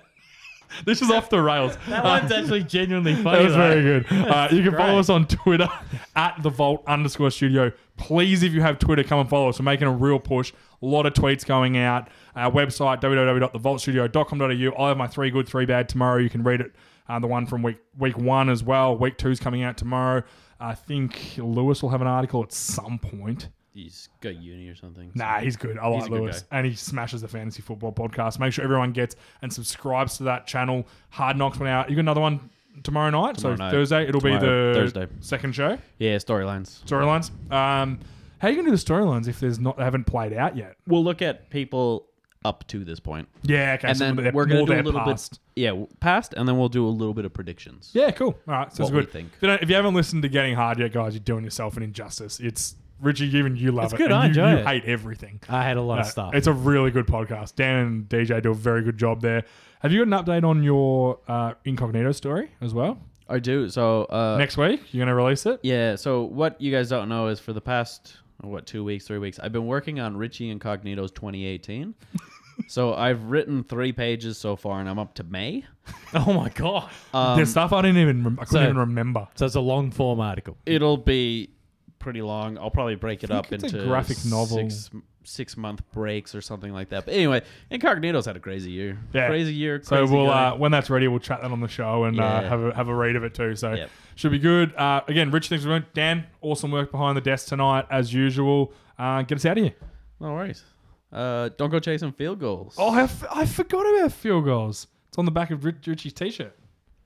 [SPEAKER 2] This is off the rails.
[SPEAKER 3] That one's actually genuinely funny.
[SPEAKER 2] That was very
[SPEAKER 3] though.
[SPEAKER 2] good. Uh, you can follow
[SPEAKER 3] great.
[SPEAKER 2] us on Twitter at the Vault underscore Studio. Please, if you have Twitter, come and follow us. We're making a real push. A lot of tweets going out. Our website www.thevaultstudio.com.au. I have my three good, three bad tomorrow. You can read it. Uh, the one from week week one as well. Week two's coming out tomorrow. I think Lewis will have an article at some point.
[SPEAKER 4] He's got uni or something.
[SPEAKER 2] Nah, he's good. I like
[SPEAKER 4] a good
[SPEAKER 2] Lewis. And he smashes the fantasy football podcast. Make sure everyone gets and subscribes to that channel. Hard Knocks went out. You got another one tomorrow night?
[SPEAKER 4] Tomorrow
[SPEAKER 2] so
[SPEAKER 4] night.
[SPEAKER 2] Thursday. It'll
[SPEAKER 4] Tomorrow,
[SPEAKER 2] be the
[SPEAKER 4] Thursday.
[SPEAKER 2] second show.
[SPEAKER 4] Yeah, storylines.
[SPEAKER 2] Storylines. Um, how are you going to do the storylines if there's not they haven't played out yet?
[SPEAKER 4] We'll look at people up to this point.
[SPEAKER 2] Yeah, okay.
[SPEAKER 4] and
[SPEAKER 2] so
[SPEAKER 4] then
[SPEAKER 2] they're-
[SPEAKER 4] we're gonna
[SPEAKER 2] more
[SPEAKER 4] do a
[SPEAKER 2] they're
[SPEAKER 4] little
[SPEAKER 2] past.
[SPEAKER 4] bit, yeah, w- past, and then we'll do a little bit of predictions.
[SPEAKER 2] Yeah, cool. All right, sounds
[SPEAKER 4] What we
[SPEAKER 2] good.
[SPEAKER 4] think.
[SPEAKER 2] If, you don't- if you haven't listened to Getting Hard yet, guys, you're doing yourself an injustice. It's Richie, even you love
[SPEAKER 3] It's
[SPEAKER 2] it.
[SPEAKER 3] good,
[SPEAKER 2] and
[SPEAKER 3] I
[SPEAKER 2] you,
[SPEAKER 3] enjoy
[SPEAKER 2] you
[SPEAKER 3] it.
[SPEAKER 2] hate everything.
[SPEAKER 3] I had a lot of
[SPEAKER 2] No,
[SPEAKER 3] stuff.
[SPEAKER 2] It's a really good podcast. Dan and DJ do a very good job there. Have you got an update on your uh, incognito story as well?
[SPEAKER 4] I do. So uh,
[SPEAKER 2] Next week, you're going to release it?
[SPEAKER 4] yeah. So what you guys don't know is for the past what two weeks, three weeks, I've been working on Richie Incognito's 2018. so I've written three pages so far, and I'm up to May.
[SPEAKER 3] oh my god.
[SPEAKER 4] um,
[SPEAKER 2] There's stuff I didn't even, rem- I couldn't
[SPEAKER 3] so-
[SPEAKER 2] even remember.
[SPEAKER 3] So it's a long form article.
[SPEAKER 4] It'll be pretty long. I'll probably break it up
[SPEAKER 2] it's a
[SPEAKER 4] into
[SPEAKER 2] graphic novel.
[SPEAKER 4] Six, six month breaks or something like that. But anyway, Incognito's had a crazy year.
[SPEAKER 2] Yeah.
[SPEAKER 4] Crazy year.
[SPEAKER 2] So
[SPEAKER 4] crazy
[SPEAKER 2] we'll
[SPEAKER 4] guy.
[SPEAKER 2] uh, when that's ready, we'll chat that on the show and uh,
[SPEAKER 4] Yeah.
[SPEAKER 2] have a have a read of it too. So
[SPEAKER 4] Yep.
[SPEAKER 2] should be good. Uh, again, Rich, thanks for doing. Dan, awesome work behind the desk tonight as usual. Uh, get us out of here.
[SPEAKER 4] No worries. Uh, don't go chasing field goals.
[SPEAKER 2] Oh, I, f- I forgot about field goals. It's on the back of Rich- Richie's t-shirt.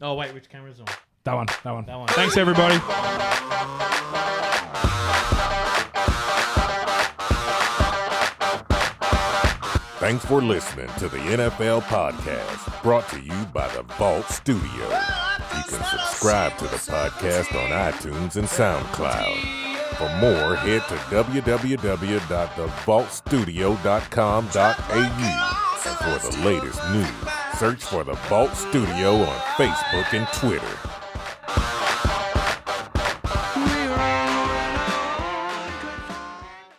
[SPEAKER 3] Oh wait, which camera's on?
[SPEAKER 2] That one. That one.
[SPEAKER 3] That one.
[SPEAKER 2] Thanks everybody.
[SPEAKER 5] Thanks for listening to the NFL podcast brought to you by the Vault Studios. You can subscribe to the podcast on iTunes and SoundCloud. For more, head to www.thevaultstudio.com.au. And for the latest news, search for the Vault Studio on Facebook and Twitter.